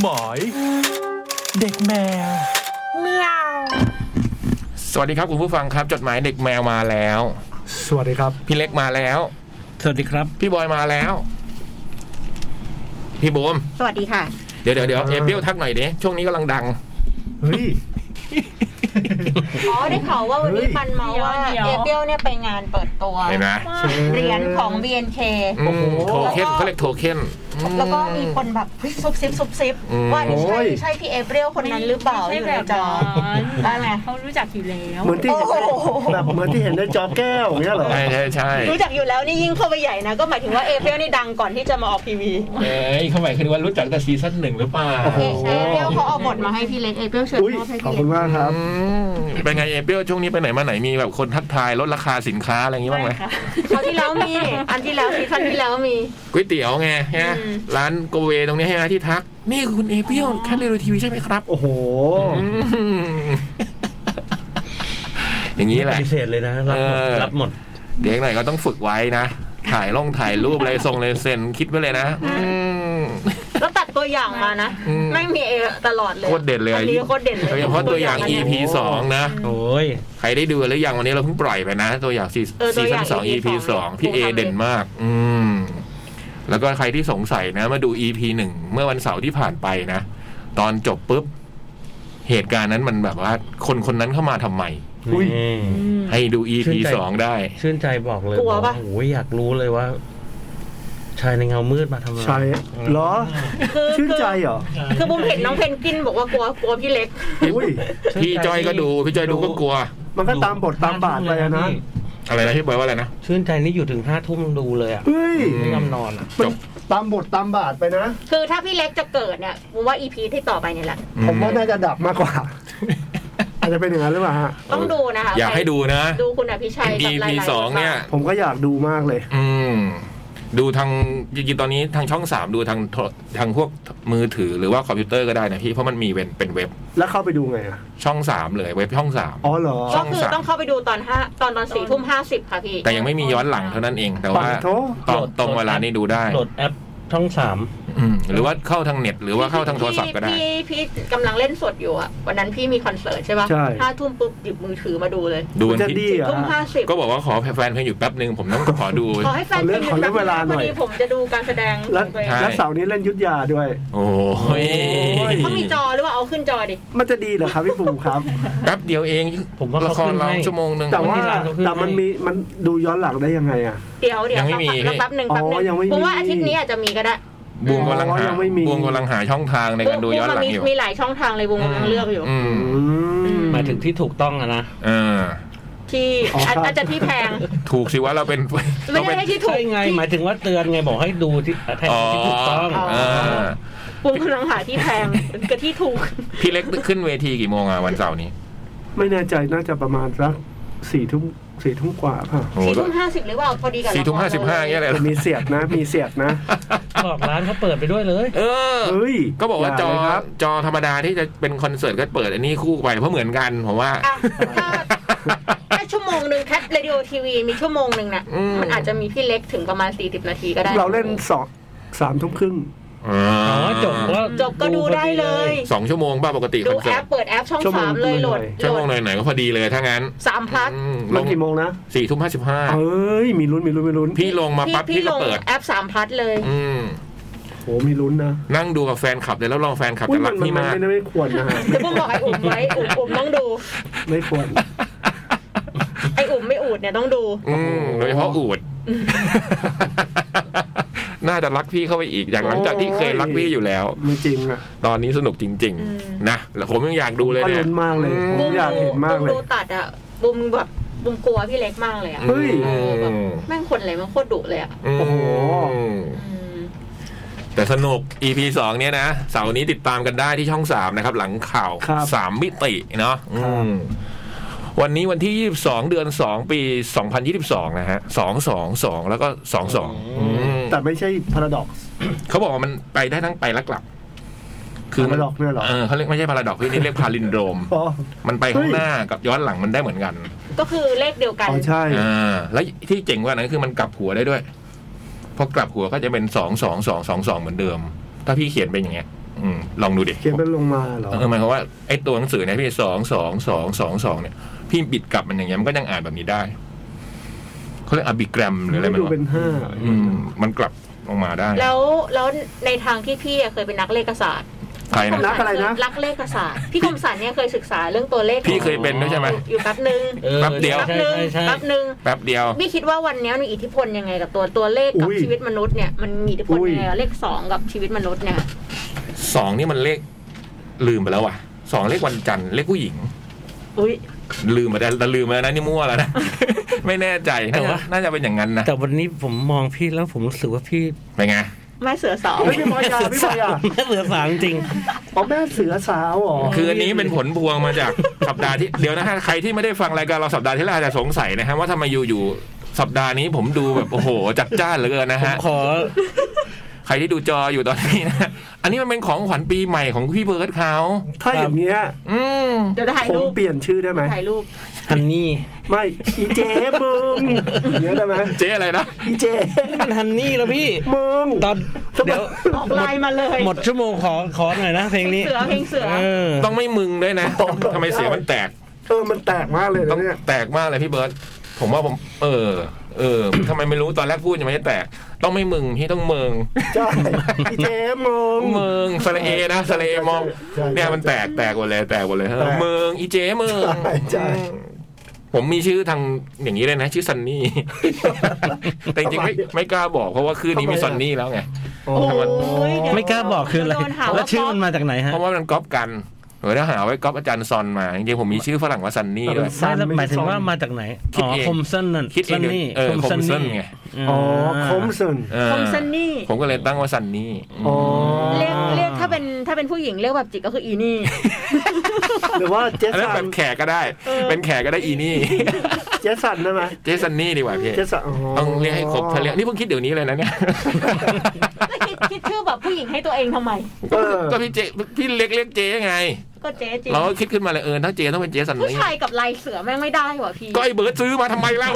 หมาย เด็กแมว สวัสดีครับคุณผู้ฟังครับ จดหมายเด็กแมวมาแล้ว สวัสดีครับ พี่เล็กมาแล้ว สวัสดีครับ พี่บอยมาแล้ว พี่บูม สวัสดีค่ะ เดี๋ยวเดี๋ยวเดี๋ยวเอเปียวทักหน่อยดิช่วงนี้กำลังดัง เฮ้ย อ๋อได้ข่าวว่าวันนี้ เฮ้ย ปันมาว่า เดี๋ เอ ยว เปียวเนี่ยไปงานเปิดตัว เห็นไหม เหรียญของ BNK อืมโทเค็นเขาเรียกโทเค็น แล้วก็มีคนแบบเฮ้ยซุบซิบซุบซิบ อืม ว่านี่ โอ้ ใช่ ย ใช่พี่เอเปียวคนนั้นหรือเปล่าอยู่ในจอ ได้ไหม เขารู้จักอยู่แล้ว เหมือนที่เห็นใน โอ้โห แบบเหมือนที่เห็นในจอแก้วอย่างเงี้ยเหรอ ใช่ใช่ใช่ รู้จักอยู่แล้วนี่ยิ่งเข้าไปใหญ่นะ ก็หมายถึงว่าเอเปียวนี่ดังก่อนที่จะมาออกทีวี เอ้ยเขาหมายคือว่ารู้จักแต่ซีซั่นหนึ่งหรือเปล่า เอเอเปียวเขาเอาบทมาให้พี่เล็กเอเปียวเชิญ อุ้ย มอบให้ ขอบ พี่ คุณ เล็ก มากครับ อืมเป็นไงเอเปียวช่วงนี้ไปไหนมาไหนมีแบบคนทักทายลดราคาสินค้าอะไรอย่างงี้บ้างไหม ค่ะ เขาวที่แล้วมีอันที่แล้วซีซั่นที่แล้วมี ก๋วยเตี๋ยวไงฮะ อืม ร้านโกเวตรงนี้ให้มาที่ทัก นี่คือคุณเอเปียวแค่เรยลทีวีใช่ไหมครับ โอ้โห อืม อย่างนี้แห ป ละ ฏิเสธเลยนะ รับหมด เออ รับหมด เด็กหน่อยก็ต้องฝึกไว้นะ ถ่ายลงถ่ายรูปอะไรส่งเลยเซ็นคิดไว้เลยนะอืม แล้วตัดตัวอย่างมานะ อืม ไม่มีเอตลอดเลย โคตรเด็ดเลย อันนี้โคตรเด่นเลย โดยเฉพาะตัวอย่าง ตัวอย่าง EP สองนะ โอ้ย ใครได้ดูหรือยังวันนี้เราเพิ่งปล่อยไปนะ ตัวอย่างซี เออตั ซี วอ ซั่ ย่าง นสอง EP EP สอง สอง พี่เอ ผมทำเลย เด่นมาก อืม แล้วก็ใครที่สงสัยนะ มาดู EP หนึ่งเมื่อวันเสาร์ที่ผ่านไปนะ ตอนจบปุ๊บ เหตุการณ์นั้นมันแบบว่า คนคนนั้นเข้ามาทำไม อุ้ย นี่ ให้ดู EP ชื่นใจ สองได้ ชื่นใจบอกเลย กลัวปะ โอ้ยอยากรู้เลยว่า ชายในเงามืดมาทำอะไร ใช่เหรอ คือ ชื่นใจเหรอ คือบุมเห็นน้องเพนกวินบอกว่ากลัวกลัวพี่เล็ก อุ้ย ชื่น พี่จอยก็ดูพี่จอยดูก็กลัว มันก็ตามบทตามบาทไปอะนะ อะไรนะพี่บอยว่าอะไรนะ ชื่นใจนี่อยู่ถึงห้าทุ่มดูเลยอ่ะ เฮ้ย ไม่ยอมนอนอ่ะ มั จ น บ ตามบทตามบาทไปนะ คือถ้าพี่เล็กจะเกิดเนี่ยผมว่าอีพีที่ต่อไปเนี่ยแหละ ผมว่าน่าจะดับมากกว่า อาจจะเป็นอย่างนั้นหรือเปล่าฮะ ต้องดูนะคะ อยากให้ดูนะ ดูคุณอภิชัยกับหลา EP ยๆ สองเนี่ย ผมก็อยากดูมากเลย อืม ดูทางจริงๆตอนนี้ทางช่องสามดูทางโทรทางพวกมือถือหรือว่าคอมพิวเตอร์ก็ได้นะพี่ เพราะมันมีเป็นเป็นเว็บ แล้วเข้าไปดูไงอะ ช่องสามเลยเว็บช่องสาม อ๋อเหรอ ก็คืช่องอสาม ต้องเข้าไปดูตอนห้าตอนตอนสี่ทุ่มห้าสิบค่ะพี่ แต่ยังไม่มีย้อนหลังเท่านั้นเอง แต่ ปั ว่า ดตโถอน โหลด ตรงเวลานี้ดูได้ โหลดแอปช่องสาม อืมหรือว่าเข้าทางเน็ต หรือว่าเข้าทางโทรศัพท์ก็ได้ พี่พี่พี่กำลังเล่นสดอยู่อะวันนั้นพี่มีคอนเสิร์ตใช่ปะ ใช่ ห้าทุ่มปุ๊บหยิบมือถือมาดูเลย ดู มัน วัน จะดี ที่ เหรอ ทุ่มห้า ฮะ สิบ ก็บอกว่าขอแฟนเพลงอยู่แป๊บหนึ่งผมต้องขอดู ขอให้แฟน ขอเลื่อน พ ขอเลื่อนเวลาหน่อย พอดีผมจะดูการแสดงข แล้ว องตัวเอง ใช่ แล้วเสาร์นี้เล่นยุทธยาด้วย โอ้ย โอ้ย เขามีจอหรือว่าเอาขึ้นจอดิ มันจะดีเหรอครับพี่ปู ครับ แป๊บเดียวเอง ผมว่า ละ เขา คร ขึ้น เรา ให้ ชั่วโมงหนึ่ง แต่ว่า ที่ร้านเขาขึ้น แต่มัน ให้ มีมันดูย้อนหลังได้ยังไงอ่ะ เดี๋ยวเดี๋ย ยังวไม่มี สัก พี่ แป๊บหนึ่ง อ๋อ แป๊บหนึ่ง ยังไม่มี ผมว่าอาทิตย์นี้อาจจะมีก็ได้ บูมกำลังหา อ๋อยังไม่มี บูมกำลังหาช่องทางในการดูย้อนหลังอยู่ มีหลายช่องทางเลยบุมกำลังเลือกอยู่ อืม อืม หมายถึงที่ถูกต้องอะนะ เออ ที่ อ๋อครับ อาจจะที่แพง ถูกสิว่าเราเป็น ไม่ เรา ได้ เป็น ให้ที่ถูก ใช่ไง หมายถึงว่าเตือนไงบอกให้ดูที่แทน อ๋อ ที่ถูกต้อง เออ บุมกำลังหาที่แพงกับที่ถูก พี่เล็กขึ้นเวทีกี่โมงอ่ะวันเสาร์นี้ ไม่แน่ใจน่าจะประมาณสักสี่ทุ่มสี่ทุ่มกว่าเปล่ะ โอ้ สี่ โห ทุ่มห้าสิบหรือเปล่าพอดีกับ สี่ทุ่ม ละคร ห้าสิบห้าอย่างเงี้ยเลยเหรอ มีเสียด นะ มีเสียดนะ บอกร้านเขาเปิดไปด้วยเลย เออ เฮ้ย ก็บอกว่าจอ เลยครับ จอธรรมดาที่จะเป็นคอนเสิร์ตก็เปิดอันนี้คู่ไปเพราะเหมือนกันผมว่า อ่ะถ้าถ้าชั่วโมงหนึ่งแคทเรดิโอทีวีมีชั่วโมงหนึ่งน่ะ อืม มันอาจจะมีพี่เล็กถึงประมาณสี่สิบนาทีก็ได้ เราเล่นสองสามทุ่มครึ่ง อ๋อ อ๋อจบก็ จบก็ดูได้เลย สองชั่วโมงป่ะปกติค ดู อน แอ เสิร์ ป ต เปิดแอปช่อง ชั่วโม สาง มเลยโหลด เลย ชั่วโมงหน่อยๆก็พอดีเลยถ้างั้น สามพลัส อืมล เล่งนกี่โมงนะ สี่ทุ่มห้าสิบห้า เอ้ยมีลุ้นมีลุ้นมีลุ้น พี่ลงมาปั๊บพี่ก็ ลง เปิด แอปสามพลัสเลย อืม โหมีลุ้นนะ นั่งดูกับแฟนคลับเลยแล้วลองแฟนคลับ อุ้ย จะรั มั ก นมัน พี่ มัน มาก ไม่ได้ไม่ควรนะ ฮะ เดี๋ยวบุมบอกไออุ่มไว้อุ่มอุ่มต้องดู ไม่ควร ไออุ่มไม่อูดเนี่ยต้องดู อืมโดยเฉพาะอูด น่าจะรักพี่เข้าไปอีกอย่างหลังจากที่เคยรักพี่อยู่แล้ว ไม่จริงอ่ะ ตอนนี้สนุกจริง อืม ๆ นะแล้วผมยังอยากดูเลย ก็ เนี่ย ลุ้นมากเลยผ บุ ม ม อยาก ดู เห็นมากเล บุ ย ดูตัดอะบุมแบบบุมกลัวพี่เล็กมากเลยอะ เฮ้ย อืม แม่งคนอะไรมันโคตรดุเลยอะ โอ้โห อืม อืม แต่สนุก EP สองเนี่ยนะเสาร์นี้ติดตามกันได้ที่ช่องสามนะครับ หลังข่าว ครับ สามมิติเนาะอื ครับ มวันนี้วันที่ 22 เดือน 2 ปี 2022 นะฮะ 222 แล้วก็ 22อืม แต่ไม่ใช่พาราดอก เขาบอกว่ามันไปได้ทั้งไปและกลับ มั paradox เนี่ยเหรอ เออเขาเรียกไม่ใช่พาราดอกพี่นี่เรียกพาลินโดร ม อ๋อ มันไปข้าง เฮ้ย หน้ากับย้อนหลังมันได้เหมือนกัน ก็คือเลขเดียวกัน อ๋อใช่ อ่าแล้วที่เจ๋งกว่านั้นคือมันกลับหัวได้ด้วย พอกลับหัวก็จะเป็นสองสองสองสองสองเหมือนเดิม ถ้าพี่เขียนเป็นอย่างเงี้ย อืมลองดูดิ เขียนเป็นลงมาเหรอ เออหมายความว่าไอ้ตัวหนังสือเนี่ยพี่สองสองสองสองสองเนี่ย พี่บิดกลับมันอย่างเงี้ยมันก็ยังอ่านแบบนี้ได้เขาเรียกอบิแกรมหรืออะไรมัน ดูเป็นห้า อืมมันกลับลงมาได้ แล้วแล้วในทางที่พี่อะเคยเป็นนักเลขศาสตร์ ใครนะ นักอะไรนะ รักเลขศาสตร์พี่คมสันเนี่ยเคยศึกษาเรื่องตัวเลข พี่เคยเป็นด้วยใช่ไหม อยู่แป๊บนึง ออ แป๊บเดียว แป๊บ ใช่ นึง ใช่ใช่ แป๊บนึง แป๊บเดียว พี่คิดว่าวันเนี้ยมีอิทธิพลยังไงกับตัวตัวเลขกับ อุ้ย ชีวิตมนุษย์เนี่ยมันมีอิทธิพล อุ้ย ยังไงกับเลขสองกับชีวิตมนุษย์เนี่ย สองนี่มันเลขลืมไปแล้วว่ะสองเลขวันจันทร์เลขผู้หญิง อุ้ย ลืมไปแล้วแต่ลืมไปแล้วนะนี่มั่วแล้วนะ ไม่แน่ใจน่าจะน่าจะเป็นอย่างนั้นนะ แต่วันนี้ผมมองพี่แล้วผมรู้สึกว่าพี่ เป็นไง ไม่เสือสอง เฮ้ยพี่บอยยาพี่บอยยา แม่เหลือสามจริง อ๋อแม่เสือสาวเหรอ คืออันนี้เป็นผลพวงมา จาก สัปดาห์ที่เดี๋ยวนะฮะใครที่ไม่ได้ฟังรายการเราสัปดาห์ที่แล้วอาจจะสงสัยนะฮะว่าทำไมอยู่ๆสัปดาห์นี้ผมดูแบบโอ้โห จัดจ้านเหลือเกินนะ ผม ฮะ ขอ ใครที่ดูจออยู่ตอนนี้นะอันนี้มันเป็นของขวัญปีใหม่ของพี่เบิร์ดเขา ถ้าอย่างเงี้ย อืม เดี๋ยวถ่าย ผม รูป เปลี่ยนชื่อได้ไหม ถ่ายรูป ฮันนี่ ไม่ อีเจมึงอย่างเงี้ยได้ไหม เจ๊อะไรนะ อีเจ มันฮันนี่แล้วพี่ มึง ตอนเดี๋ยว ออกไลน์มาเลย หมดชั่วโมงขอขอหน่อยนะเพลงนี้ เพลงเสือเพลงเสือ เออ ต้องไม่มึงด้วยนะทำไมเสียงมันแตก เออ มันแตกมากเลย ต้อนะง เนี่ย แตกมากเลยพี่เบิร์ตผมว่าผม เออ เออทำไมไม่รู้ตอนแรกพูดยังไม่ได้แตก ต้องไม่มึงที่ต้องเมือง ใช่อีเจมึง เมืองสระเอนะสระเอมอง ใช่ใช่ เนี่ยมันแตกแตกหมดเลยแตกหมดเลย แตก เมืองอีเจเมือง ใช่ใช่ ผมมีชื่อทางอย่างนี้เลยนะ ชื่อซันนี่ แต่จริงๆไม่ไม่กล้าบอกเพราะว่าคืนนี้มีซันนี่แล้วไง โอ้ โอ้ยเดี๋ยว ไม่กล้าบอกคืออะไร เดี๋ยวโดนแล้วหา่าว ชื่อมันมาจากไหนฮะ เพราะว่ามันก๊อปกันเดี๋ยวถ้าหาไว้ก๊อปอาจารย์ซอนมาจริงๆผมมีชื่อฝรั่งว่าซันนี่ด้วย ใช่แล้วหมายถึงว่ามาจากไหน คิด อ๋อ เอง คมสันนั่น คิดเอง นี่ เออ Comson ไง อ๋อคอมสัน เอ ค อ อมซันนี่ ผมก็เลยตั้งว่าซันนี่ อ๋อ เรียกเรียกถ้าเป็นถ้าเป็นผู้หญิงเรียกแบบจิกก็คืออีนี่ หรือว่าเจ อันนั้น สั แบ น บแขกก็ได้ เป็นแขกก็ได้อีนี่ เจสันได้ไหม เจสันนี่ดีกว่าพี่ เจสัน ต้องเรียกให้ครบทะเลนี่เพิ่งคิดเดี๋ยวนี้เลยนะเนี่ย แล้วคิดคิดชื่อแบบผู้หญิงให้ตัวเองทำไม เออ ก็พี่เจพี่เล็กเรียกเจไง ก็เจ๊จริง เราก็คิดขึ้นมาเลยเออถ้าเจต้องเป็นเจสัน ผู้ นี่ ชายกับลายเสือแม่งไม่ได้ว่ะพี่ ก็ไอ้เบิร์ดซื้อมาทำไมเล่า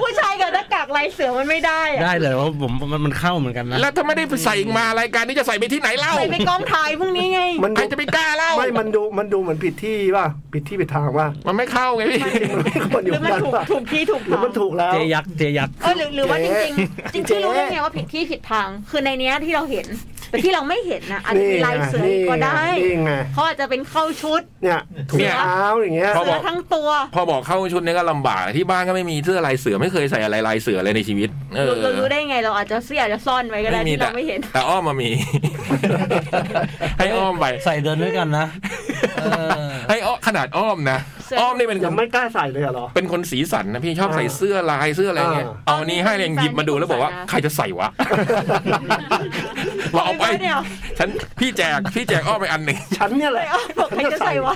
ผู้ชายกับหน้ากากลายเสือมันไม่ได้อะ ได้เลยว่าผมมันมันเข้าเหมือนกันนะ แล้วถ้าไม่ได้ใส่มารายการนี้จะใส่ไปที่ไหนเล่า ใส่ไปกองถ่ายพรุ่งนี้ไง มัน ใคร ดู จะไปกล้าเล่า ไม่ มันดู มันดูเหมือนผิดที่ป่ะ ผิดที่ผิดทางป่ะ มันไม่เข้าไงพี่ ไม่ควรอ ห ยู่ รือมัน กัน ถูก ป่ะ ถูกที่ถูก หรือ ทา มัน ง ถูกแล้ว เจยักษ์เจยักษ์ เออหรือหรือว่าจริงจริงๆจริงๆรู้ได้ เจ๊ ไงว่าผิดที่ผิดทาง คือในเนี้ยที่เราเห็น แต่ที่เราไม่เห็นนะอาจจะ นี่ มี ไง ลายเสือ นี่ ก็ได้ นี่ไง เขาอาจจะเป็นเข้าชุด เนี่ยถุง เนี่ย เท้าอย่างเงี้ย เสือทั้งตัว พอบอกเข้าชุดนี้ก็ลำบากที่บ้านก็ไม่มีเสื้อลายเสือไม่เคยใส่อะไรลายเสือเลยในชีวิต เออ เราเรารู้ได้ไงเราอาจจะเสียอาจจะซ่อนไว้ก็ได้ที่ แต่ เราไม่เห็น แต่อ้อมมามี ให้อ้อมไป ใส่เดินด้วยกันนะเออ ให้อ้อมขนาดอ้อมนะ เสื้อ อ้อมนี่เป็นค ยัง น ไม่กล้าใส่เลยเหรอ เป็นคนสีสันนะพี่ชอบใส่เสื้อลายเสื้ออะไรเงี้ย อ่า เอาอันนี้ให้เลยหยิบมาดูแล้วบอกว่าใครจะใส่ วะ ว่าเอาไป เดี๋ยว ฉันพี่แจกพี่แจกอ้อมไปอันหนึ่ง ฉันเนี่ยแห ไป ละ อ้อมบอกใครจะใส่วะ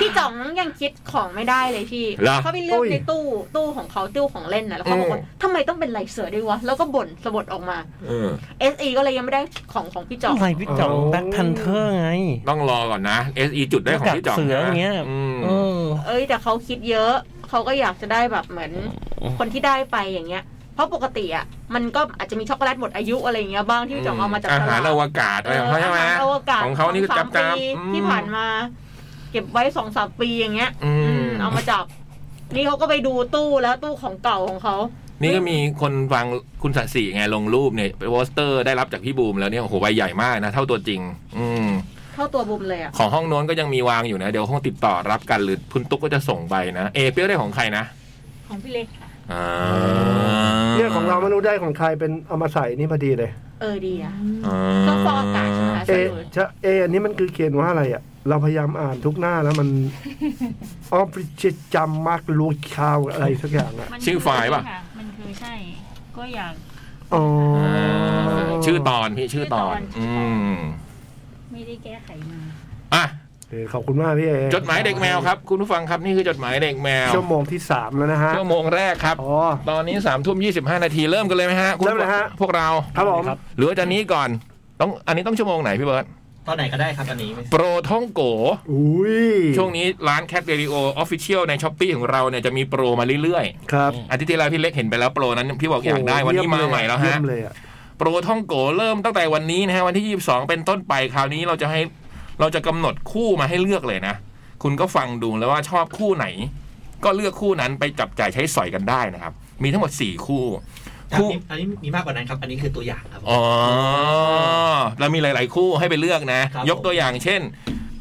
พี่จ๋องยังคิดของไม่ได้เลยพี่ เหรอ เขาไปเลือก อุ้ย ในตู้ตู้ของเขาตู้ของเล่นนะแล้วเขาบอกว่าทำไมต้องเป็นลายเสือด้วยวะ แล้วก็บ่นสะบดออกมา เออ SE ก็เลยยังไม่ได้ของของพี่จ๋อง อะไรพี่จ่องแบ็คพันเทอร์ไง ต้องรอก่อนนะ SE จุดได้ของพี่จอม เสืออย่างเงี้ย ม เออ เอ้ยแต่เขาคิดเยอะ เขาก็อยากจะได้แบบเหมือน คนที่ได้ไปอย่างเงี้ย เพราะปกติอ่ะมันก็อาจจะมีช็อกโกแลตหมดอายุอะไรอย่างเงี้ยบ้างที่พี่จ๋องเอามาจาก อา ต หา ลาร ด อวกาศอะไรของเขาใช่ไหม อหรอวกาศ ของเขานี่ก็ ส จั อบ ง จั สาบมปี อืม ที่ผ่านมา เก็บไว้สองสามปีอย่างเงี้ย อืม อืมเอามาจับ นี่เขาก็ไปดูตู้แล้วตู้ของเก่าของเขา นี่ก็มีคนฟังคุณสัตสีไงลงรูปเนี่ยโปสเตอร์ได้รับจากพี่บูมแล้วเนี่ยโอ้โหใบใหญ่มากนะ เท่าตัวจริง อืม เข้าตัวบุมเลยอ่ะ ของห้องโน้นก็ยังมีวางอยู่นะ เดี๋ยวคงติดต่อรับกันหรือคุณตุ๊กก็จะส่งไปนะเอเปรี้ยวได้ของใครนะ ของพี่เล็กค่ะ อ่า เนี่ยของเราไม่รู้ได้ของใครเป็นเอามาใส่นี่พอดีเลย เออดีอ่ะ อ่า ต้องฟอกอากาศใช่ไหมคะ เอ ใส่ดู ชะเออันนี้มันคือเขียนว่าอะไรอ่ะ เราพยายามอ่านทุกหน้าแล้ว มัน ออฟฟิชจำมากรูคาวอะไรสักอย่างอ่ะ มัน ชื่อไฟล์ป่ะ ค่มันคือใช่ ก็อยาก อ๋อ อ่ อา ชื่อตอนพี่ชื่อตอน ชื่ อื อตอน ม ไม่ได้แก้ไขมา อ่ะ เออขอบคุณมากพี่เอ จดหมายเด็กแมวครับ คุณผู้ฟังครับนี่คือจดหมายเด็กแมว ชั่วโมงที่สามแล้วนะฮะ ชั่วโมงแรกครับ อ๋อ ตอนนี้สามทุ่มยี่สิบห้านาทีเริ่มกันเลยไหมฮะคุณ เริ่มเลยฮะ พวกเรา ครับผม ครับ หรือว่าจะนี้ก่อนต้องอันนี้ต้องชั่วโมงไหนพี่เบิร์ต ตอนไหนก็ได้ครับตอนนี้ โปรท่องโก อุ้ย ช่วงนี้ร้านแคทเดลิโอออฟฟิเชียลในช้อปปีของเราเนี่ยจะมีโปรมาเรื่อยๆ ครับ อาทิตย์ที่แล้วพี่เล็กเห็นไปแล้วโปรนั้นพี่บอกอยากได้ โโห วันนี้มา เยี่ย ใหม่แล้วฮะ เยี่ยมเลยอ่ะ โปรท่องโกเริ่มตั้งแต่วันนี้นะฮะวันที่ 22 เป็นต้นไปคราวนี้เราจะให้เราจะกำหนดคู่มาให้เลือกเลยนะ คุณก็ฟังดูแล้วว่าชอบคู่ไหน ก็เลือกคู่นั้นไปจับจ่ายใช้สอยกันได้นะครับ มีทั้งหมด 4 คู่ ครับ คู่ มีอันนี้มีมากกว่านั้นครับ อันนี้คือตัวอย่างครับผม อ๋อเรามีหลาย ๆ คู่ให้ไปเลือกนะ ครับ ยกตัวอย่างเช่น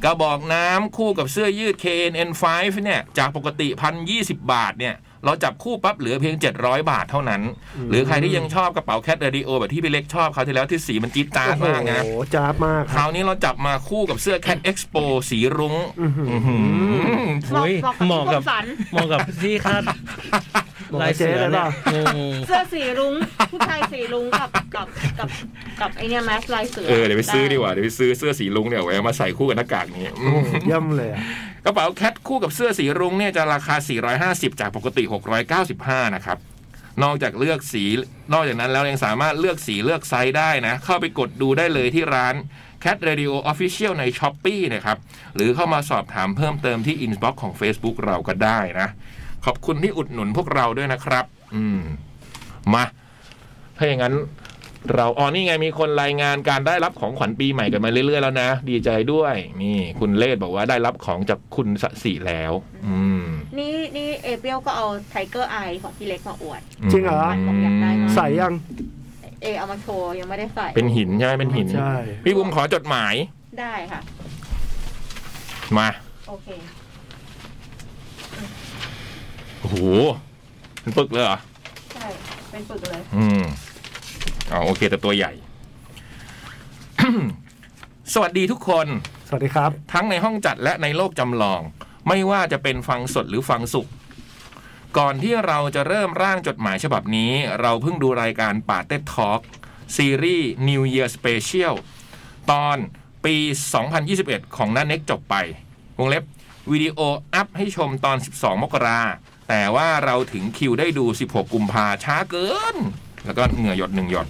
กระบอกน้ำคู่กับเสื้อยืด KNN5 เนี่ย จากปกติพันยีบาทเนี่ย เราจับคู่ปั๊บเหลือเพียง 700 บาทเท่านั้น หรือใครที่ยังชอบกระเป๋าแคทเรดิโอแบบที่พี่เล็กชอบคราวที่แล้วที่สีมันจี๊ดจ๊าดมากนะ โอ้โหจ้าบมาก คราวนี้เราจับมาคู่กับเสื้อแคทเอ็กซ์โปสีรุ้ง อื้อหือ อื้อหือ เหมาะ อุ๊ย เห เห มาะ มาะ กั กั บบ ที่คมสัน เหมาะกับที่คาด บอก ลาย เจ๊ เสือ เลย เนี่ย ป่ะ อืม เสื้อสีรุ้งผู้ชายสีรุ้งกับกับกับกับไอเนี่ยแมสลายเสือ เออเดี๋ยวไปซื้อดีกว่าเดี๋ยวไปซื้อเสื้อสีรุ้งเนี่ยไว้เอามาใส่คู่กับหน้ากากนี้อืม เย่ำเลยอะ กระเป๋าแคทคู่กับเสื้อสีรุ้งเนี่ยจะราคา 450 จากปกติ 695 นะครับ นอกจากเลือกสี นอกจากนั้นแล้วยังสามารถเลือกสีเลือกไซส์ได้นะ เข้าไปกดดูได้เลยที่ร้าน Cat Radio Official ใน s h o p e e นะครับ หรือเข้ามาสอบถามเพิ่มเติมที่ Inbox ของ Facebook เราก็ได้นะ ขอบคุณที่อุดหนุนพวกเราด้วยนะครับ อืม มา ถ้าอย่างนั้น เราอ๋อนี่ไงมีคนรายงานการได้รับของขวัญปีใหม่กันมาเรื่อยๆแล้วนะ ดีใจด้วย นี่ คุณเลศบอกว่าได้รับของจากคุณสสิแล้ว อืม นี่นี่เอเปียวก็เอาไทเกอร์ไอของพี่เล็กมาอวด จริงเหรอ ผมอยากได้มาก ใส่ยัง เอเอามาโชว์ยังไม่ได้ใส่ เป็นหินใช่ไหมเป็นหิน ใช่ พี่บุ้มขอจดหมาย ได้ค่ะ มา โอเค โอ้โหเป็นปึกเลยเหรอ ใช่ เป็นปึกเลย อืมอ๋อโอเค แต่ตัวใหญ่ สวัสดีทุกคน สวัสดีครับ ทั้งในห้องจัดและในโลกจำลอง ไม่ว่าจะเป็นฟังสดหรือฟังสุข ก่อนที่เราจะเริ่มร่างจดหมายฉบับนี้ เราเพิ่งดูรายการป่าเต็ดทอล์กซีรีส์ New Year Special ตอนปี 2021 ของน้าเน็กจบไป วงเล็บวิดีโออัพให้ชมตอน 12 มกรา แต่ว่าเราถึงคิวได้ดู 16 กุมภาช้าเกิน แล้วก็เหงื่อหยดหนึ่งหยด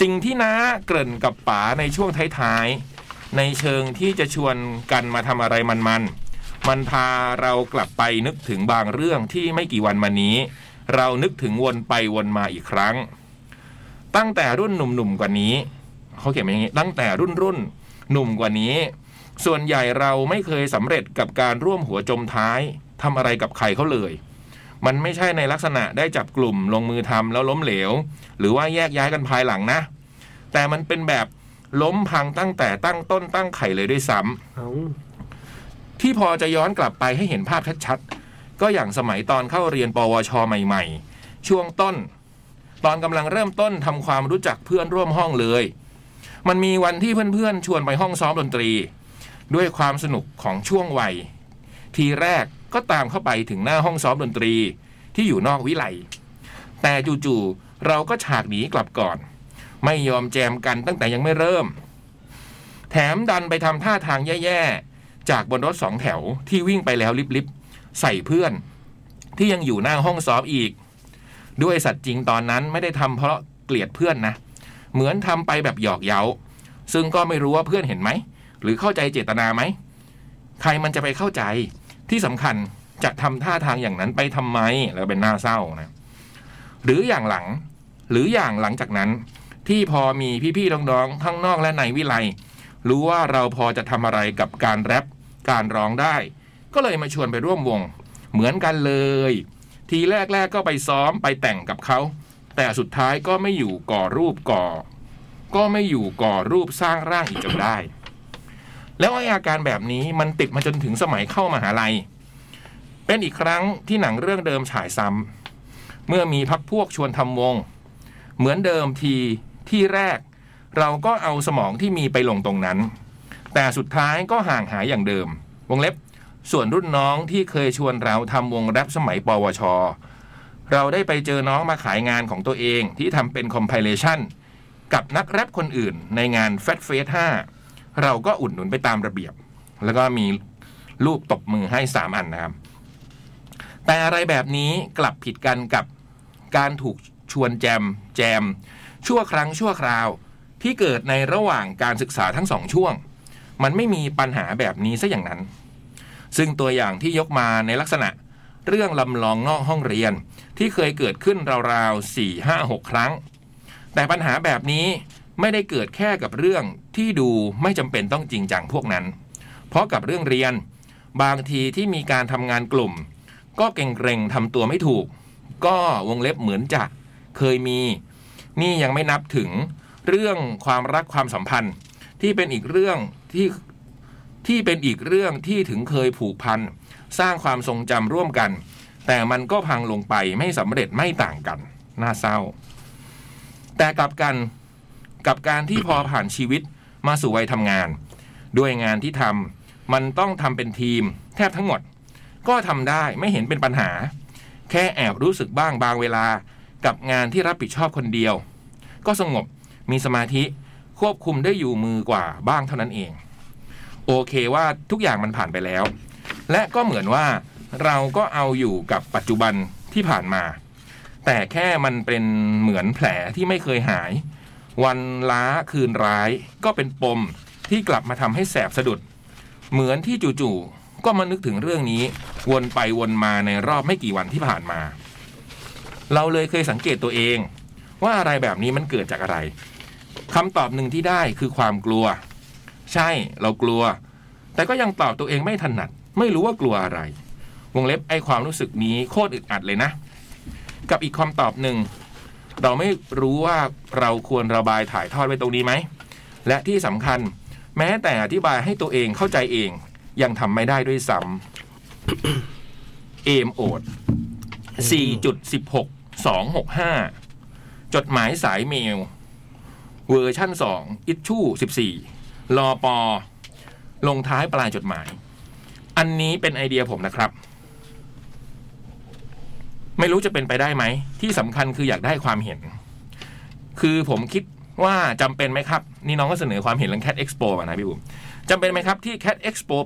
สิ่งที่น้าเกริ่นกับป๋าในช่วงท้ายๆ ในเชิงที่จะชวนกันมาทำอะไรมันมันๆมันพาเรากลับไปนึกถึงบางเรื่องที่ไม่กี่วันมานี้ เรานึกถึงวนไปวนมาอีกครั้ง ตั้งแต่รุ่นหนุ่มๆกว่านี้ เขาเขียนมาอย่างนี้ ตั้งแต่รุ่นรุ่นๆหนุ่มกว่านี้ ส่วนใหญ่เราไม่เคยสำเร็จกับการร่วมหัวจมท้ายทำอะไรกับใครเขาเลย มันไม่ใช่ในลักษณะได้จับกลุ่มลงมือทำแล้วล้มเหลว หรือว่าแยกย้ายกันภายหลังนะ แต่มันเป็นแบบ ล้มพังตั้งแต่ตั้งต้นตั้งไข่เลยด้วยซ้ำ เอา ที่พอจะย้อนกลับไปให้เห็นภาพชัดๆ ก็อย่างสมัยตอนเข้าเรียนปวช ใหม่ๆ ช่วงต้น ตอนกำลังเริ่มต้นทำความรู้จักเพื่อนร่วมห้องเลย มันมีวันที่เพื่อนๆ ชวนไปห้องซ้อมดนตรี ด้วยความสนุกของช่วงวัย ทีแรกก็ตามเข้าไปถึงหน้าห้องซ้อมดนตรีที่อยู่นอกวิไลแต่จู่ๆเราก็ฉากหนีกลับก่อน ไม่ยอมแจมกันตั้งแต่ยังไม่เริ่ม แถมดันไปทำท่าทางแย่ๆ จากบนรถสองแถวที่วิ่งไปแล้วลิบๆ ใส่เพื่อน ที่ยังอยู่หน้าห้องซ้อมอีก ด้วยสัตว์จริงตอนนั้นไม่ได้ทำเพราะเกลียดเพื่อนนะ เหมือนทำไปแบบหยอกเย้า ซึ่งก็ไม่รู้ว่าเพื่อนเห็นไหม หรือเข้าใจเจตนาไหม ใครมันจะไปเข้าใจที่สำคัญจะทำท่าทางอย่างนั้นไปทำไม แล้วเป็นหน้าเศร้านะ หรืออย่างหลัง หรืออย่างหลังจากนั้น ที่พอมีพี่ๆน้องๆทั้งนอกและในวิไลรู้ว่าเราพอจะทำอะไรกับการแรป การร้องได้ ก็เลยมาชวนไปร่วมวง เหมือนกันเลย ทีแรกๆก็ไปซ้อมไปแต่งกับเขา แต่สุดท้ายก็ไม่อยู่ก่อรูปก่อ ก็ไม่อยู่ก่อรูปสร้างร่างอีกจนได้ แล้วไอ้อาการแบบนี้มันติดมาจนถึงสมัยเข้ามาหาลัย เป็นอีกครั้งที่หนังเรื่องเดิมฉายซ้ำเมื่อมีพักพวกชวนทำวง เหมือนเดิมทีที่แรก เราก็เอาสมองที่มีไปลงตรงนั้น แต่สุดท้ายก็ห่างหายอย่างเดิม วงเล็บ ส่วนรุ่นน้องที่เคยชวนเราทำวงแรปสมัยปวช เราได้ไปเจอน้องมาขายงานของตัวเองที่ทำเป็นคอมไพเลชันกับนักแรปคนอื่นในงาน Fat f a c e 5 เราก็อุดหนุนไปตามระเบียบ แล้วก็มีรูปตบมือให้ 3 อันนะครับ แต่อะไรแบบนี้กลับผิดกันกับการถูกชวนแจมแจม ชั่วครั้งชั่วคราวที่เกิดในระหว่างการศึกษาทั้งสองช่วง มันไม่มีปัญหาแบบนี้ซะอย่างนั้น ซึ่งตัวอย่างที่ยกมาในลักษณะเรื่องลำลองนอกห้องเรียนที่เคยเกิดขึ้นราวๆ4 5 6 ครั้ง แต่ปัญหาแบบนี้ไม่ได้เกิดแค่กับเรื่องที่ดูไม่จำเป็นต้องจริงจังพวกนั้น เพราะกับเรื่องเรียน บางทีที่มีการทำงานกลุ่ม ก็เกรงๆทำตัวไม่ถูก ก็วงเล็บเหมือนจะเคยมี นี่ยังไม่นับถึงเรื่องความรักความสัมพันธ์ ที่เป็นอีกเรื่องที่ที่เป็นอีกเรื่องที่ถึงเคยผูกพันสร้างความทรงจำร่วมกัน แต่มันก็พังลงไปไม่สำเร็จไม่ต่างกัน น่าเศร้า แต่กลับกันกับการที่พอผ่านชีวิตมาสู่วัยทำงาน ด้วยงานที่ทำมันต้องทำเป็นทีม แทบทั้งหมด ก็ทำได้ไม่เห็นเป็นปัญหา แค่แอบรู้สึกบ้างบางเวลากับงานที่รับผิดชอบคนเดียว ก็สงบมีสมาธิควบคุมได้อยู่มือกว่าบ้างเท่านั้นเอง โอเคว่าทุกอย่างมันผ่านไปแล้ว และก็เหมือนว่าเราก็เอาอยู่กับปัจจุบันที่ผ่านมา แต่แค่มันเป็นเหมือนแผลที่ไม่เคยหาย วันล้าคืนร้าย ก็เป็นปมที่กลับมาทำให้แสบสะดุด เหมือนที่จู่ๆก็มานึกถึงเรื่องนี้ วนไปวนมาในรอบไม่กี่วันที่ผ่านมา เราเลยเคยสังเกตตัวเอง ว่าอะไรแบบนี้มันเกิดจากอะไรคำตอบหนึ่งที่ได้คือความกลัว ใช่เรากลัว แต่ก็ยังตอบตัวเองไม่ถนัด ไม่รู้ว่ากลัวอะไร วงเล็บไอความรู้สึกนี้โคตรอึดอัดเลยนะ กับอีกคำตอบหนึ่ง เราไม่รู้ว่าเราควรระบายถ่ายทอดไว้ตรงนี้ไหม และที่สำคัญ แม้แต่อธิบายให้ตัวเองเข้าใจเอง ยังทำไม่ได้ด้วยซ้ำ เอมโอด 4.16265 จดหมายสายเมล เวอร์ชั่น 2 อิชชู่ 14 รอปอ ลงท้ายปลายจดหมาย อันนี้เป็นไอเดียผมนะครับ ไม่รู้จะเป็นไปได้ไหม ที่สำคัญคืออยากได้ความเห็น คือผมคิดว่าจำเป็นไหมครับ นี่น้องก็เสนอความเห็นเรื่อง Cat Expo มานะพี่บุ๋มจำเป็นไหมครับที่ Cat Expo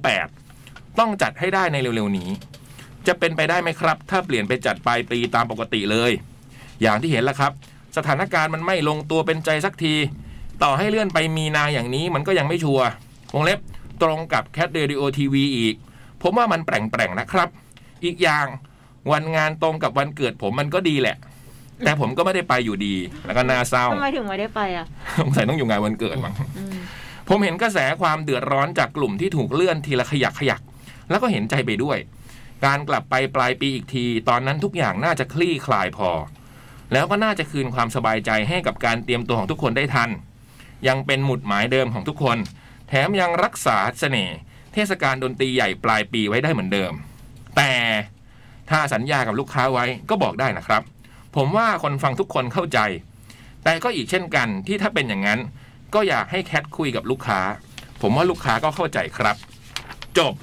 8 ต้องจัดให้ได้ในเร็วๆนี้ จะเป็นไปได้ไหมครับ ถ้าเปลี่ยนไปจัดปลายปีตามปกติเลย อย่างที่เห็นแล้วครับ สถานการณ์มันไม่ลงตัวเป็นใจสักที ต่อให้เลื่อนไปมีนาอย่างนี้มันก็ยังไม่ชัวร์วงเล็บตรงกับ Cat Radio TV อีก ผมว่ามันแปลงๆนะครับ อีกอย่างวันงานตรงกับวันเกิดผมมันก็ดีแหละ แต่ผมก็ไม่ได้ไปอยู่ดี แล้วก็น่าเศร้า ทำไมถึงไม่ได้ไปอ่ะ ส งสัยต้องอยู่งานวันเกิดมั้ง อืม ผมเห็นกระแสความเดือดร้อนจากกลุ่มที่ถูกเลื่อนทีละขยักขยัก แล้วก็เห็นใจไปด้วย การกลับไปปลายปีอีกที ตอนนั้นทุกอย่างน่าจะคลี่คลายพอ แล้วก็น่าจะคืนความสบายใจให้กับการเตรียมตัวของทุกคนได้ทัน ยังเป็นหมุดหมายเดิมของทุกคน แถมยังรักษาเสน่ห์เทศกาลดนตรีใหญ่ปลายปีไว้ได้เหมือนเดิม แต่ถ้าสัญญากับลูกค้าไว้ก็บอกได้นะครับ ผมว่าคนฟังทุกคนเข้าใจ แต่ก็อีกเช่นกันที่ถ้าเป็นอย่างนั้น ก็อยากให้แคทคุยกับลูกค้า ผมว่าลูกค้าก็เข้าใจครับ จบ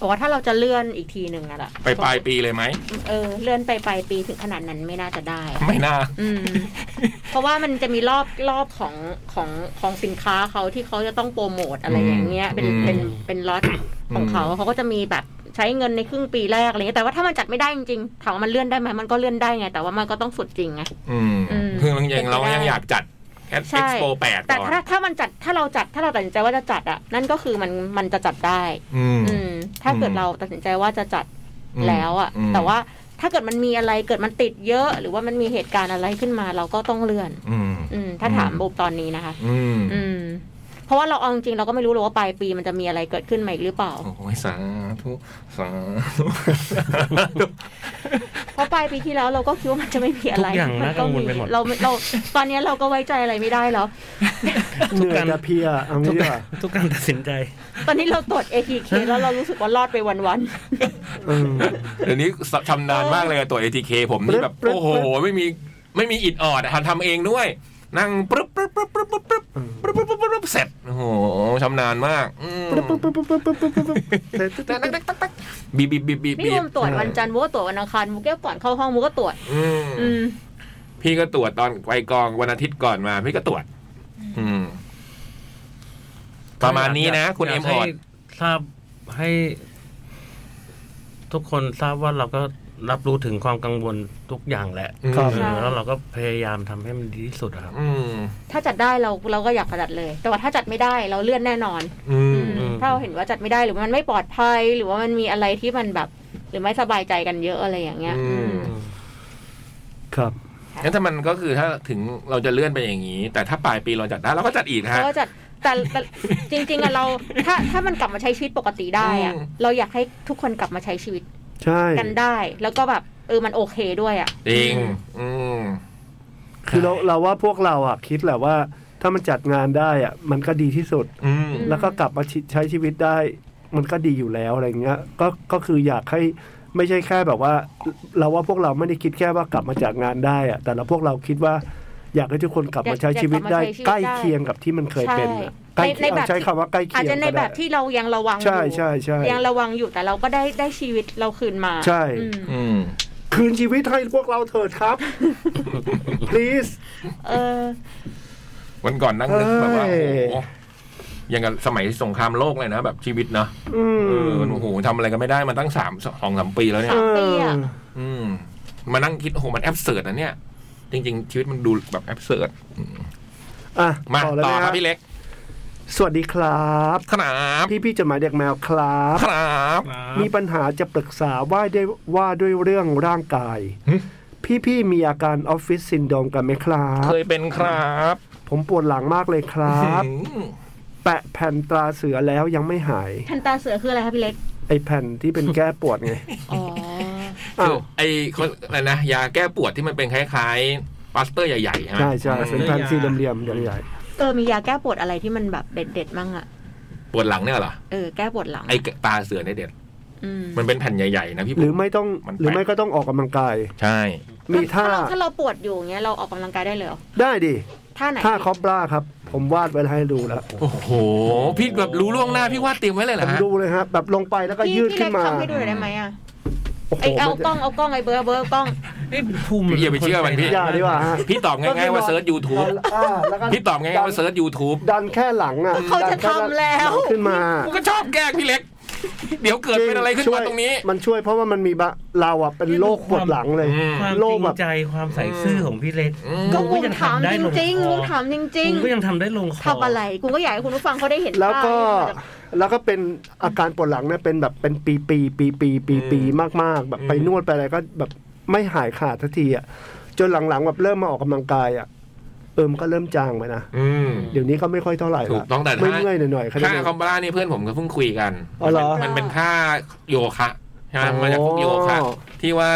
บอกว่าถ้าเราจะเลื่อนอีกทีหนึ่งอะล่ะ ไปปลายปีเลยไหม เออเลื่อนไปปลายปีถึงขนาดนั้นไม่น่าจะได้ อะ ไม่น่า อืม เพราะว่ามันจะมีรอบรอบของของของสินค้าเขาที่เขาจะต้องโปรโมทอะไรอย่างเงี้ย เป็น อืม เป็นเป็นล็อตของเขา อืม เขาก็จะมีแบบใช้เงินในครึ่งปีแรกอะไรเงี้ยแต่ว่าถ้ามันจัดไม่ได้จริงๆถามว่ามันเลื่อนได้ไหมมันก็เลื่อนได้ไงแต่ว่ามันก็ต้องสุดจริงไง อืม อืม คือมันยังเราก็ เป็นไปได้ ยังอยากจัดแคท ใช่ เอ็กซ์โปแปด แต่ ก่อน ถ้าถ้ามันจัดถ้าเราจัดถ้าเราตัดสินใจว่าจะจัดอ่ะนั่นก็คือมันมันจะจัดได้ อืม อืม ถ้าเกิด อืม เราตัดสินใจว่าจะจัด อืม แล้วอะ ม แต่ว่าถ้าเกิดมันมีอะไรเกิดมันติดเยอะ หรือว่ามันมีเหตุการณ์อะไรขึ้นมา เราก็ต้องเลื่อน อืม อืม ถ้า อืม ถามบุบตอนนี้นะคะ อืม อืม เพราะว่าเราเอาจริงๆเราก็ไม่รู้หรอกว่าปลายปีมันจะมีอะไรเกิดขึ้นมาอีกหรือเปล่า โอ้ยสาธุสาธุสาธุ เพราะปลายปีที่แล้วเราก็คิดว่ามันจะไม่มีอะไร ทุกอย่างน่ากังวลไปหมด เราเราตอนนี้เราก็ไว้ใจอะไรไม่ได้แล้ว เหนื่อยแต่เพลียเอางี้ดีกว่า ทุกการตัดสินใจ ตอนนี้เราตรวจ ATK แล้วเรารู้สึกว่ารอดไปวัน เออ เดี๋ยวนี้ชำนาญมากเลยอะตัว ATK ผมนี่แบบ ปึ๊บปึ๊บ โอ้โห ไม่มีไม่มีอิดออดอะทำทำเองด้วย นั่งปึ๊บปึ๊บปึ๊บปึ๊บปึ๊บปึ๊บ เออ ปึ๊บปึ๊บปึ๊บปึ๊บเสร็จโอ้โหชำนาญมากอืม ปึ๊บปึ๊บปึ๊บปึ๊บปึ๊บปึ๊บปึ๊บแต่ตึ๊ด ตัก ตึ๊ด ตักตักตักบีบบีบบีบบีบ ๆ นี่ บี มุ บ มตรวจวันจันทร์มุกก็ตรวจวันอังคารมุกแก้วก่อนเข้าห้องมุกก็ตรวจ อืม อืม พี่ก็ตรวจตอนไปกองวันอาทิตย์ก่อนมา พี่ก็ตรวจ อืม ประมาณนี้นะ คุณ ยา เอ็ ก มออด ให้ทราบให้ ทุกคนทราบว่าเราก็รับรู้ถึงความกังวลทุกอย่างแหละ ครับ เอ ใช่ อแล้วเราก็พยายามทำให้มันดีที่สุดอะครับ อืม ถ้าจัดได้เราเราก็อยากจัดเลย แต่ว่าถ้าจัดไม่ได้เราเลื่อนแน่นอน อืม อืม อืม ถ้าเราเห็นว่าจัดไม่ได้หรือมันไม่ปลอดภัย หรือว่ามันมีอะไรที่มันแบบ หรือไม่สบายใจกันเยอะอะไรอย่างเงี้ย อืม อืม ครับ งั้นถ้ามันก็คือถ้าถึงเราจะเลื่อนไปอย่างนี้ แต่ถ้าปลายปีเราจัดได้เราก็จัดอีกนะฮะ ก็จะแต่แต่จริง ๆอะเราถ้าถ้ามันกลับมาใช้ชีวิตปกติได้อะ อืม เราอยากให้ทุกคนกลับมาใช้ชีวิต ใช่ กันได้ แล้วก็แบบเออมันโอเคด้วยอะ จริง อืม คือเราเราว่าพวกเราอ่ะคิดแหละว่า ถ้ามันจัดงานได้อ่ะ มันก็ดีที่สุด อืม แล้วก็กลับมาชิใช้ชีวิตได้ มันก็ดีอยู่แล้วอะไรเงี้ยก็ก็คืออยากให้ไม่ใช่แค่แบบว่า เราว่าพวกเราไม่ได้คิดแค่ว่ากลับมาจากงานได้อะแต่เราพวกเราคิดว่า อยากให้ทุกคนกลับมาใช้ชีวิตได้ ใกล้เคียงกับที่มันเคยเป็นอะใกล้เคียงเอาใช้คำว่าใกล้เคียง อาจจะใน ก็ แบ ได้ บที่เรายังระวังอ ใช่ ยู่ ใช่ใช่ ยังระวังอยู่แต่เราก็ได้ได้ชีวิตเราคืนมา ใช่ อืม อืม คืนชีวิตให้พวกเราเถิดครับ please เออ วันก่อนนั่งนึกแบบว่า เอ้ โอ้ ย โหยังกับสมัยสงครามโลกเลยนะแบบชีวิตเนาะ อื เอ ม อโอ้โหทำอะไรกันไม่ได้มาตั้งสามสองสามปีแล้วเนี่ย เออ อืมมานั่งคิดโอ้โหมันแอบเสิร์ตนะเนี่ย จริง ๆ ชีวิตมันดูแบบแอบเสิร์ต อ่ะ มา ต่อแล้ว ต่อคนะค รับบรัพี่เล็ก สวัสดีครับ ขนาบ พี่พี่ๆจดหมายเด็กแมวครับ ขนาบ ครับ มีปัญหาจะปรึกษาว่าได้ว่าด้วยเรื่องร่างกาย หึ พี่พี่ๆมีอาการออฟฟิศซินโดรมกันไหมครั เค บ ยเป็นครับ ผมปวดหลังมากเลยครับ อืม แปะแผ่นตราเสือแล้วยังไม่หาย แพนตาเสือคืออะไรคะพี่เล็ก ไอแผ่นที่เป็นแก้ปวดไง อ๋อ คื อ้า อ ว ไอ้คนอะไรนะยาแก้ปวดที่มันเป็นคล้ายๆปลาสเตอร์ใหญ่ๆใช่ไหม ใช่ใช่เป็น อืม แผ่นสี่เหลี่ยมๆใหญ่ เออมียาแก้ปวดอะไรที่มันแบบเด็ดเด็ดๆมั่งอะ ปวดหลังเนี่ยเหรอ เออแก้ปวดหลัง ไอ้ตาเสือเนี่ยเด็ด อืม มันเป็นแผ่นใหญ่ๆนะพี่ ๆหรือ ปุ๊ ไม่ต้อง มันแปะ หรือไม่ก็ต้องออกกำลังกาย ใช่ มีท่า เรถ้าเราปวดอยู่อย่างเงี้ยเราออกกำลังกายได้เลยเหรอ ได้ดิ ท่าไหน ท่าคอปล่าครับ ผมวาดไว้ให้ดูแล้ว โอ้โห พี่แบบรู้ล่วงหน้าพี่วาดเตรียมไว้เลยเหร ผ อ ม ฮะ ดูเลยฮะแบบลงไปแล้วก็ พี่ ยืด พี่ ขึ้นเล็ก มา ทำให้ดูหน่อยได้ไหมอ่ะ โอ้โห ไอเอา มัน กจะล้องเอากล้องไอเบอร์เบอร์กล้อง นี่ภูมิ พี่อย่าไปเชื่อมันพี่ อย่าดีกว่าฮะ พี่ตอบง่ายๆว่าเซิร์ช YouTube อ่าแล้วก็ พี่ตอบง่ายๆว่าเซิร์ช YouTube ดันแค่หลังอ่ะ เขาจะ ดันค่ ทำแล้ว หงขึ้นมา กูก็ชอบแกล้งพี่เล็ก เดี๋ยวเกิดเป็นอะไรขึ้นมาตรงนี้ ช่วยมันช่วยเพราะว่ามันมีบะเราอ่ะเป็นโรคปวดหลังเลย อืม ความ โลกจริง แบบ ใจความใส่ซื่อของพี่เล็ก อืม ก็กู ยัง ถาม ทำได้ จ ลง ริง ค ๆ อ กูถามจริง กูก็ยังทำได้ลงคอ ๆทำอะไร กูก็อยากให้คุณผู้ฟังเขาได้เห็น แล้วก็ ภาพเนี่ย แล้วก็เป็นอาการปวดหลังเนี่ยเป็นแบบเป็นปีปีปีปีปีปีๆมากๆ แบบ อืม ไปนวดไปอะไรก็แบบไม่หายขาดทันทีอ่ะจนหลังๆแบบเริ่มมาออกกำลังกายอ่ะเออมันก็เริ่มจางไปนะ อืม เดี๋ยวนี้ก็ไม่ค่อยเท่าไหร่ ถู ละ กต้องแต่ ไม่ ถ้า เมื่อยหน่อยๆแค่นั้ ค่าน เอง คอมบาร่านี่เพื่อนผมก็เพิ่งคุยกัน อ๋อเหรอ มันเป็นค่าโยคะใช่ไหมมันจะพวกโยคะ อ๋อ ที่ว่า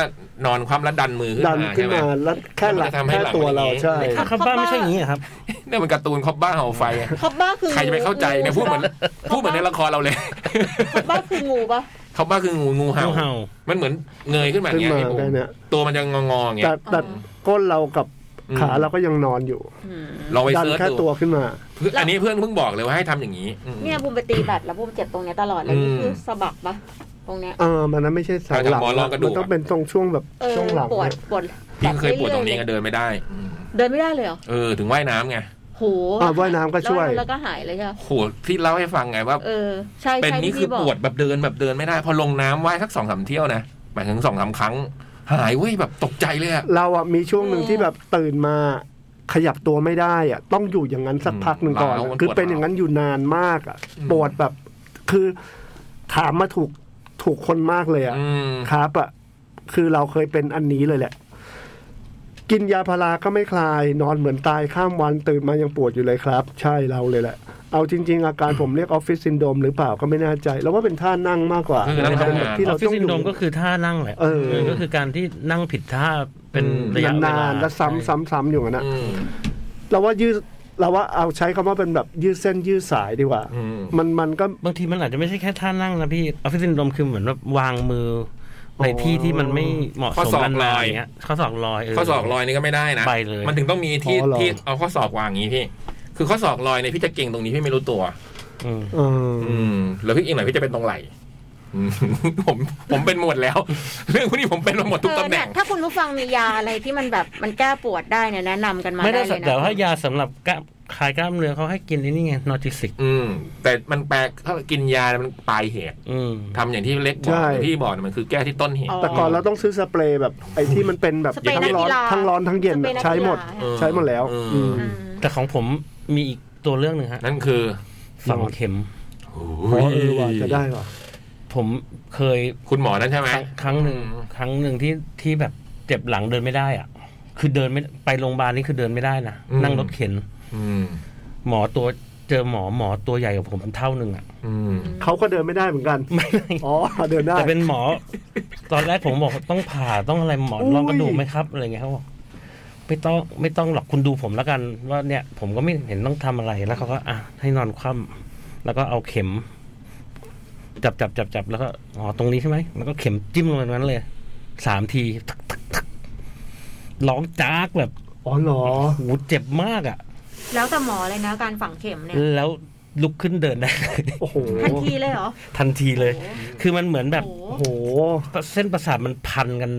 นอนความแล้วดันมือขึ้น ดัน มา ขึ้ ใช่ น ไหม มาแล้วแค่หลัง มันจะทำให้ แค่ หลัง ตัวเรา อย่างนี้ ใช่ ถ้าคำบ้าไม่ใช่อย่างนี้อะครับ เนี่ยมันการ์ตูนคอบบ้าเห่าไฟอะ คอบบ้าคือ ใครจะไปเข้าใจเนี่ยพูดเหมือนพูดเหมือนในละครเราเลย คอบบ้าคืองูปะ คอบบ้า คืองูงูเห่า งูเห่า มันเหมือนเงยขึ้นมาอย่างเงี้ย ขึ้นมา พี่ปุ๊ ได้เนี่ย ตัวมันจะงองๆอย่างเงี้ แต่ ย แต่ก้นเรากับ อืม ขาเราก็ยังนอนอยู่ อืม ลองไป ดัน เสิร์ช แค่ ดู ตัวขึ้นมา เพื่อนอันนี้เพื่อนเพิ่งบอกเลยว่าให้ทำอย่างนี้อืม เนี่ยบูมไปตีแบตแล้วบูมเจ็บตรงเนี้ยตลอดเลย อืม นี่คือสะบักปะตรงเนี้ย เออมันนั้นไม่ใช่สันหลัง หมอนรองกระดูก มันต้องเป็นตรงช่วงแบบ เออ ช่วงหลัง ปวด เนี่พี่ย ปวดเคยปวดตรงนี้ก็เดินไม่ได้อืม เดินไม่ได้เลยเหรอ เออถึงว่ายน้ำไง โห อ่าว่ายน้ำก็ช่วย แล้แล้วก็หายเลยใช่ปะ โหที่เล่าให้ฟังไงว่า เออใช่ เป็น ใช่ นี่ ที่ คือ พี่ปบก วดแบบเดินแบบเดินไม่ได้ พอลงน้ำว่ายสักสองสามเที่ยวนะหมายถึงสองสามครั้ง หายเว้ยแบบตกใจเลยอะ เราอ่ะมีช่วงหนึ่ง เออ ที่แบบตื่นมาขยับตัวไม่ได้อ่ะต้องอยู่อย่างนั้นสักพักหนึ่งก่อน อืม อะ ร้าว คือ ปวด เป็นอย่างนั้นอยู่นานมากอ่ะ อืม ปวดแบบคือถามมาถูกถูกคนมากเลยอ่ะ อืม ครับอ่ะคือเราเคยเป็นอันนี้เลยแหละ กินยาพาราก็ไม่คลาย นอนเหมือนตายข้ามวันตื่นมายังปวดอยู่เลยครับ ใช่เราเลยแหละ เอาจริง ๆ อาการผมเรียกออฟฟิศซินโดรมหรือเปล่าก็ไม่แน่ใจแล้วว่าเป็นท่านั่งมากกว่า คือนั่งทำ เป็ งาน ที่ อ เรา อฟฟิศ ต้อง ซิน อยู่ โดรมก็คือท่านั่งแหละ เออ ก็คือการที่นั่งผิดท่าเป็น อืม ระยะเวลาน านๆแล้วซ้ำซ้ำซ้ำอยู่งั้นนะ อืม เราว่ายืดเราว่าเอาใช้คำว่าเป็นแบบยืดเส้นยืดสายดีกว่า อืม มันมันก็ บางทีมันอาจจะไม่ใช่แค่ท่านั่งนะพี่ออฟฟิศซินโดรมคือเหมือนว่าวางมือในที่ที่มันไม่เหมาะ ข้อ สม ศอก นาน ลอยๆอย่างเงี้ยข้อศอกลอยเ ข้อศอกลอยนี่ก็ไม่ได้นะ ไปเลย มันถึงต้องมีที่ อ๋อเหรอ ที่เอาข้อศอกวางอย่างนี้พี่ คือข้อศอกลอยเนี่ยพี่จะเก่งตรงนี้พี่ไม่รู้ตัว อืม เอออ อืม แล้วพี่อีกหน่อยพี่ จะเป็นตรงไหลอืมผมผมเป็นหมดแล้ว เรื่องพวกนี้ผมเป็นมาหมดทุก เอ ตำ อ แห เนี่ น่ ย ง ถ้าคุณผู้ฟังมียาอะไรที่มันแบบมันแก้ปวดได้เนี่ยแนะนำกันมา ไม่ได้ ได้เลยนะ แต่ว่ายาสำหรับกล้ามคลายกล้ามเนื้อเขาให้กินไอ้นี่ไงนอร์ติสิก อืม แต่มันแปลกถ้ากินยามันปลายเหตุ อืม ทำอย่างที่เล็กบอกพี่บอกเนี่ยมันคือแก้ที่ต้นเหตุ อ๋อ แต่ก่อนเราต้องซื้อสเปรย์แบบไอ้ที่มันเป็นแบบ สเปรย์ ทั้งร้อน นักกีฬา ทั้งร้อนทั้งเย็น จะป็ อะ ก ใช้หมด กีฬา เออ ใช้หมดแล้ว เอออื อืม อืม แต่ของผมมีอีกตัวเรื่องหนึ่งฮะ นั่นคือ ฝังเข็ม อ๋อเออว่ะจะได้ว่ะ ผมเคย คุณหมอนั่นใช่ไหม ครั้งครั้งหนึ่ง อืม ครั้งหนึ่งที่ที่แบบเจ็บหลังเดินไม่ได้อ่ะ คือเดินไม่ไปโรงพยาบาลนี่คือเดินไม่ได้นะ อืม นั่งรถเข็น อืม หมอตัวเจอหมอหมอตัวใหญ่กว่าผมเท่าหนึ่งอะ อืม เขาก็เดินไม่ได้เหมือนกัน ไม่ได้ อ๋อ เดินได้ แต่เป็นหมอ ตอนแรกผมบอกต้องผ่าต้องอะไรหมอ อุ้ย ลองกระดูกไหมครับอะไรเงี้ยเขาบอกไม่ต้องไม่ต้องหรอกคุณดูผมแล้วกัน ว่าเนี่ย ผมก็ไม่เห็นต้องทำอะไรแล้วเขาก็อ่ะให้นอนคว่ำแล้วก็เอาเข็ม จับจับจับจับแล้วก็อ๋อตรงนี้ใช่ไหมแล้วก็เข็มจิ้มลงไปตรงนั้นเลยสามทีทักทักทักร้องจากแบบ อ๋อเหรอ โอ้โหเจ็บมากอ่ะ แล้วแต่หมอเลยนะการฝังเข็มเนี่ย แล้วลุกขึ้นเดินได้ เลย โอ้โห ทันทีเลยเหรอ ทันทีเลย โอ้โห คือมันเหมือนแบบ โอ้โอโห้โห เส้นประสาทมันพันกัน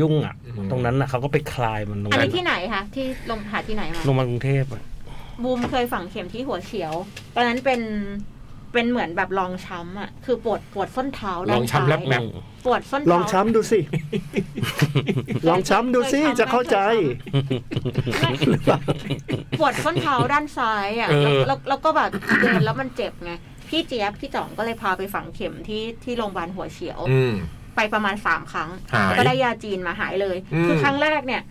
ยุ่งอ่ะ ตรงนั้นน่ะเขาก็ไปคลายมันตรง อัน นั้ นี้ น ที่ไหนคะที่ลงผ่าที่ไหนมา ลงมากรุงเทพอะ บูมเคยฝังเข็มที่หัวเฉียว ตอนนั้นเป็น เป็นเหมือนแบบรองช้ำอ่ะ คือปวดปวดส้นเท้า ล ด้า อน ง ซ้า ช้ำแลบ ย แบบ ปวดส้น ลอง เท้า ช้ำดูสิ ลองช้ำดูสิ จะเข้าใจ ปวดส้นเท้าด้านซ้ายอ่ะ เออ แล้วแล้วแล้วก็แบบเดินแล้วมันเจ็บไง พี่เจี๊ยบพี่จ่องก็เลยพาไปฝังเข็มที่ที่โรงพยาบาลหัวเฉียว อืม ไปประมาณสามครั้ง หาย ก็ได้ยาจีนมาหายเลย อืม คือครั้งแรกเนี่ย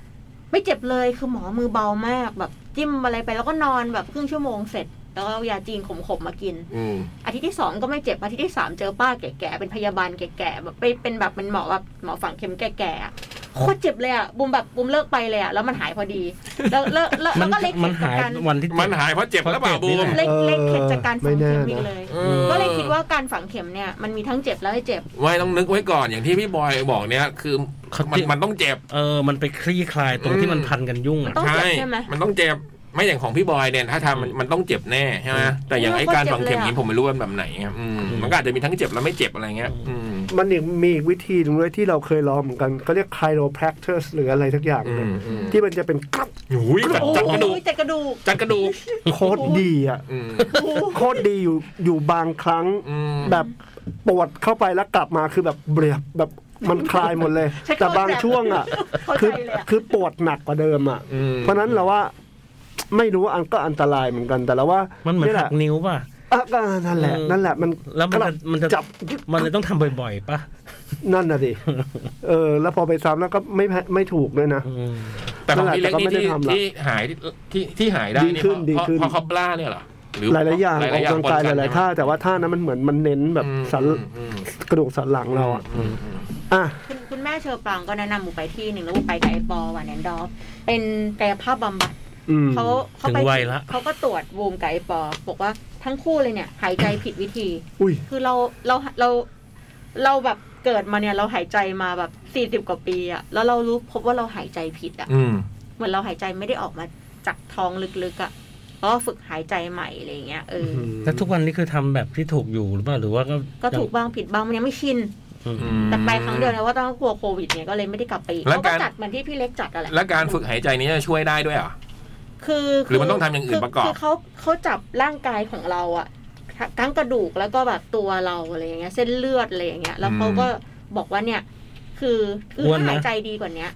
ไม่เจ็บเลยคือหมอมือเบามากแบบจิ้มอะไรไปแล้วก็นอนแบบครึ่งชั่วโมงเสร็จ แล้วก็เอายาจีนขมๆมากิน อืม อาทิตย์ที่สองก็ไม่เจ็บอาทิตย์ที่สามเจอป้าแก่ๆเป็นพยาบาลแก่ๆแบบไปเป็นแบบเป็นหมอแบบหมอฝังเข็มแก่ๆอะโคตรเจ็บเลยอ่ะบุมแบบบุมเลิกไปเลยอ่ะแล้วมันหายพอดี แล้วแล้วแล้ว มั แล้ น วก็เล็ก มัน จาก หาย การ วันที่ มันหายเพราะเจ็บแล้วเปล่าบูม เล็กเล็กเข็ดจากการฝังเข็มอีกเลย เออ ก็เลยคิดว่าการฝังเข็มเนี่ยมันมีทั้งเจ็บแล้วให้เจ็บ ไว้ต้องนึกไว้ก่อนอย่างที่พี่บอยบอกเนี้ยคือ เขา มัน เจ็บ มันต้องเจ็บ เออ มันไปคลี่คลายตรงที่มันพันกันยุ่งอ่ะ ต้องเจ็บใช่ไหม มันต้องเจ็บ ไม่อย่างของพี่บอยเนี่ยถ้าทำมันมันต้องเจ็บแน่ใช่ไหมแต่อย่างไอ้ เออก็ การ เจ็บ ฝังเข็ม เลยอะ นี้ผมไม่รู้ว่าแบบไหนครับอืม อืม มันก็อาจจะมีทั้งเจ็บแล้วไม่เจ็บอะไรเงี้ย อืม มันอีกมีอีกวิธีหนึ่งด้วยที่เราเคยลองเหมือนกันเขาเรียก chiropractors หรืออะไรทักอย่าง อื เนี่ย มอืม ที่มันจะเป็นกรับ หุยจัดจัดกระดูก โอ้ยเจ็บกระดูก จัดกระดูก โคตรดีอ่ะ อืม โคตรดีอยู่อยู่บางครั้ง อืม แบบปวดเข้าไปแล้วกลับมาคือแบบเบียบแบบมันคลายหมดเลย ใช้คำว่า แต่บาง แบบ ช่วงอ่ะ เข้า คื ใจ อ เลยอะ คือปวดหนักกว่าเดิมอ่ะ อืม เพราะฉะนั้นเราว่า ไม่รู้ว่าอันก็อันตรายเหมือนกันแต่เราว่า มันเหมือน แห หั ละ กนิ้วป่ะ อ่ะก็นั่นแหละ เออ นั่นแหละมัน แล้วมันจะมันจะ จับ มันเลยต้องทำบ่อยๆป่ะ นั่นน่ะดิเออ แล้วพอไปซ้ำแล้วก็ไม่แพ้ไม่ถูกด้วยนะ อืม แต่ของพี่เล็ก นั่นี่นแหละแต่ก็ไม่ได้ ที่ ทำหรอก ที่หายที่ที่หายได้ ดี นี่ ขึ้นดี เพราะ ขึ้น เพราะคอบล่าเนี่ยเหรอหรือ หลายๆอย่างออกกำลังกาย ปน ห น ลายๆท่าแต่ว่าท่านั้นมันเหมือนมันเน้นแบบ อืม สัน อืม กระดูกสันหลังเราอ่ะ อืมอืม อ่ะ คุณคุณแม่เชอปรางก็แนะนำบุมไปที่หนึ่งแล้วบุมไปกับไอ้ปอวันแอนดอฟเป็นกายภาพบำบัด อืม เขาเขา ถึง ไป วัยละ เขาก็ตรวจบูมกับไอปอ บอกว่าทั้งคู่เลยเนี่ย หายใจผิดวิธี อุ้ย คือเราเราเราเราแบบเกิดมาเนี่ยเราหายใจมาแบบสี่สิบ40 กว่าปีอะแล้วเรารู้พบว่าเราหายใจผิดอะ อืม เหมือนเราหายใจไม่ได้ออกมาจากท้องลึกๆอะก็ฝึกหายใจใหม่อะไรอย่างเงี้ยเอออ แล้วทุกวันนี้คือทำแบบที่ถูกอยู่หรือเปล่าหรือว่าก็ ก็ถูกบ้างผิดบ้างมันยังไม่ชิน อืม อืม แต่ไปครั้งเดียวแล้วว่าต้องกลัวโควิดเนี่ยก็เลยไม่ได้กลับไปอีก แล้ว เขา กา ก็ ร จัดเหมือนที่พี่เล็กจัดอะไร และการฝึกหายใจนี้จะช่วยได้ด้วยเหรอ คือ หรือมันต้องทำอย่างอื่น คื ประกอบ คือเขาเขาจับร่างกายของเราอะทั้งทั้งกระดูกแล้วก็แบบตัวเราอะไรอย่างเงี้ย เส้นเลือดอะไรอย่างเงี้ย แล้วเขาก็บอกว่าเนี่ย คือคือถ้าหายใจดีกว่าเนี้ย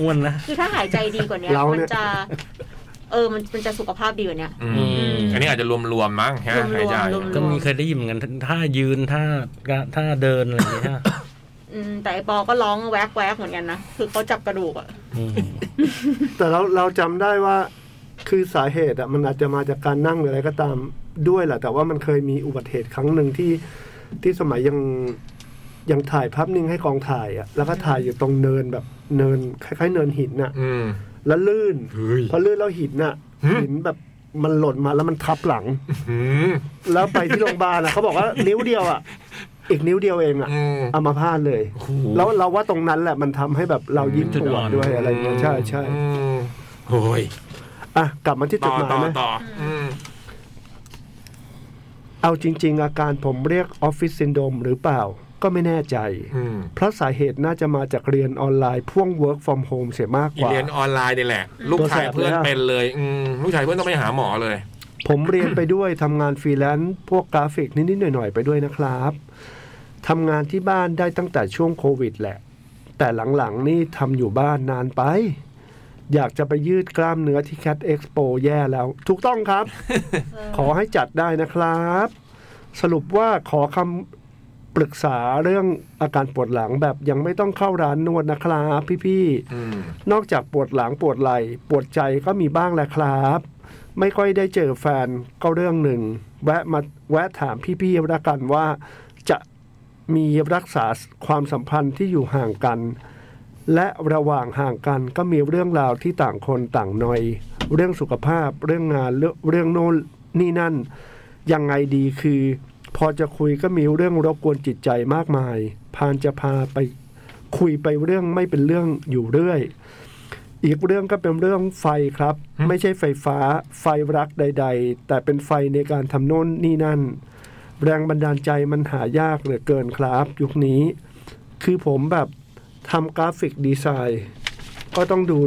อ้วนนะ คือถ้าหายใจดีกว่าเนี้ย เราเนี่ มั ย นจะ เออมันมันจะสุขภาพดีกว่าเนี้ย อื อื ม ม อันนี้อาจจะรวมๆมั้งฮะ รวมๆ หายใจ รวม ก็มีเคยได้ยินเหมือนกันท่ายืนท่าท่าเดินอะไรอย่างเงี้ย อืมแต่ไอปอก็ร้องแวกแวกเหมือนกันนะคือเขาจับกระดูกอะ อืม แต่เราเราจำได้ว่าคือสาเหตุอะมันอาจจะมาจากการนั่งหรืออะไรก็ตามด้วยแหละแต่ว่ามันเคยมีอุบัติเหตุครั้งหนึ่งที่ที่สมัยยังยังถ่ายภาพนิ่งให้กองถ่ายอะแล้วก็ถ่ายอยู่ตรงเนินแบบเนินคล้ายๆเนินหินน่ะ อืม แล้วลื่น เฮ้ย พอลื่นแล้วหินน่ะ หึ หินแบบมันหล่นมาแล้วมันทับหลัง อืม แล้วไปที่โรงพยาบาลอะเขาบอกว่านิ้วเดียวอะอีกนิ้วเดียวเองอะ อืม อามาพาดเลย โอ้โห แล้วเราว่าตรงนั้นแหละมันทำให้แบบเรายิ้มตัวด้วยอะไรเงี้ยใช่ใช่ อืมโอ้ย อ่ะกลับมาที่จ ต่ ด อ หมาย ต่อ ไหม ต่ออืม เอาจริง ๆ อาการผมเรียกออฟฟิศซินโดมหรือเปล่าก็ไม่แน่ใจ อืม เพราะสาเหตุน่าจะมาจากเรียนออนไลน์พ่วง work from home เสียมาก อี กว่า เรียนออนไลน์นี่แหละ ลูกชายเพื่อนเป็นเลยอืมลูกชายเพื่อนต้องไปหาหมอเลย ผมเรียนไปด้วยทำงานฟรีแลนซ์พวกกราฟิกนิด ๆ หน่อย ๆ ไปด้วยนะครับทำงานที่บ้านได้ตั้งแต่ช่วงโควิดแหละ แต่หลัง ๆ นี่ทำอยู่บ้านนานไป อยากจะไปยืดกล้ามเนื้อที่ Cat Expo แย่แล้ว ถูกต้องครับ ขอให้จัดได้นะครับ สรุปว่าขอค ปรึกษาเรื่องอาการปวดหลังแบบยังไม่ต้องเข้าร้านนวดนะครับพี่ๆ อืม นอกจากปวดหลังปวดไหล่ปวดใจก็มีบ้างแหละครับ ไม่ค่อยได้เจอแฟนก็เรื่องหนึ่ง แวะมาแวะถามพี่ๆละกันว่า จะมีรักษาความสัมพันธ์ที่อยู่ห่างกัน และระหว่างห่างกันก็มีเรื่องราวที่ต่างคนต่างหนอย เรื่องสุขภาพเรื่องงานเรื่องเรื่องโน่นนี่นั่น ยังไงดีคือ พอจะคุยก็มีเรื่องรบกวนจิตใจมากมาย พานจะพาไปคุยไปเรื่องไม่เป็นเรื่องอยู่เรื่อย อีกเรื่องก็เป็นเรื่องไฟครับ อืม ไม่ใช่ไฟฟ้า ไฟรักใด ๆ แต่เป็นไฟในการทำโน่นนี่นั่น แรงบันดาลใจมันหายากเหลือเกินครับ ยุคนี้ คือผมแบบทำกราฟิกดีไซน์ ก็ต้องดู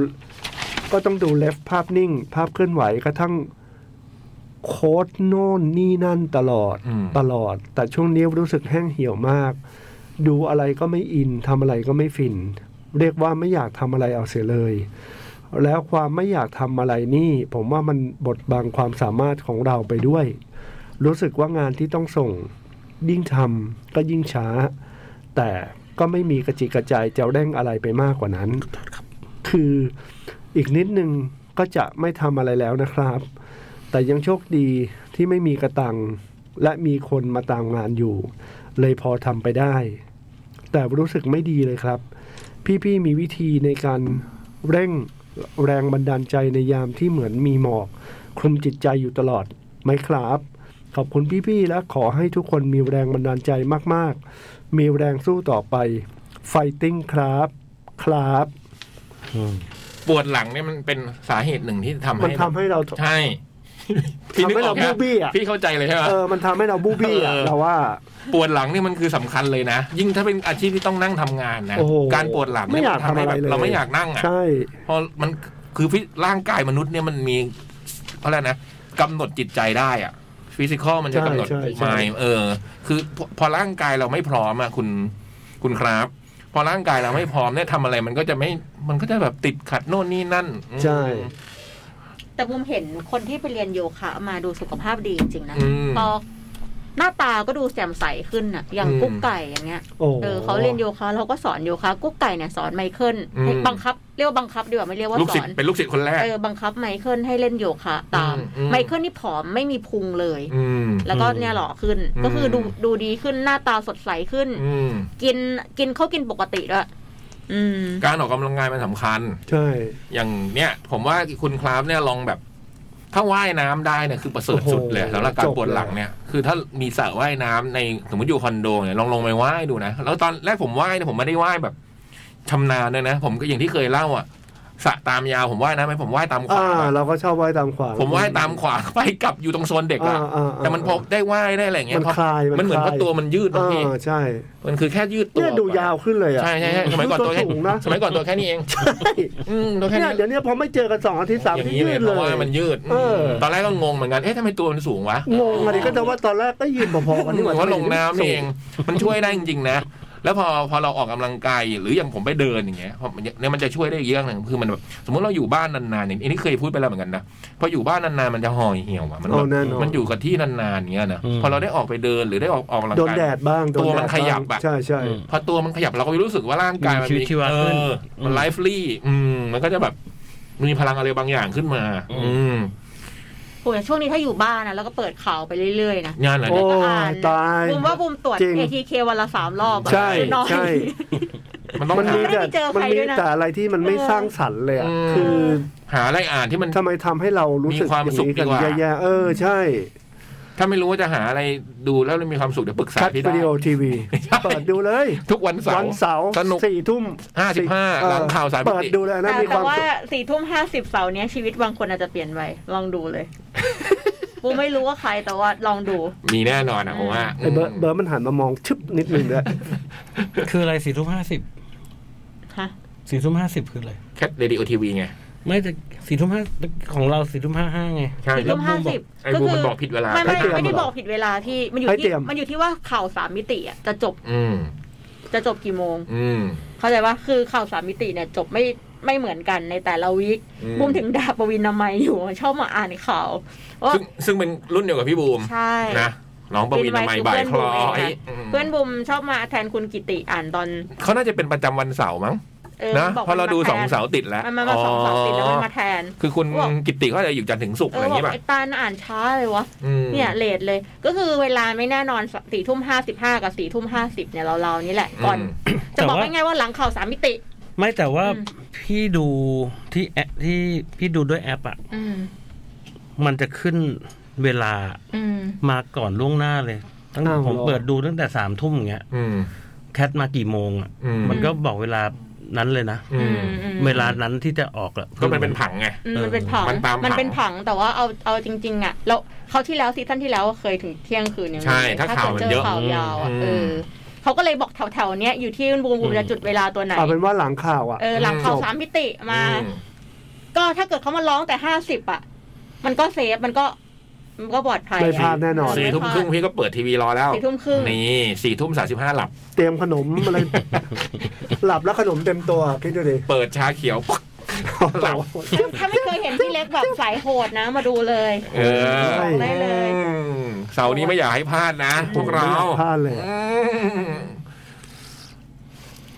ก็ต้องดูเลฟภาพนิ่ง ภาพเคลื่อนไหวกระทั่งโค้ดโน่นนี่นั่นตลอด อืม ตลอด แต่ช่วงนี้รู้สึกแห้งเหี่ยวมาก ดูอะไรก็ไม่อินทำอะไรก็ไม่ฟิน เรียกว่าไม่อยากทำอะไรเอาเสียเลย แล้วความไม่อยากทำอะไรนี่ ผมว่ามันบดบังความสามารถของเราไปด้วย รู้สึกว่างานที่ต้องส่ง ยิ่งทำก็ยิ่งช้า แต่ก็ไม่มีกระจิกกระใจจะเร่งอะไรไปมากกว่านั้น คืออีกนิดนึงก็จะไม่ทำอะไรแล้วนะครับ แต่ยังโชคดีที่ไม่มีกระตัง และมีคนมาตามงานอยู่ เลยพอทำไปได้ แต่รู้สึกไม่ดีเลยครับ พี่ๆมีวิธีในการเร่งแรงบันดาลใจในยามที่เหมือนมีหมอก คลุมจิตใจอยู่ตลอดไหมครับ ขอบคุณพี่ๆและขอให้ทุกคนมีแรงบันดาลใจมากๆ มีแรงสู้ต่อไป ไฟติ้งครับ ครับ อืม ปวดหลังเนี่ยมันเป็นสาเหตุหนึ่งที่ทำ มัน ให้ ทำให้เรา ใช่พี่นึก ทำให้ อ เรา อกนะ บูบี้อะ พี่เข้าใจเลยใช่ไหม เออ มันทำให้เราบูบี้อ่ะ เออ เราว่า ปวดหลังเนี่ยมันคือสำคัญเลยนะ ยิ่งถ้าเป็นอาชีพที่ต้องนั่งทำงานนะ โอ้โห การปวดหลังเนี่ย ไม่อยา มั ก นทำให้แบบ ทำอะไรเลย เราไม่อยากนั่งอ่ะ ใช่ เพอมันคือฟิร่างกายมนุษย์เนี่ยมันมีอะไรนะกำหนดจิตใจได้อ่ะฟิสิกอลมันจะ ใช่ กำหนด ใช่ใช่ มายเออ คือพอพอร่างกายเราไม่พร้อมอ่ะคุณคุณครับ พอร่างกายเราไม่พร้อมเนี่ยทำอะไรมันก็จะไม่มันก็จะแบบติดขัดโน่นนี่นั่นอืม ใช่ แต่บุมเห็นคนที่ไปเรียนโยคะมาดูสุขภาพดีจริงๆนะ อืม พอหน้าตาก็ดูแจ่มใสขึ้นน่ะ อย่าง อืม กุ๊กไก่อย่างเงี้ย โอ้ เออเขาเรียนโยคะเราก็สอนโยคะกุ๊กไก่เนี่ยสอนไมเคิล อืม ให้บังคับเรียกว่าบังคับดีกว่าไม่เรียกว่า ลูก ส ศิษ อน ย์เป็นลูกศิษย์คนแรก เออบังคับไมเคิลให้เล่นโยคะตาม อืมอืม ไมเคิลนี่ผอมไม่มีพุงเลย อืม แล้วก็เนี่ยหล่อขึ้น อืม ก็คือดูดูดีขึ้นหน้าตาสดใสขึ้น อืม กินกินเขากินปกติด้วยอืม การออกกำลังกายมันสำคัญ ใช่ อย่างเนี้ยผมว่าคุณคลาฟเนี่ยลองแบบ ถ้าว่ายน้ำได้เนี่ยคือประเสริฐสุดเลย โอ้โห สำหรับการ จบ ปวดหลังเนี่ยคือถ้ามีสระว่ายน้ำในสมมติอยู่คอนโดเนี่ยลองลงไปว่ายดูนะ แล้วตอนแรกผมว่ายเนี่ยผมไม่ได้ว่ายแบบชำนาญเลยนะ ผมก็อย่างที่เคยเล่าอ่ะสระตามยาวผมว่ายนะไหมผมว่ายตามข อ่าว างอะ เราก็ชอบว่ายตามขวาง ผมว่ายตามขวาง ไปกลับอยู่ตรงโซนเด็กอะ อ่าอ่า แต่มันพอได้ว่ายได้อะไรอย่างเงี้ มั ย นคลาย มันเหมือน คลาย ว่าตัวมันยืดนะ อ่า พี่ ใช่ มันคือแค่ยืดตัว เนี่ยดูยาวขึ้นเลยอ่ะ ใช่ใช่ใช่สมัยก่อนตัวแค่ สูงนะ สมัยก่อนตัวแค่นี้เอง ใช่ อืมตัวแค่ เนี่ย นี้ เดี๋ยวเนี้พอไม่เจอกันสองอาทิตย์สามอา อาง ที่ยืด เพ เล ราะว่าย มันยืด เออ ตอนแรกก็งงเหมือนกัน เอ๊ะทำไมตัวมันสูงวะ งงอะไรก็แต่ว่าตอนแรกก็ยืนพอๆกันนี่ห เหมื ว่า อนว่าลงน้ำนี่เอง มันช่วยได้จริงๆนะ แล้วพอพอเราออกกำลังกายหรืออย่างผมไปเดินอย่างเงี้ยเพราะมันเนี่ยมันจะช่วยได้อีกเยอะหนึ่งคือมันแบบสมมติเราอยู่บ้านนานๆเนี่ยอันนี้เคยพูดไปแล้วเหมือนกันนะ พออยู่บ้านนานๆมันจะห่อยเหี่ยวอะมัน เอา แบบ แน่นอน มันอยู่กับที่นานๆอย่างเงี้ยนะ อืม พอเราได้ออกไปเดินหรือได้ออกออกกำลัง โดน กาย แดดบ้างโด ตัว แดด มันขยับอะ างใช่ใช่ อืม พอตัวมันขยับเราก็รู้สึกว่าร่างกายมัน มีชีวิตชีวา เอ ขึ้น อมัน อืม ไลฟ์ลี่ อืม มันก็จะแบบมีพลังอะไรบางอย่างขึ้นมา อืม อืม โอ้ยช่วงนี้ถ้าอยู่บ้านนะแล้วก็เปิดข่าวไปเรื่อยๆนะ งานอะไรเนี่ย โอ้ ก็ ย อ่าน ตาย บุมว่าบุมตรวจ จริง ATK วันละสามรอบอะ ใช่ น้อย ใช่ มันต้อง มัน หา มีแต่ ไม่ได้เจอใคมัรนมี ด้วยนะ แต่อะไรที่มันไม่สร้างสรรค์เลยอะ อืม คือ หาอะไรอ่านที่มัน ทำไมทำให้เรารู้สึก มีความ อย่ง สุข นี้ ดี กัน กว่า แย่ๆเออใช่ ถ้าไม่รู้ว่าจะหาอะไรดูแล้วมีความสุขเดี๋ยวปรึกษา คัด พี่ วิ ได้ ดีโอทีวีเปิดดูเลย ทุกวันเสา วั ร์ นเสาร์ สนุก สี่ทุ่ม ห้าสิบห้า เออ หลังข่าวสายมิ เปิด ติ ดูเลยนะ แต่ มีค แต่ วาม ว่า สุข สี่ทุ่มห้าสิบเสาร์เนี้ยชีวิตบางคนอาจจะเปลี่ยนไปลองดู เลย บุมไม่รู้ว่าใครแต่ว่าลองดู มีแน่นอนนะผมว่า ไอ้เบิร์ดเบิร์ดมันหันมามองชึบนิดนึงด้วย คืออะไรสี่ทุ่มห้าสิบ ฮะ สี่ทุ่มห้าสิบคืออะไร แคทเรดิโอทีวีไง ไม่แต่สี่ทุ่มห้าของเราสี่ทุ่มห้าห้าไง ใช่ สี่ แล้วทุ่ม บู ห้าม บอก สิบ ไอ้ ก็ บูม คื มัน อ บอกผิดเวลา ไม่ไม่ เตรีย ไม่ได้ เหร บอกผิดเวลาพี่มันอยู่ที่มันอยู่ที่ว่าข่าวสามมิติอะจะจบ อืม จะจบกี่โมง อืม เข้าใจว่าคือข่าวสามมิติเนี่ยจบไม่ไม่เหมือนกันในแต่ละวีค อืม บุมถึงด่าปวินนามัยอยู่ ชอบมาอ่านข่าวว่า ซึ่งซึ่งเป็นรุ่นเดียวกับพี่บูม ใช่ นะ น้องปวินทำไมยบ่ายคล้อยอืม เพื่อนบุมชอบมาแทนคุณกิติอ่านตอน เขาน่าจะเป็นประจำวันเสาร์มั้ง เออ นะ บอก เพราะเราดู มันม สองเสาร์ติดแล้ว มันมาสองเสาร์ติดแล้วมันมาแทน คือคุณ บอก กิตติเขาจะอยู่จันทร์ถึงศุกร์ เอ อะไร อ อบ ย่างงี้อกป่ะ ไอ้ตาลน่ะอ่านช้าเลยวะ อืม เนี่ยเลทเลย ก็คือเวลาไม่แน่นอนสี่ทุ่มห้าสิบห้ากับสี่ทุ่มห้าสิบเนี่ยเราๆนี่แหละก่อน ม จะบอก แต่ว่า ง่ายๆว่าหลังข่าวสามมิติ ไม่แต่ว่า อืม พี่ดูที่แอปที่พี่ดูด้วยแอปอะ อืม มันจะขึ้นเวลา อืม มาก่อนล่วงหน้าเลย ตั้งแต่ อ้าว ผม เหรอ เปิดดูตั้งแต่สามทุ่มอย่างเงี้ย อืม แคทมากี่โมงอะ อืม มันก็บอกเวลานั้นเลยนะ อื อื ม มอืม เวลานั้นที่จะออกละ ก็มันเป็นผังไง อืมมันเป็นผัง มันตามผัง เป็นผังแต่ว่าเอาเอาจริง ๆ อ่ะแล้วเขาวที่แล้วซีซั่นที่แล้วเคยถึงเที่ยงคืนเนี่ย ใช่ถ้าข่าวมัน เจอ เยอะ ข่าวยาวอะ อืม เออเขาก็เลยบอกแถวๆเนี้ยอยู่ที่บูมบูมจะจุดเวลาตัวไหน เอาเป็นว่าหลังข่าวอ่ะ เออหลังข่าว จบ สามมิติมา อืม ก็ถ้าเกิดเขามาร้องแต่ห้าสิบอ่ะ มันก็เซฟมันก็ มันก็ปลอดภัย ไม่พลาดแน่นอน สี่ทุ่มครึ่งพี่ก็เปิดทีวีรอแล้ว สี่ทุ่มครึ่ง นี่สี่ทุ่มสาสิบห้าหลับ เตรียมขนม อะไร หลับแล้วขนมเต็มตัวคิดดู ดิ เปิดชาเขียวปึ๊ก หลับ ถ้าไม่เคยเห็นพี่เล็กแบบสายโหดนะ มาดูเลย เออ ได้เลย อืมเสาร์นี้ไม่อยากให้พลาดนะ พวกเรา ไม่อยพลาดเลยอะ อืม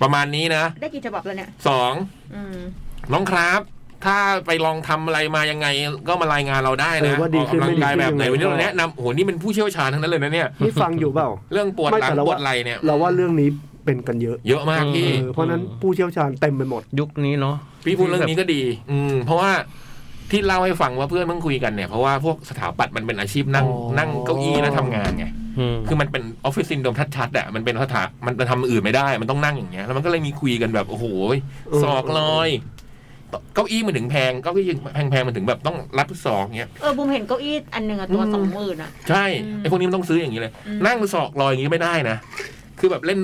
ประมาณนี้นะ ได้กี่ฉบับแล้วเนี่ย สอง อืม น้องครับ ถ้าไปลองทำอะไรมายังไง ก็มารายงานเราได้ เออ นะ ว่าดี ออก ขึ้น กำลั ไม่ ง ดี กาย ขึ้น แบบไหน ยังไง วันนี้เราแนะนำโอ้โหนี่เป็นผู้เชี่ยวชาญทั้งนั้นเลยนะเนี่ย นี่ฟังอยู่เปล่า เรื่องปวด ไม่ หลัง แต่เรา ป ว่า วดไหล่เนี่ย เราว่าเรื่องนี้เป็นกันเยอะ เยอะมาก เอ พี่ อเพราะฉะนั้นผู้เชี่ยวชาญเต็มไปหมด ยุคนี้เนาะ พี่พูดเรื่องนี้ก็ดี อืม เพราะว่าที่เล่าให้ฟังว่าเพื่อนเพิ่งคุยกันเนี่ยเพราะว่าพวกสถาปัตย์มันเป็นอาชีพนั่ง อ๋อ นั่งเก้าอี้แล้วทำงานไง คือมันเป็นออฟฟิศซินโดมชัดๆอ่ะมันเป็นสถามันจะทำอื่นไม่ได้ มันต้องนั่งอย่างเงี้ย แล้วมันก็เลยมีคุยกันแบบ โอ้โหยศอกลอย เก้าอี้มันถึงแพงเก้าอี้แพงๆมันถึงแบบต้องรับศอกเงี้ย เออบูมเห็นเก้าอี้อันหนึ่งอะตัวสองหมื่นอะ ใช่ ไอ้พวกนี้มันต้องซื้ออย่างนี้เลย อืม นั่งศอกลอยอย่างนี้ไม่ได้นะ คือแบบเล่น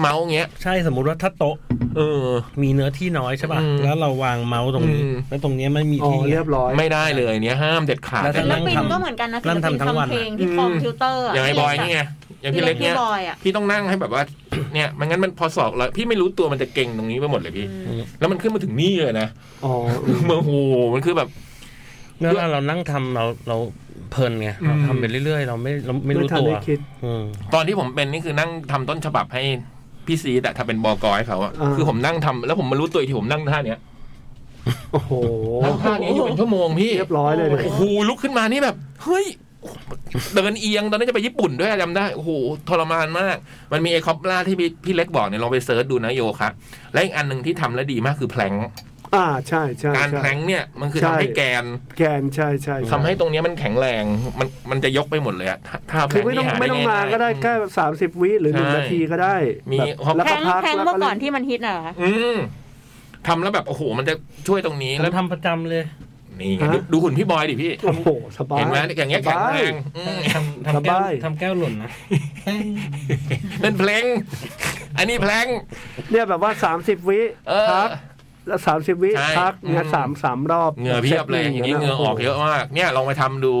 เมาส์เงี้ย ใช่สมมุติว่าถ้าโต๊ะ เออ มีเนื้อที่น้อยใช่ป่ะ อืม แล้วเราวางเมาส์ตรงนี้ อืม แล้วตรงเนี้ยไม่มี อ๋อ ที่ เรียบร้อย ไม่ได้เลยเนี่ยห้ามเด็ดขาด แล้ว เล ถ้า ย ศิล นะ ปิน นั่งทำ ก็เหมือนกันนะศิ นั่ ล ง ปิน ทำทั้งวัน ทำเพลงที่ อืม คอมพิวเตอร์อะ อย่างไอ้บอยนี่ไงอย่างพี่เล็ก พี่ เนี่ย บอยอะ พี่ต้องนั่งให้แบบว่า เนี่ยไม่งั้นมันพอศอกลอยพี่ไม่รู้ตัวมันจะเก่งตรงนี้ไปหมดเลยพี่ อืม แล้วมันขึ้นมาถึงนี่เลยนะ อ๋ออืม โอ้โหมันคือแบบ แล้วเราเรานั่งทำเราเราเพลินไง อืม เราทำไปเรื่อยๆ เราไม่เราไม่รู้ตัว ไม่ทันได้คิด อืม ตอนที่ผมเป็นนี่คือนั่งทำต้นฉบับให้พี่ซีแต่ถ้าเป็นบอกอให้เขาอะ อ่า คือผมนั่งทำแล้วผมมารู้ตัวอีกทีผมนั่งท่าเนี้ย โอ้โห นั่งท่านี้อยู่เป็นชั่วโมงพี่ เรียบร้อยเลยเนี่ย โอ้โหลุกขึ้นมานี่แบบ เฮ้ยเดินเอียงตอนนั้นจะไปญี่ปุ่นด้วยจำได้โอ้โหทรมานมาก มันมีไอคอปล่าที่พี่พี่เล็กบอกเนี่ยลองไปเซิร์ชดูนะโยคะและอีกอันหนึ่งที่ทำแล้วดีมากคือแพลงก์ อ่าใช่ใช่ การ ใช่ แพลงก์เนี่ยมันคือทำให้ ใช่ แกน แกนใช่ใช่ ทำให้ตรงเนี้ยมันแข็งแรงมันมันจะยกไปหมดเลยอะถ้าถ้าแพล คือง ก์ ไม่นี่หต้องไม่ต้องมา ด้ ก็ได้ ง่ยๆ แค่สามสิบวิหรือหนึ่ง ใช่ นาทีก็ได้ มี แบบ ฮอป แล้ว แพ ก็ ง พัก แพง แล้ว เมื่อ ก็ ก่อนที่มันฮิตน่ะเหรอ อืมทำแล้วแบบโอ้โห มันจะช่วยตรงนี้ เรา แล้ว ทำประจำเลย นี่ไงดูดูหุ่นพี่บอยดิพี่ โอ้โหสบาย เห็นไหมอย่างเงี้ย ส แข็ง บา แร ย งอืม ทำทำแก้ว สบาย ทำแก้วหล่นนะ เป็นเพลง อันนี้เพลง เนี่ยแบบว่าสามสิบวิ เออ พักแล้วสามสิบวิ ใช่ พักเนี่ย อืม สามสามรอบ เหงื่อเพียบเลยอย่างนี้เหงื่อออกเยอะมาก เนี่ยลองไปทำดู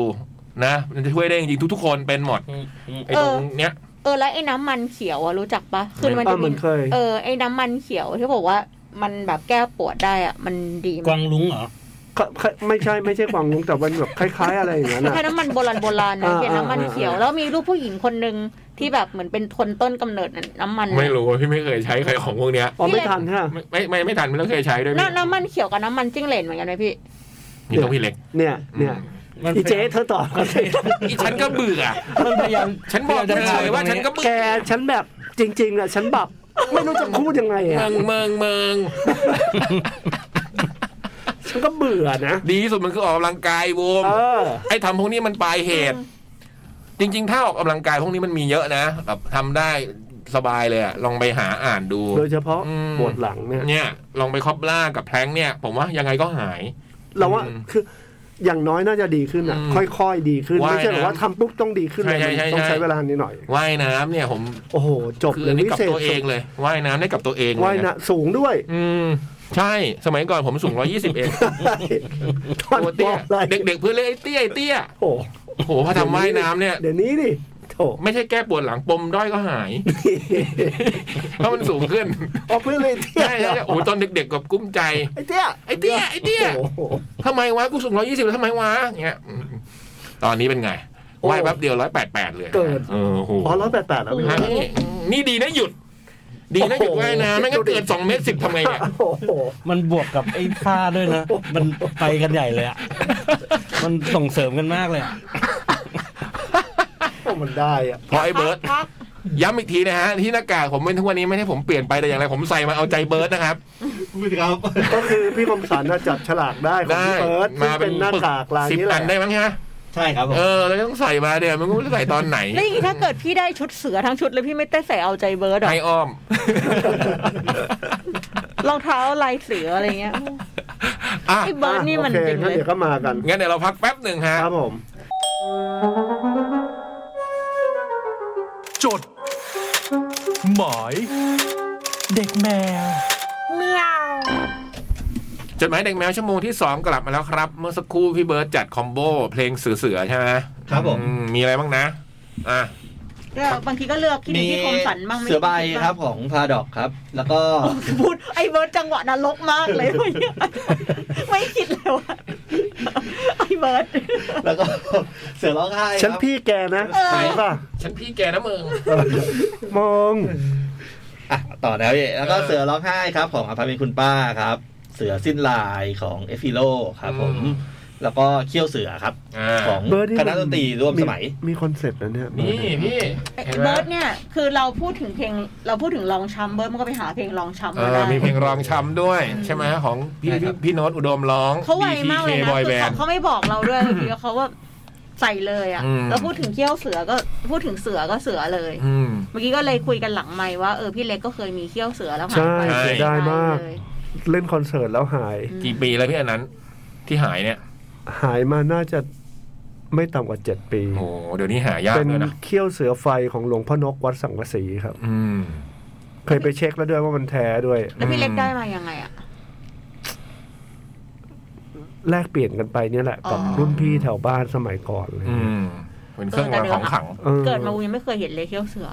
นะ มันจะช่วยได้จริงๆทุกๆคนเป็นหมด ไอ้ตรงเนี้ย เออแล้วไอ้น้ำมันเขียวอะรู้จักปะคือมัน เอ จะ อเห มี มือนเคย เออไอ้น้ำมันเขียวที่บอกว่ามันแบบแก้ปวดได้อะมันดีมาวกาก งลุงเหรอ ก็ก็ไม่ใช่ไม่ใช่กวางลุงแต่มันแบบคล้าย ๆ อะไรอย่างนั้น แค่ อ่ะ น้ำมันโบราณโบราณนะ อ่า เป็นน้ำมัน อ่า เขียว แล้วมีรูปผู้หญิงคนหนึ่งที่แบบเหมือนเป็นคนต้นกำเนิดน้ำมัน ไม่รู้ว่าพี่ไม่เคยใช้ใครของพวกเนี้ย อ๋อไม่ทันฮะ ไม่ไม่ไม่ไม่ทันไม่ต้องเคยใช้ด้วยพี่ น่ะน้ำมันเขียวกับน้ำมันจิ้งเหลนเหมือนกันไหมพี่ นี่ต้องพี่เล็ก เนี่ยเนี่ยอีเจ๊เธอตอบ อีฉันก็เบื่อ มันพยายาม ฉันบอกเธอเลยว่าฉันก็เบื่ แก อ ฉันแบบจริงๆอ่ะฉันแบบไม่รู้จะพูดยังไงอ่ะ เมืองเมืองเมือง ฉันก็เบื่อนะ ดีที่สุดมันคือออกกำลังกายโวม เออ ไอ้ทำพวกนี้มันปลายเหตุ จริง ๆ ถ้าออกกำลังกายพวกนี้มันมีเยอะนะแบบทำได้สบายเลยอะลองไปหาอ่านดู โดยเฉพาะ อืม ปวดหลังเนี่ย เนี่ย ลองไปคอปล่ากับแพลงก์เนี่ย ผมว่ายังไงก็หาย เราว่า อืม คืออย่างน้อยน่าจะดีขึ้นอ่ะ อืม ค่อยๆดีขึ้น ว่าย ไม่ใช่แบบว่าทำปุ๊บต้องดีขึ้นเลย ใช่ มัน ใช่ใช่ ต้องใช้เวลานิดหน่อย ว่ายน้ำเนี่ยผม โอ้โห จบ คือ เล อั ย นนี้ วิ กับ เศษ ตัวเองเลยว่ายน้ำได้กับตัวเองเล ว่าย ยนะ นะสูงด้วย อืม ใช่ สมัยก่อนผมสูง 120 เอง ตอน ตัวเตี้ย บอกอะไร เด็ก ๆ เพื่อนเรียกไอ้เตี้ยไอ้เตี้ย โอ้ โอ้โหพอทำว่ายน้ำเนี่ย เดี๋ยวนี้ดิโถ ไม่ใช่แก้ปวดหลังปมด้อยก็หาย เพราะมันสูงขึ้น ออกเพื่อนเลยเตี้ย ใช่ใช่โอ้โหตอนเด็กๆกับกุ้มใจ ไอ้เตี้ย ไอ้เตี้ยไอ้เตี้ย โอ้โห ทำไมวะ กูสูงร้อยยี่สิบทำไมวะเงี้ยอืมตอนนี้เป็นไง ไหว้แป๊บเดียวร้อยแปดแปดเลย เกิด เออโอ้โห อ๋อร้อยแปดแปดแล้วพี่ ฮะนี่นี่ดีนะหยุด ดีนะหยุดว่ายน้ำไม่งั้นเกิดสองเมตรสิบทำไงเนี่ย โอ้โห มันบวกกับไอ้ผ้าด้วย นะ มันไปกันใหญ่เลยอ่ะ มันส่งเสริมกันมากเลยอะ โอ้มันได้อะ พอไอ้เบิร์ด พัก ย้ำอีกทีนะฮะ ที่หน้ากากผมเป็นทุกวันนี้ไม่ได้ผมเปลี่ยนไปแต่อย่างไรผมใส่มาเอาใจเบิร์ดนะครับ พูดครับ ก็คือพี่คมสันน่ะจับฉลากได้ของ ได้ พี่เอิร์ธ มา ที่ เป็ เป็น นหน้ากากลาย สิบ นี่แห อั ละ นได้มั้งฮะ ใช่ครับผม เออเราต้องใส่มาเนี่ยมันก็ไม่รู้ใส่ตอนไหน แล้วอย่างนี้ถ้าเกิดพี่ได้ชุดเสือทั้งชุดเลยพี่ไม่ได้ใส่เอาใจเบิร์ดหรอ ไออ้อม รองเท้าลายเสืออะไรเงี้ย อ่ะ ไอ้เบิร์ดนี่มัน โอ จ เคงั้ริงนเลย เดี๋ยวก็มากัน งั้นเดี๋ยวเราพักแป๊บหนึ่งฮะ ครับผม จด หมาย เด็กแมว จดหมายเด็กแมวชั่วโมงที่ 2 กลับมาแล้วครับ เมื่อสักครู่พี่เบิร์ดจัดคอมโบเพลงเสือๆใช่ไหม ครับผม อืมีอะไรบ้างนะ อ่ะ ก็บางทีก็เลือกที่หนึ่งที่คมสันบ้างไม่ เสือใบ ที่าง ครับของพาดอกครับ แล้ว ก็ พูดไอ้เบิร์ดจังหวะนรกมากเลย ไม่คิดเลยว่าไอ้เบิร์ด แล้วก็เสือร้องไห้ครับ ฉันพี่แกนะ เออ ไหนป่ะ ฉันพี่แกนะมึง มอง อ่ะต่อแล้วพี่แล้วก็ เออ เสือร้องไห้ครับของอภาเป็นคุณป้าครับ เสือสิ้นลายของเอฟิโลครับผม อืม แล้วก็เขี้ยวเสือครับ อ่า ของ เบอร์นี่ คณะดนตรีร่วมสมัย มีคอนเซปต์นะเนี่ย นี่พี่ ไอ้ ห็นไหม เบิร์ดเนี่ยคือเราพูดถึงเพลงเราพูดถึงลองช้ำเบิร์ดมันก็ไปหาเพลงลองช้ำ เอ มา อ ได้ มีเพลงรองช้ำด้วย ใช่ไหมของพี่ ใช่ครั พี่ บ พี่โน้ตอุดมร้อง เขาไวมากเลย BTK นะ Boy คือ Band เขาไม่บอกเราด้วยบางทีเขาว่าใส่เลยอ่ะ อืม แล้วพูดถึงเขี้ยวเสือก็พูดถึงเสือก็เสือเลย อืม เมื่อกี้ก็เลยคุยกันหลังไมค์ว่าเออพี่เล็กก็เคยมีเขี้ยวเสือแล้วหายใช่ใช่ ไปเสียดายมาก เลย เล่นคอนเสิร์ตแล้วหาย กี่ปีแล้วพี่อันนั้น ที่หายเนี่ย หายมาน่าจะไม่ต่ำกว่าเจ็ดปี โอ้โหเดี๋ยวนี้หายาก เป็น เลยนะ เขี้ยวเสือไฟของหลวงพ่อนกวัดสังกะสีครับ อืม เคยไปเช็คแล้วด้วยว่ามันแท้ด้วย แล้วพี่เล็ก อืม ได้มายังไงอ่ะ แลกเปลี่ยนกันไปเนี่ยแหละกับ อ๋อ รุ่นพี่แถวบ้านสมัยก่อนเลย อืมเป็นเครื่องรางของขลัง เออ เกิดมากูยังไม่เคยเห็นเลยเขี้ยวเสือ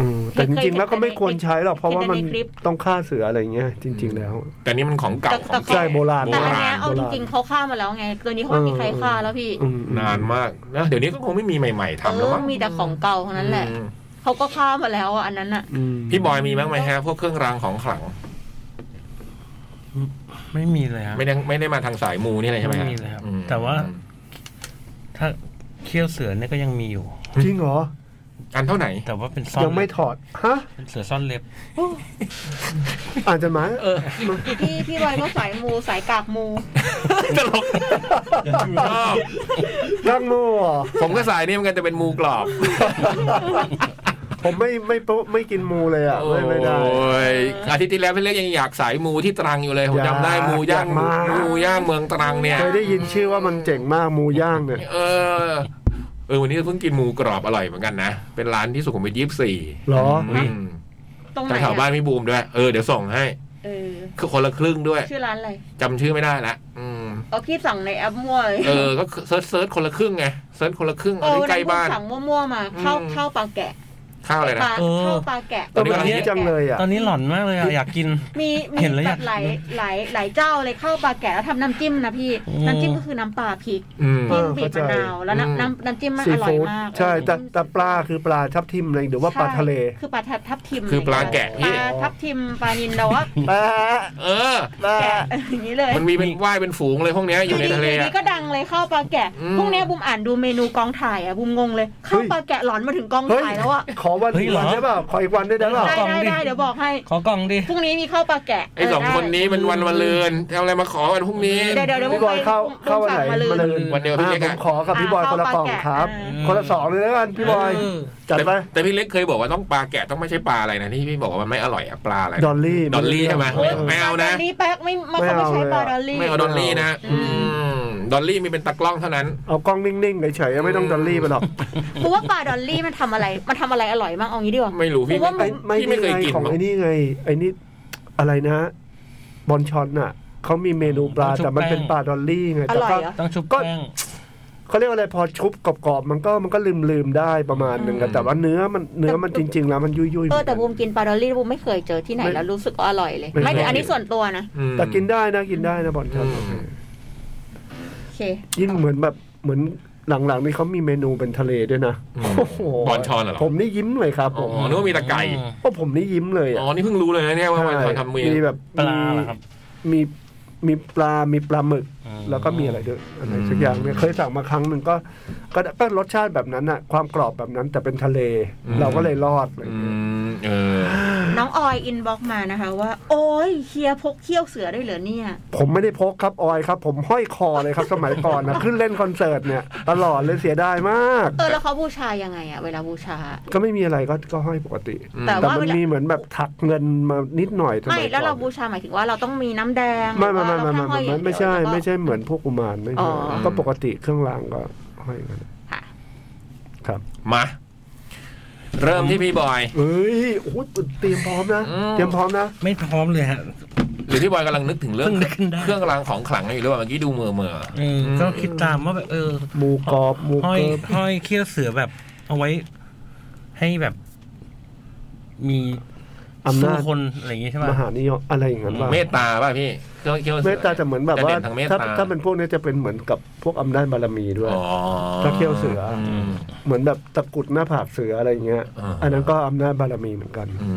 อืมแต่จริงๆแล้วก็ไม่ควรใช้หรอกเพราะว่ามัน เห็นแต่ในคลิป ต้องฆ่าเสืออะไรเงี้ยจริง ๆ แล้ว แต่นี่มันของเก่า แต่ ของ แต่ เก่า ใช่โบราณ แต่ โบ อัน รา เนี้ณยเอาจริงๆเขาฆ่ามาแล้วไงเกินนี้เขาไม่มีใครฆ่าแล้วพี่ อืม นานมากนะเดี๋ยวนี้ก็คงไม่มีใหม่ ๆ เอ ทำแล้ว อ มั้ง มีแต่ของเก่าเท่านั้นแหละ อืม เขาก็ฆ่ามาแล้วอ่ะอันนั้นอ่ะ อืม พี่บอยมีบ้างไหมฮะ พวกเครื่องรางของขลัง ไม่มีเลยครับ ไม่ได้ไม่ได้มาทางสายมูนี่เลยใช่ไหมฮะ ไม่มีเลยครับ อืม แต่ว่า ถ้าเขี้ยวเสือเนี่ยก็ยังมีอยู่ จริงเหรอ อันเท่า ไหน แต่ว่าเป็นซ่อน ยังไม่ถอด ฮะ เป็นเสือซ่อนเล็บ อ่านจดหมาย พี่พี่บอยก็สายมูสายกากมู ตลกชอบ ร่างโม่เหรอ ผมก็สายนี่เหมันกันจะเป็นมูกรอบ ผมไม่ไม่โป๊ะไม่กินมูเลยอ่ะ ไม่ไม่ได้ โอ้ยอาทิตย์ที่แล้วพี่เล็กยังอยากสายมูที่ตรังอยู่เลยผมจำได้มูย่าง อยากมาก มูย่างเมืองตรังเนี่ย เคยได้ยินชื่อว่ามันเจ๋งมากมูย่างเนี่ย เออ เออวันนี้เพิ่งกินหมูกรอบอร่อยเหมือนกันนะ เป็นร้านที่สุขุมวิทยี่สิบสี่ เหรอ ตรงไหน แต่แถวบ้าน อะ พี่บูมด้วย เออเดี๋ยวส่งให้ เออ คือคนละครึ่งด้วย ชื่อร้านอะไร จำชื่อไม่ได้ละอืม เอาพี่สั่งในแอปมั่วเลย เออ ก็เซิร์ชเซิร์ชคนละครึ่งไงเซิร์ชคนละครึ่ง เอ เอา อ ที่ใกล้บ้าน สั่งมั่วๆมาข้าว อืม ข้าวปลาแกะ ข้าวอะไร ป นะ ลา เออ ข้าวปลาแกะ ตอน กำลังฮิ นี้ ต จังเลยอ่ะ ตอนนี้หล่อนมากเลยอะอยากกิน มีมี เห็นแล้ว แบ อยาก บหลายหลายหลายเจ้าเลยข้าวปลาแกะแล้วทำน้ำจิ้มนะพี่ อืม น้ำจิ้มก็คือน้ำปลาพริก อืม เออจิ้มบีบ เข้าใจ มะนาวแล้ว อืม น้ำน้ำน้ำจิ้มมัน ซี อร่อย ฟู้ด มาก ใช่แต่แต่ปลาคือปลาทับทิมอะไรหรือว่าปลาทะเล ใช่คือปลาทับทับทิม คือปลาแกะพี่ ปลาทับทิมปลานินแต่ว่า ปลา เออ ปลา แกะอย่างนี้เลย มันมีเป็นว่ายเป็นฝูงเลยพวกเนี้ยอยู่ในทะเล ดี อะ ๆก็ดังเลยข้าวปลาแกะ อืม พรุ่งนี้บุมอ่านดูเมนูกองถ่ายอ่ะบุมงงเลยข้าวปลาแกะหลอนมาถึงกอง เฮ้ย ถ่ายแล้วอ่ะ ขอวัน เฮ้ย อีก เหรอ วันได้เปล่าขออีกวันได้ได้เปล่า ได้ ลอง ได้ ดิ ได้เดี๋ยวบอกให้ ขอกล่องดิ พรุ่งนี้มีข้าวปลาแกะ ไอ้สอง ด้ คนนี้มันวันวันเลือนเอาอะไรมาขอวันพรุ่งนี้ เดี๋ยวเดี๋ยวเดี๋ยวบุ พี่ ม บ ไป อยเข้าเข้าวันไหน บุ มา สั่ง เล มาย ลืม วันเดียวพี่เล็ก อ่ะผ อะ มขอกับพี่บอยคนละกล่องครับ อ่า คนละสองเลยแล้วกันพี่บอย เออ จัดไป แต่พี่เล็กเคยบอกว่าต้องปลาแกะต้องไม่ใช่ปลาอะไรนะที่พี่บอกว่ามันไม่อร่อยอะปลาอะไร ดอลลี่ ดอลลี่ใช่ไหมไม่ไม่เอานะ ดลลี่แป๊กไม่มา ไม่ เขาไม่ เอา ใช้ปลา เลยอะ ดอลลี่ ไม่เอาดอลลี่นะ อื อืมดอลลี่มีเป็นตะกร้องเท่านั้น เอากล้องนิ่งๆเฉยๆไม่ต้องดอลลี่ไปหรอก กูว่าปลาดอลลี่มันทำอะไร มันทำอะไรอร่อยมากเอางี้ดีกว่า ไม่รู้พี่ ผมว่า ไอ้ไม่ พี่ไม่เคยกิน ของ มั้ง ไอ้นี่ไง ไอ้นี่อะไรนะ บอลชอนน่ะเขามีเมนูปลา ชุบ แต่มัน แป้ง เป็นปลาดอลลี่ไง อ แต่ ร่อก็ยเหรอ ต้องชุบ ก็ แป้ง เขาเรียกว่าอะไรพอชุบกรอบๆมันก็มันก็ลืมลืมๆได้ประมาณหนึ่งอะแต่ว่าเนื้อมันเนื้อมันจริง ๆ แล้วมันยุ่ยๆยุ่ย เออแต่บูมกินปลาดอลลี่บูมไม่เคยเจอที่ไหน ไม่ แล้วรู้สึกว่าอร่อยเลย ไม่ ไม่ เคย แต่อันนี้ส่วนตัวนะ อืม แต่กินได้นะกินได้นะบอลชอน อืม โอเค ยิ่งเหมือนแบบเหมือน หลังๆนี่เขามีเมนูเป็นทะเลด้วยนะ อืม โอ้โห บอนชอนเหรอ ผมนี่ยิ้มเลยครับ อ๋ ผม อนึกว่ามีแตะไก่ โอ้ผมนี่ยิ้มเลย อ๋ อ่ะ อนี่เพิ่งรู้เลยนะเนี่ยว่าวันทอนทำเมนู มีแบบ ปลาเหรอครับ มีมีปลา มีปลาหมึก อืม แล้วก็มีอะไรด้วยอะไรสัก อืม อย่างเนี่ยเคยสั่งมาครั้งหนึ่งก็ก็ก็รสชาติแบบนั้นอะความกรอบแบบนั้นแต่เป็นทะเล เราก็เลยรอดเลย อืมเออ น้องออยอินบ็อกมานะคะว่า โอ้ยเฮียพกเขี้ยวเสือได้วยเหรอเนี่ย ผมไม่ได้พกครับออยครับ ผมห้อยคอเลยครับสมัยก่อนนะขึ้นเล่นคอนเสิร์ตเนี่ย ตลอดเลยเสียดายมาก เออแล้วเขาบูชายังไงอะเวลาบูชา ก็ไม่มีอะไรก็ก็ห้อยปกติ อืม แต่ แต่ ว่า มัน เวลา มีเหมือนแบบถักเงินมานิดหน่อยสยไม่ก่อน แล้วเราบูชาหมายถึงว่าเราต้องมีน้ำแดง ไม่ไม่ หรื ไม่ อว่า ไม่ เราแค่ห้ ไม่ อยอย่า ไม่ งเดียว ไม่ใช่ไม่แล้วก็ใช่เหมือนพวกกุมารไม่ อ๋ ใช่ อ ก็ปกติเครื่องรางก็ห้อยกัน ค่ะ ครับ มา เริ่มที่พี่บอย เอ้ยโอ้โหเตรียมพร้อมนะ อืม เตรียมพร้อมนะ ไม่พร้อมเลยฮะ หรือพี่บอยกำลังนึกถึงเรื่อง เพิ่งนึกขึ้นได้ เครื่องรางของขลังอยู่หรือเปล่าเมื่อกี้ดูเมื่อเมื่อๆ เออก็คิดตามว่าแบบเออ หมูกรอบหมู ห้อย เกิบ ห้อยเขี้ยวเสือแบบเอาไว้ ให้แบบ มี อำ สู้ นาจ คนอะไรอย่างงี้ใช่ ม ป่ะ หานิยมอะไรอย่างนั้นป่ะ เมตตาป่ะพี่เคี้ยวๆสือ เมตตาจะเหมือนแบบว่า จะด่นทางเมต ถ้า ตา ถ้าเป็นพวกเนี้ยจะเป็นเหมือนกับพวกอำนาจบารมีด้วย อ๋อ ถ้าเคี้ยวเสืออื ม เหมือนแบบตะกรุดหน้าผากเสืออะไรอย่างเงี้ย อ่า อันนั้นก็อำนาจบารมีเหมือนกัน อื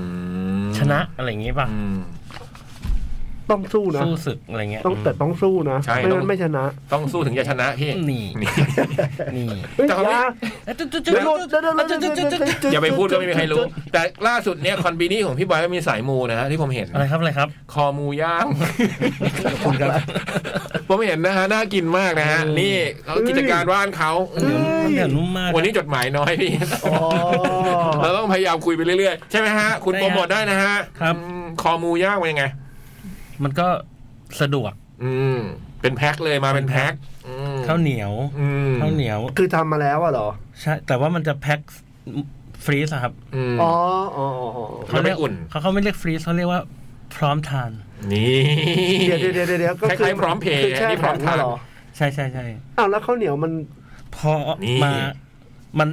ม ชนะอะไรอย่างงี้ป่ะ อืม ต้องสู้นะ สู้ศึกอะไรเงี้ย ต้องแต่ต้องสู้นะ ใช่ ไม่ ต้อง งั้นไม่ชนะ ต้องสู้ถึงจะชนะพี่ นี่นี่ เฮ้ย แต่เขาไม่ อย่าเดี๋ยวหลุดอเดี๋ยวเดี๋ยวเดี๋ยวเดี๋ยวเดี๋ยวเดี๋ยวเดี๋ยวย่าไปพูดก็ไม่มีใครรู้ แต่ล่าสุดเนี่ยคอนบีนี่ของพี่บอยก็มีสายมูนะฮะที่ผมเห็น อะไรครับอะไรครับ คอหมูย่าง คุณครับ ผมเห็นนะฮะน่ากินมากนะฮะ นี่เขากิจการบ้านเขา เดี๋ยวมันเดี๋ยวนุ่มมาก วันนี้จดหมายน้อยพี่ อ๋อ เราต้องพยายามคุยไปเรื่อยๆ ใช่ไหมฮะ คุณโปรโมทได้นะฮะ ครับ อืมคอหมูย่างเป็นยังไง มันก็สะดวก อืม เป็นแพ็คเลยมาเป็นแพ็คอืม ข้าวเหนียว อืม ข้าวเหนียว คือทำมาแล้วอะเหรอ ใช่แต่ว่ามันจะแพ็คฟรีซอะครับ อืม อ๋ออ๋ออ๋ออ๋อ แล้วไม่ เรียก อุ่น เขาเขาไม่เรียกฟรีซเขาเรียกว่าพร้อมทาน นี่ เดี๋ยวเดี๋ยวเดี๋ยวเดี๋ยวก็ คล้ายๆพร้อมเพย์ คืแช่ นี่พร้อม แข็งะเห ทาน ใช่ใช่ใช่ อ้าวแล้วข้าวเหนียวมัน พอ นี่ มา มัน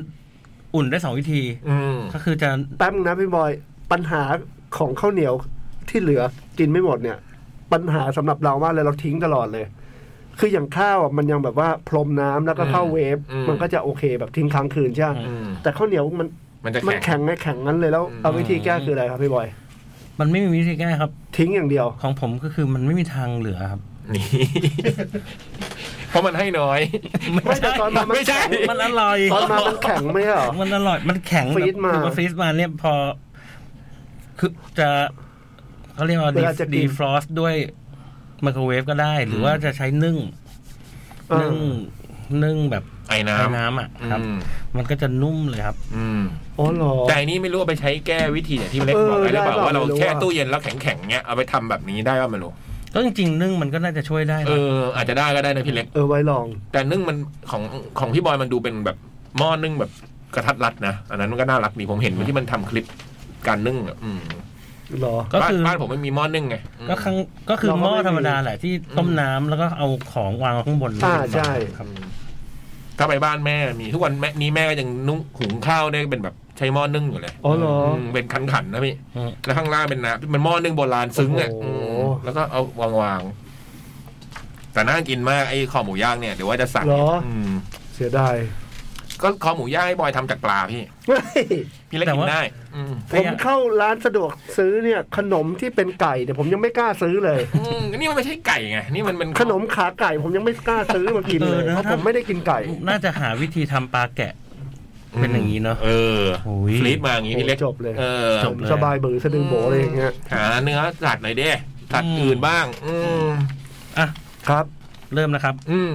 อุ่นได้สองวิธี อืม ก็คือจะ แป๊บนึงนะพี่บอยปัญหาของข้าวเหนียวที่เหลือกินไม่หมดเนี่ย ปัญหาสำหรับเรามากเลยเราทิ้งตลอดเลย คืออย่างข้าวอ่ะมันยังแบบว่าพรมน้ำแล้วก็เข้าเวฟ อืม มันก็จะโอเคแบบทิ้งค้างคืนใช่ไหม อื อืม แต่ข้าวเหนียวมัน มันจะ มัน แข็ แข็ ง งไงแข็งงั้นเลยแล้ว เอาวิธีแก้คืออะไรครับพี่บอย มันไม่มีวิธีแก้ครับ ทิ้งอย่างเดียว ของผมก็คือมันไม่มีทางเหลือครับ นี่ เพราะมันให้น้อย ไม่แต่ตอนมามัน ไม่ใช่ แข็ง มันอร่อย ตอนมามันแข็งไหมเหรอ มันอร่อย มันแข็ง ฟรีซมา คือว่าฟรีซมาเนี่ยพอ คือจะเขาเรียกว่า เวลาจะกิ ดี น ฟรอสด้วยไมโครเวฟก็ได้ หรือว่าจะใช้นึ่ง เออ นึ่งนึ่งแบบ ไอ้น้ ใช้น้ำอ่ะ ำ ครับ อืม มันก็จะนุ่มเลยครับ อืม อ๋อเหรอ แต่อันนี้ไม่รู้ว่าไปใช้แก้วิธีอย่างที่เล็กบอกไปหรือเปล่า เออได้ ว่าเรา ไม่รู้ แช่ อะ ตู้เย็นแล้วแข็งๆเนี้ยเอาไปทำแบบนี้ได้ว่าไม่รู้ ก็จริงๆนึ่งมันก็น่าจะช่วยได้นะ เออ อาจจะได้ก็ได้นะพี่เล็ก เออไว้ลอง แต่นึ่งมันของของพี่บอยมันดูเป็นแบบหม้อนึ่งแบบกระทัดรัดนะอันนั้นมันก็น่ารักดีผมเห็นที่มันทำคลิปการนึ่งอะอืม เหรอ ก็คือ บ้านบ้านผมไม่มีหม้อนึ่งไงอืม ก็ข้างก็คือ เราก็ หม้อ ไม่มี ธรรมดาแหละที่ต้มน้ำแล้วก็เอาของวางข้างบน อ่าใช่ ครับ ถ้าไปบ้านแม่มีทุกวันแม่นี้แม่ก็ยังนุ่งหุงข้าวได้เป็นแบบใช้หม้อนึ่งอยู่เลย อ๋อเหรอ มเป็นขันขันๆนะพี่ อืม แล้วข้างล่างเป็นน้ำเป็นหม้อนึ่งโบราณซึ้งอ่ะ โอ้ อื โห มแล้วก็เอาวางวางๆแต่น่ากินมากไอ้คอหมูย่างเนี่ยเดี๋ยวว่าจะสั่ง เหรอ ม เสียดาย ก็คอหมูย่างให้บอยทำจากปลาพี่ เฮ้ย พี่เล็กกินได้ อืม ผมเข้าร้านสะดวกซื้อเนี่ย ขนมที่เป็นไก่เนี่ยผมยังไม่กล้าซื้อเลย อืมนี่มันไม่ใช่ไก่ไงนี่มันเป็น ขนมขาไก่ผมยังไม่กล้าซื้อมากินเลยเพราะผมไม่ได้กินไก่ น่าจะหาวิธีทำปลาแกะ เป็นอย่างนี้เนอะ เออ โอ้ย ฟรีดมาอย่างนี้พี่เล็ก จบเลย เออ จบเลย สบายเบือสะดึงโบอะไรอย่างเงี้ย หาเนื้อสัตว์หน่อยเด้สัตว์ อืม อื่นบ้าง อืม อ่ะ ครับ เริ่มนะครับ อืม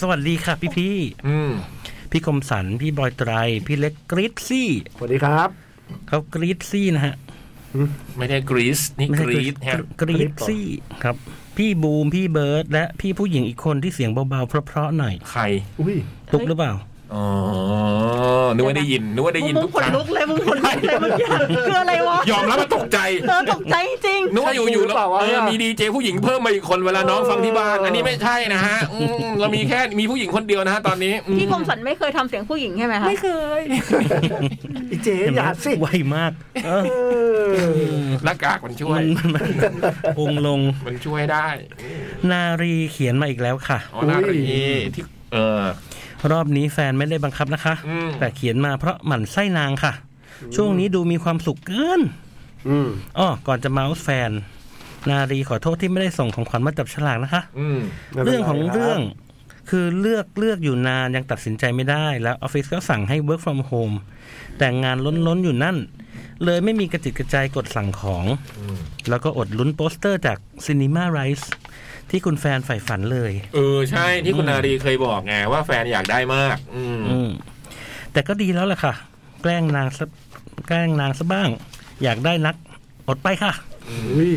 สวัสดีค่ะพี่พี่ อืม ๆพี่คมสัน พี่บอยไตร พี่เล็กกรีดซี่ สวัสดีครับ เขากรีดซี่นะฮะ ไม่ใช่กรีซนี่กรีซฮะ กรีดซี่ครับ พี่บูมพี่เบิร์ดและพี่ผู้หญิงอีกคนที่เสียงเบาๆเพราะๆหน่อย ใคร อุ้ย ตุกหรือเปล่า อ๋อนึกว่าได้ยินนึกว่าได้ยิน มึ ทุ ง ก ข คนรั้ง ลุกเลยมึงขนลุกเลยเมื่อกี้คืออะไรวะ ยอมรับว่าตกใจ เออตกใจจริง นึกว่าอยู่ๆแล้วเออมีดีเจผู้หญิงเพิ่มมาอีกคนเวลาน้องฟังที่บ้าน อันนี้ไม่ใช่นะฮะอืมเรามีแค่มีผู้หญิงคนเดียวนะฮะตอนนี้อืม พี่คมสันไม่เคยทำเสียงผู้หญิงใช่ไหมคะ ไม่เคยอีเจ๊ เห็นอไหม ย่าสิ ไวมาก เออ เออ หน้ากากมันช่วย มันมันมันองค์ลง มันช่วยได้ นารีเขียนมาอีกแล้วค่ะ อ๋อหน้ารีที่เออ รอบนี้แฟนไม่ได้บังคับนะคะ อืม แต่เขียนมาเพราะหมั่นไส้นางค่ะ ช่วงนี้ดูมีความสุขเกิน อืม อ้อ ก่อนจะเมาส์แฟน นารีขอโทษที่ไม่ได้ส่งของขวัญมาจับฉลากนะคะ อืม ไม่ป็นไ เรื่องของเรื่องคือเลือกเลือกอยู่นานยังตัดสินใจไม่ได้ แล้วออฟฟิศก็สั่งให้ work from home แต่งานล้นล้นๆอยู่นั่น เลยไม่มีกระจิตกระใจกดสั่งของ อืม แล้วก็อดลุ้นโปสเตอร์จาก Cinema Rise ที่คุณแฟนใฝ่ฝันเลย เออใช่ที่คุณนารีเคยบอกไงว่าแฟนอยากได้มาก อืม อืมแต่ก็ดีแล้วล่ะค่ะ แกล้งนางซะแกล้งนางซะบ้าง อยากได้นัก อดไปค่ะ อุ้ย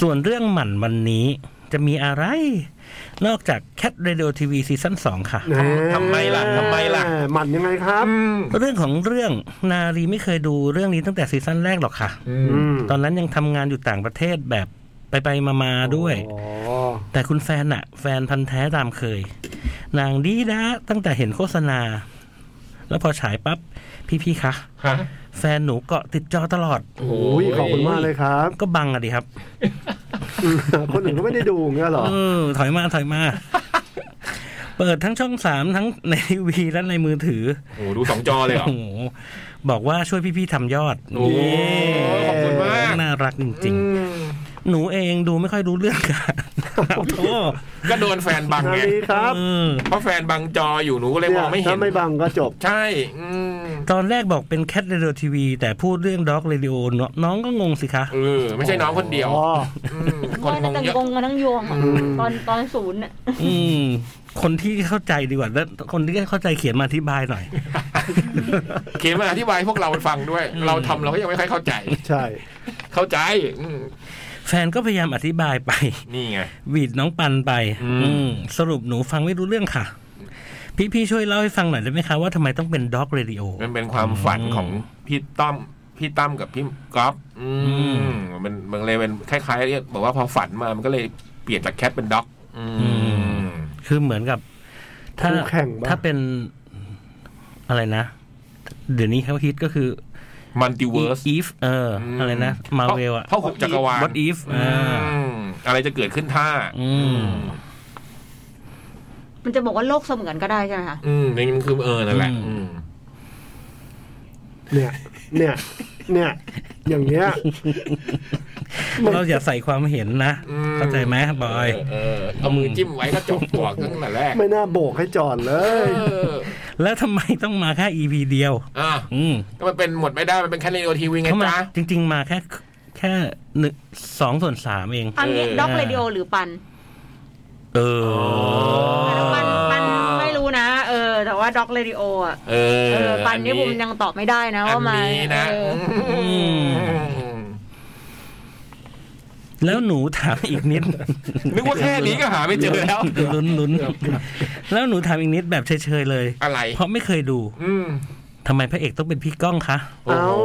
ส่วนเรื่องหมั่นวันนี้จะมีอะไร นอกจาก Cat Radio TV ซีซั่น2ค่ะ แหม่ ทำไมล่ะทำไมล่ะ หมันยังไงครับ อืม เรื่องของเรื่องนารีไม่เคยดูเรื่องนี้ตั้งแต่ซีซั่นแรกหรอกค่ะ อืม อืม ตอนนั้นยังทำงานอยู่ต่างประเทศแบบไปไปมามาๆด้วย อ๋อ แต่คุณแฟนอะแฟนพันธ์แท้ตามเคย นางดีนะตั้งแต่เห็นโฆษณา แล้วพอฉายปั๊บ พี่ๆคะ ฮะ แฟนหนูเกาะติดจอตลอด โอ้ โอ้ยขอบคุณมากเลยครับ ก็บังอะดิครับ อืมคนอื่นก็ไม่ได้ดูอย่างเงี้ยเหรอ เออถอยมา ถอย มา เปิดทั้งช่องสามทั้งในทีวีและในมือถือ โอ้ดูสองจอเลยเหรอ โอ้โห บอกว่าช่วยพี่ๆทำยอด โอ้โหขอบคุณมาก น่ารักจริง อืม ๆ หนูเองดูไม่ค่อยรู้เรื่องค่ะขอโทษ ก็โดนแฟนบัง นา ไง รีครับ เออ เพราะแฟนบังจออยู่หนูก็เลยมองไม่เห็ ถ้านไม่บังก็จบ ใช่ อืม ตอนแรกบอกเป็นแคทเรดิโอทีวีแต่พูดเรื่องด็อกเรดิโอน้องก็งงสิคะ เออไม่ใช่น้องคนเดียว อ๋อ มค ก็ นง น่างจะ เยอะ งงกันทั้งยวงอะ อืม ตอนตอนศูนย์น่ะ อืม คนที่เข้าใจดีกว่าแล้วคนที่เข้าใจเขียนมาอธิบายหน่อย เขียนมาอธิบายให้พวกเราฟังด้วย เราทำเราก็ยังไม่ค่อยเข้าใจ ใช่ เข้าใจอืม แฟนก็พยายามอธิบายไป นี่ไง หวีดน้องปันไป อืม อืม สรุปหนูฟังไม่รู้เรื่องค่ะ พี่พี่ๆช่วยเล่าให้ฟังหน่อยได้ไหมคะว่าทำไมต้องเป็นด็อกเรดิโอ มันเป็นความฝันของพี่ต้อมพี่ตั้มกับพี่ก๊อฟอื อื มมันมันเลยเป็นคล้ายๆเรียกบอกว่าพอฝันมามันก็เลยเปลี่ยนจากแคทเป็นด็อก อืม อื คือเหมือนกับ ถ้า คู่แข่งปะ ถ้าเป็นอะไรนะ เดี๋ยวนี้เขาฮิตก็คือ มัลติเวิร์ส อีฟเอออ ม อะไรนะ มาเวลอะ เท่าหุบจักรวาล What if อืมอะไรจะเกิดขึ้นถ้า อืม มันจะบอกว่าโลกเสมือนก็ได้ใช่ไหมคะ อืมนี่มันคือเออนั่นแหละ อืม อืม เนี่ย เนี่ย เนี่ย อย่างเงี้ย มัน เราอย่าใส่ความเห็นนะ อื เข้าใจไหมบอย เออเอามือจิ้มไว้ก็จบหัวตั้งแต่แรก ไม่น่าโบกให้จอดเล เอย อ แล้วทำไมต้องมาแค่ EP เดียว อ่ะ อืม ก็มันเป็นหมดไม่ได้มันเป็นแค่เรดิโอทีวีไง เข้ามา จ๊ะ จริง ๆ มาแค่แค่หนึ่งสองส่วนสามเอง อันนี้ เออ ด็อกเรดิโอหรือปัน เออ แต่ละปันปันไม่รู้นะ เออ แต่ว่าด็อกเรดิโออ่ะ เอ เอ อ อปันนี่ อั บุมยังตอบไม่ได้นะ อั ว่านมา นี้นะ เออ อืม แล้วหนูถามอีกนิด นึกว่าแค่นี้ก็หาไม่เจอแล้ว ลุ้นลุ้นแล้วหนูถามอีกนิดแบบเฉยๆเลย อะไร เพราะไม่เคยดู อืม ทำไมพระเอกต้องเป็นพี่ก้องคะ โอ้โห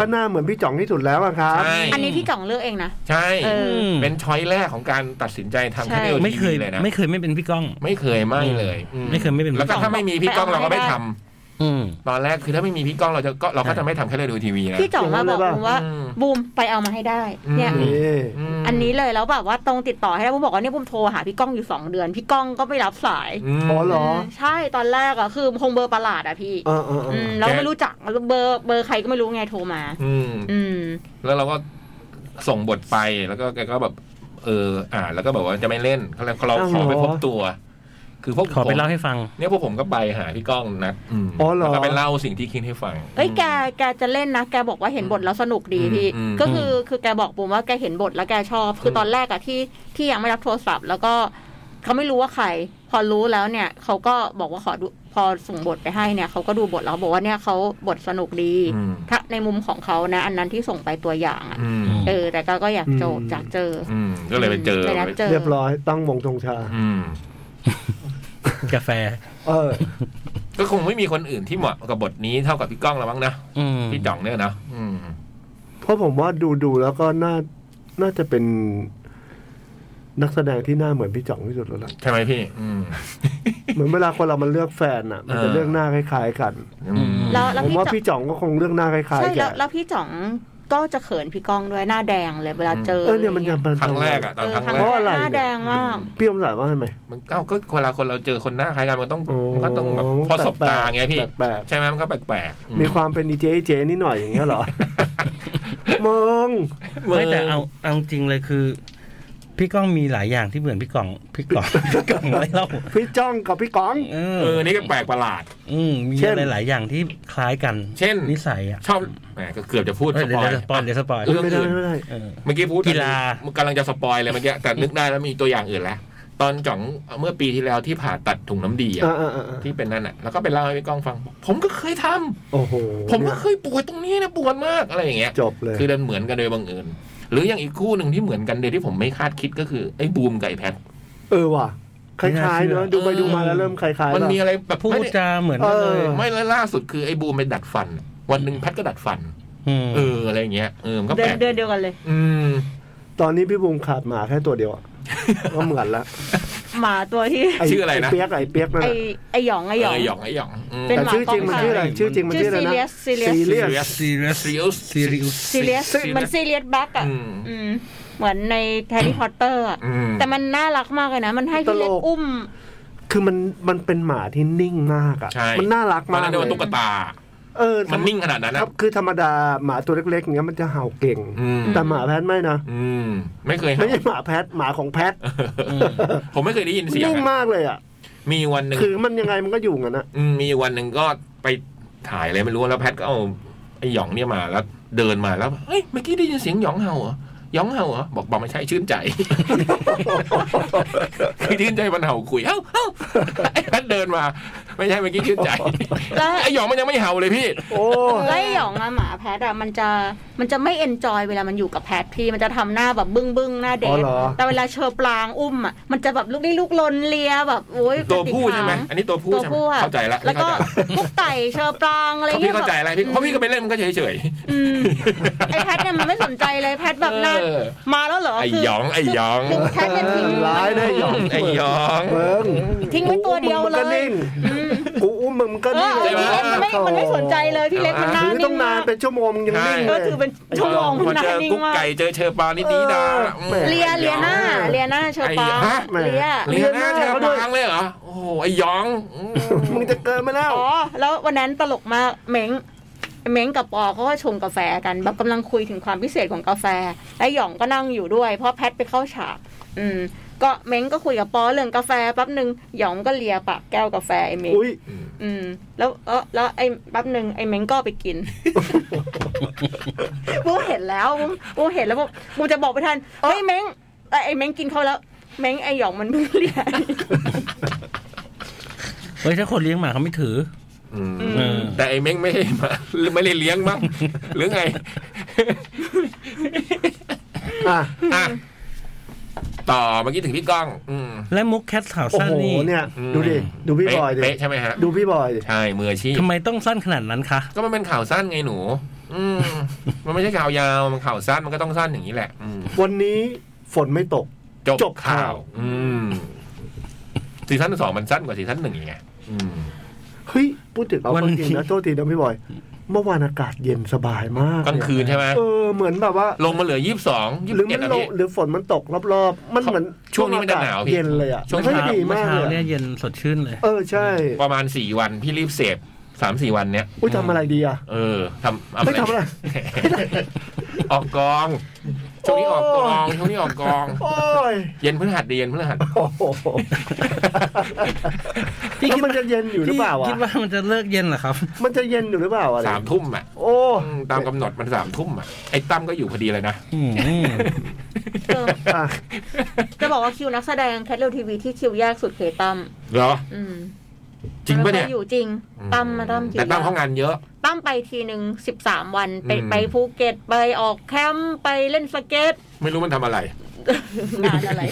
ก็หน้าเหมือนพี่จ่องที่สุดแล้วอะครับ ใช่ อันนี้พี่จ่องเลือกเองนะ ใช่ เออ ม เป็นช้อยแรกของการตัดสินใจทำ ใช่ แค่เดียว ไม่เคย เลยนะ ไม่เคยไม่เป็นพี่ก้อง ไม่เคยไม่เลยอื ไม่เคยไม่เป็น แล้วก็ถ้าไม่มีพี่ก้องเราก็ไม่ทำ อืม ตอนแรกคือถ้าไม่มีพี่ก้องเราจะก็เราก็จะไม่ทำแค่เรดิโอทีวีนะ พี่จ่องมาบอก เออ บุมว่า อืม บุมไปเอามาให้ได้ เนี่ย อืม นี่ ม อันนี้เลยแล้วแบบว่าตรงติดต่อให้แล้วบุมบอกว่าเนี่ยบุมโทรหาพี่ก้องอยู่สองเดือน พี่ก้องก็ไม่รับสาย ม อ๋อเหรอ ใช่ตอนแรกอ่ะคือคงเบอร์ประหลาดอ่ะพี่ เออเออเอ อื อ มแล้ว แก ไม่รู้จักเบอร์เบอร์ใครก็ไม่รู้ไงโทรมา อืม อืม แล้วเราก็ส่งบทไปแล้วก็แกก็แบบ เออ อ่านแล้วก็บอกว่าจะไม่เล่นเขาเลยเราขอไปพบตัว คือพวก ขอไปเล่าให้ฟัง เนี่ยพวกผมก็ไปหาพี่ก้องนะม อ๋อเหรอ แล้วก็ไปเล่าสิ่งที่คิดให้ฟัง เอ้ยแกแกจะเล่นนะ แกบอกว่าเห็นบทแล้วสนุกดีพี่ อืม ก็คือคือแกบอกผมว่าแกเห็นบทแล้วแกชอบ คืออ ม ตอนแรกอะที่ที่ยังไม่รับโทรศัพท์ แล้วก็เขาไม่รู้ว่าใคร พอรู้แล้วเนี่ยเขาก็บอกว่าขอดูพอส่งบทไปให้เนี่ยเขาก็ดูบทแล้วบอกว่าเนี่ยเขาบทสนุกดี อืม ถ้าในมุมของเขานะ อันนั้นที่ส่งไปตัวอย่างอะ อืม เออ แต่ก็ก็อยากโจอยากเจอ อืมก็เลยไปเจอ เลยนัดเจอ เรียบร้อยตั้งวงธงชา อืม กาแฟ เออ ก็คงไม่มีคนอื่นที่เหมาะกับบทนี้เท่ากับพี่ก้องแล้วมั้งนะ อืม พี่จ่องเนี่ยนะอืม เพราะผมว่าดูดูแล้วก็น่า น่าจะเป็น นักแสดงที่หน้าเหมือนพี่จ่องที่สุดแล้วล่ะ ใช่ไหมพี่ อืม เหมือนเวลาคนเรามันเลือกแฟนอ่ะ มันจะ เออ เลือกหน้าคล้ายๆกัน อืม แล้วแล้ว ผม พี่ ว่า จ่อง พี่จ่องก็คงเลือกหน้าคล้าย ใช่ ๆแก แล้วแล้วพี่จ่อง ก็จะเขินพี่ก้องด้วยหน้าแดงเลยเวลาเจอ เออเนี่ยมันยังเป็น ครั้งแรกอะต เอ อน อ ครั้ง ครั้ง แรกเพราะแรกอะไร หน้าแดงมาก พี่อมสายว่าทำไม มันเอ้าก็เวลาคนเราเจอคนหน้าคล้ายกันมันต้อง โอ้ มันก็ต้องแบบพอสบตาไงพี่ แปลก ใช่ไหมมันก็แปลกๆอื ๆมีความเป็นดีเจเจนิดหน่อยอย่างเงี้ยเหร อ มอง ไม่แต่เอาเอาจริงเลยคือ พี่ก้องมีหลายอย่างที่เหมือนพี่ก้อง พี่ก้อง พี่ก้องไม่เล่า พี่จ้องกับพี่ก้อง เออ เออนี่ก็แปลกประหลาด อืมมี เช่น อะไรหลายอย่างที่คล้ายกัน เช่น นิสัยอ่ะ ชอบแหมก็เกือบจะพูด เอ้ ส ยเดี๋ ป ยว อย เดี๋ยวสปอยเดี๋ยวสปอย เรื่อง ไม่ได้ไม่ได้ เออ เมื่อกี้พูด กีฬา มันกำลังจะสปอยเลยเมื่อกี้แต่นึกได้แล้วมีตัวอย่างอื่นแล้วตอนจ่องเมื่อปีที่แล้วที่ผ่าตัดถุงน้ำดีอะ อ่าอ่าอ่า ที่เป็นนั่นอ่ะแล้วก็ไปเล่าให้พี่ก้องฟัง ผมก็เคยทำ โอ้โห ผมก็เคยปวดตรงนี้นะปวดมากอะไรอย่างเงี้ย จบเลย คือเดินเหมือนกันโดยบังเอิญหรืออย่างอีกคู่หนึ่งที่เหมือนกันโดยที่ผมไม่คาดคิดก็คือไอ้บูมไก่แพท เออว่ะคล้ายๆเนอะ ไม่น่าเชื่อ ดูไปดูมา เออ แล้วเริ่มคล้ายๆ มัน แล้ว มีอะไรแบบ พูด ไม่ได้ จาเหมือนกันเลย เออ ไม่แล้วล่าสุดคือไอ้บูมไปดัดฟัน วันหนึ่งแพทก็ดัดฟัน ม เอออะไรอย่างเงี้ยเออมันก็ เดิ แปล น ก เดินเดียวกันเลย อืม ตอนนี้พี่บุงขาดหมาแค่ตัวเดี ยวอะ ก็เหมือนละ หมาตัว ที่ ชื่ออะไรนะ เปียกไอ้เปียกนั่น ไอ อะ ไอหยองไอหยอง เออหยองไอ้หยองอืม เป็น แต่ หมา ชื่อจริงมัน กอง ชื่ออะไรชื่อจริงมันชื่ชื่อ อ อะไรนะ serious serious เรีย serious ซีเรีย serious สซีซีเรียสเรียส serious มันซีเรียสแบ็กอ่ะ อืม อืมเหมือนในแฮร์รี่พอตเตอร์อ่ะ อืม แต่มันน่ารักมากเลยนะ มันให้ ต พี่ ล เล็ก ก อุ้ม คือมันมันเป็นหมาที่นิ่งมากอ่ะ ใช่ มันน่ารัก มั มาน ก นั่นเรียกว่าตุ๊กตา เออ มันนิ่งขนาดนั้น ค นะ รับคือธรรมดาหมาตัวเล็กๆอย่างเงี้ยมันจะเห่าเก่ง อืม แต่หมาแพทไม่นะ อืมไม่เคย ไม่ เห่า ใช่หมาแพทหมาของแพท ผมไม่เคยได้ยินเสียง นิ่ง อะ มากเลยอ่ะ มีวันหนึ่ง คือมันยังไงมันก็อยู่งั้นนะ อืมมีวันหนึ่งก็ไปถ่ายอะไรไม่รู้แล้วแพทก็เอาไอ้หยองเนี่ยมาแล้วเดินมาแล้วเฮ้ยเมื่อกี้ได้ยินเสียงหยองเห่าเหรอหยองเห่าเหรอบอกบอกไม่ใช่ชื่นใจ คือชื่นใจมันเห่าคุยเอ้าเอ้าไอ้แพทเดินมา ไม่ใช่เมื่อกี้ชื่นใจ แล้ว ไอ้หยองมันยังไม่เห่าเลยพี่ โอ้ ไอหยองอะหมาแพทอะมันจะมันจะไม่เอนจอยเวลามันอยู่กับแพทพี่มันจะทำหน้าแบบบึ้งบึ้งๆหน้าเด็ อ๋อก เหรอ แต่เวลาเชอปลางอุ้มอะมันจะแบบลูกนี่ลูกลนเลียแบบโอ้ย ตัว กระดิก ผู้ใช่ไหม าง อันนี้ตัวผู้ ตัใช่ไหมวผู้อะ เข้าใจละ แล้วก็ เข้าใจละ พวกไก่เชอปรางอะไร เขา เงี้ พี่ ย เข้าใจ แบบ อะไรพี่เพราะพี่ก็ไปเล่นมันก็เฉยเฉย อืมไอ้แพทเนี่ยมันไม่สนใจเลยแพทแบบหน่า เออ มาแล้วเหรอ ไอ้ คื หยองไอ้หยอง คือแพทเนี่ยทิ้ง ร้ายได้หยอง ไอ้หยอง เบิ้ง ทิ้งไว้ตัวเดียวเลย กูอุ้มมึงก็นิ่ง อืม กูอุ้มมึงก็ เอ นิ่ อง ไอ้พี่เล็กมันไม่มันไม่สนใจเลยพี่เล็กมันหน้า ถือต้ นิ่ องนามงาน ก เป็นชั่วโมงยังนิ่งเล ก็ ย ถือเป็นชั่วโมง พอ มันหน้า เจอ นิ่ง กุ๊ก มาก ไก่เจอเชอปลานี่ดีดาอืม เลียเลียหน้าเลียหน้าเชอปราง ไอ้ฮะ เลีย เลียหน้าเชอปลางเลยเหรอโอ้โหไอ้หยองอืม มึงจะเกินมาแล้ว อ๋อ แล้ววันนั้นตลกมากเม้งเม้งกับปอเขาก็ชงกาแฟกันแบบกำลังคุยถึงความพิเศษของกาแฟไอหยองก็นั่งอยู่ด้วย เพราะแพทไปเข้าฉาก อืม ก็เม้งก็คุยกับปอเรื่องกาแฟแป๊บหนึ่งหยองก็เลียปากแก้วกาแฟไอเม้ง อุ้ย อืม แล้วเออแล้วไอแป๊บหนึ่งไอเม้งก็เอาไป กินบูเห็นแล้วบูบูเห็นแล้วบูบูจะบอกไปทันเฮ้ยเม้งแต่ไอเม้งกินเขาแล้วเม้งไอหยองมันเพิ่งเลีย เฮ้ยถ้าคนเลี้ยงหมาเขาไม่ถือ อืม อเออ แต่ไอ้เม้งไม่ได้มาหรือไม่ได้เลี้ยงมั้งหรือไง อ่ะ อ่ะต่อเมื่อกี้ถึงพี่ก้อง อืม และมุกแคทสาว โอ้ สั้น โห นี่ เนี่ย อืม ดูดิ ดูพี่บอยดิ เป๊ะใช่ไหมฮะ ดูพี่บอยดิ ใช่มืออาชีพ ทำไมต้องสั้นขนาดนั้นคะ ก็มันเป็นข่าวสั้นไงหนู อืม มันไม่ใช่ข่าวยาว มันข่าวสั้นมันก็ต้องสั้นอย่างนี้แหละ อืม วันนี้ฝนไม่ตก จบข่าว อืมซีซั่นสองมันสั้นกว่าซีซั่นหนึ่งยังไงอืม เฮ้ย พูดถึงเอา วัน จ นี้ ริงนะโทษทีนะพี่บอย เมื่อวานอากาศเย็นสบายมาก กลางคืนใช่ไหม เออ เหมือนแบบว่า ลงมาเหลือยี่สิบสองยี่ หรื สิ อบ เอ็ มั ด น อะ โล พี่ หรือฝนมันตกรอบๆ มันเหมือน ช่วงนี้มันจะหนาวพี่ เย็นเลยอ่ะ ช่วง เฮ้ย เช้า ดี เมื่อ มาก เช้า เลย เนี่ย อะ เย็นสดชื่นเลย เออ ใช่ ประมาณสี่วันพี่รีบเสพสามสี่วันเนี้ย อุ้ยทำอะไรดีอ่ะ เออทำ ไม่ทำอะไร ออกกอง ช่วงนี้ออกกองช่วงนี้ออกกอง โอ้ย เย็นพฤหัสดีเย็นพฤ หัส โอ้โห พี่ แล้ว คิด มันจะเย็นอยู่หรือเปล่า คิ อ่ะ ดว่ามันจะเลิกเย็นเหรอครับ มันจะเย็นอยู่หรือเปล่าอะไร สามทุ่มอ่ะ โอ้ อืมตามกำหนดมันสามทุ่มอ่ะไอ้ตั้มก็อยู่พอดีเลยนะ อืม เออ อ่ะ จะบอกว่าคิวนักแสดงแคทเรลทีวีที่คิวยากสุดเคตั้ม เหรอ อืม จริงปะเนี่ย มัก็อยู่จริง ตั้มมาตั้ม แต่ตั้มเขา อยู่ งานเยอะ ตั้มไปทีหนึ่งสิบสามวัน ไป อืม ไปภูเก็ตไปออกแคมป์ไปเล่นสเก็ต ไม่รู้มันทำอะไร งานอะไร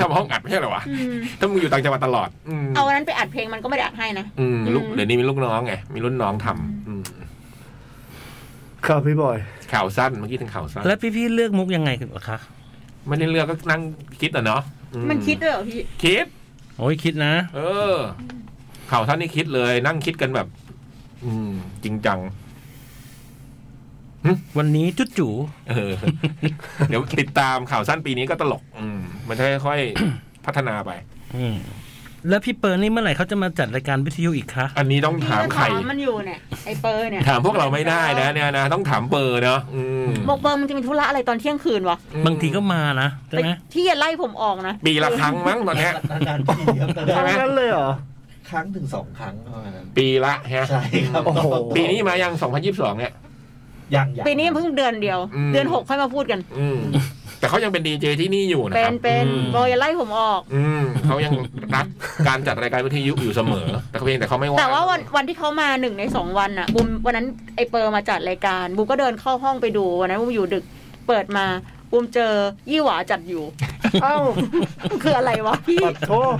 ทำห้องอัดไม่ใช่เหรอวะ อืม ถ้ามึงอยู่ต่างจังหวัดตลอด อืม เอาวันนั้นไปอัดเพลงมันก็ไม่ได้อัดให้นะ อืมลูก อืม เดี๋ยวนี้มีลูกน้องไง มีรุ่นน้องทำอืม ครับพี่บอย ข่าวสั้น เมื่อกี้ถึงข่าวสั้น แล้วพี่ๆเลือกมุกยังไงกันเหรอคะ ไม่ได้เลือกก็นั่งคิดอ่ะเนาะอื มันคิดด้วยเหรอพี่ คิด โอ้ยคิดนะ เออ ข่าวสั้นนี่คิดเลย นั่งคิดกันแบบ อืม จริงจัง หึ วันนี้จุ๊จู เออ เดี๋ยวติดตามข่าวสั้นปีนี้ก็ตลก อืม มันจะค่อย ๆ พัฒนาไป อืมแล้วพี่เปิร์นี่เมื่อไหร่เขาจะมาจัดรายการวิทยุอีกคะ อันนี้ต้องถามใคร ถามมันอยู่เนี่ยไอเปอร์เนี่ย ถามพวกเราไม่ได้นะเนี่ยนะ ต้องถามเบอร์เนาะอืม บอกเปอร์มึงจะมีธุระอะไรตอนเที่ยงคืนวะ บางทีก็มานะใช่ไหม ไปที่จะไล่ผมออกนะ ปีละครั้งมั้งตอนเนี้ย นานๆทีครับนาน ไหม ทั้งนั้นเลยเหรอ ๆครั้งถึงสองครั้งประมาณนั้น ปีละฮะ ใช่ครับ โอ้โห ปีนี้มายัง 2022 เนี่ย ยังยัง ปีนี้เพิ่งเดือนเดียว อืม เดือนหกค่อยมาพูดกัน อืม แต่เขายังเป็นดีเจที่นี่อยู่นะ เป็ ครั น บ เป็น อืม บอกอย่าไล่ผมออก อืมเขายังรักการจัดรายการวิทยุอยู่เสมอ แต่เพียงแต่เขาไม่ว่าง แต่ว่าวันวันที่เขามาหนึ่งในสองวันน่ะบูมวันนั้นไอเปอร์มาจัดรายการบูมก็เดินเข้าห้องไปดูวันนั้นบูมอยู่ดึกเปิดมาบูมเจอยี่หวาจัดอยู่ เอ้า คืออะไรวะพี่ ปัดโทษ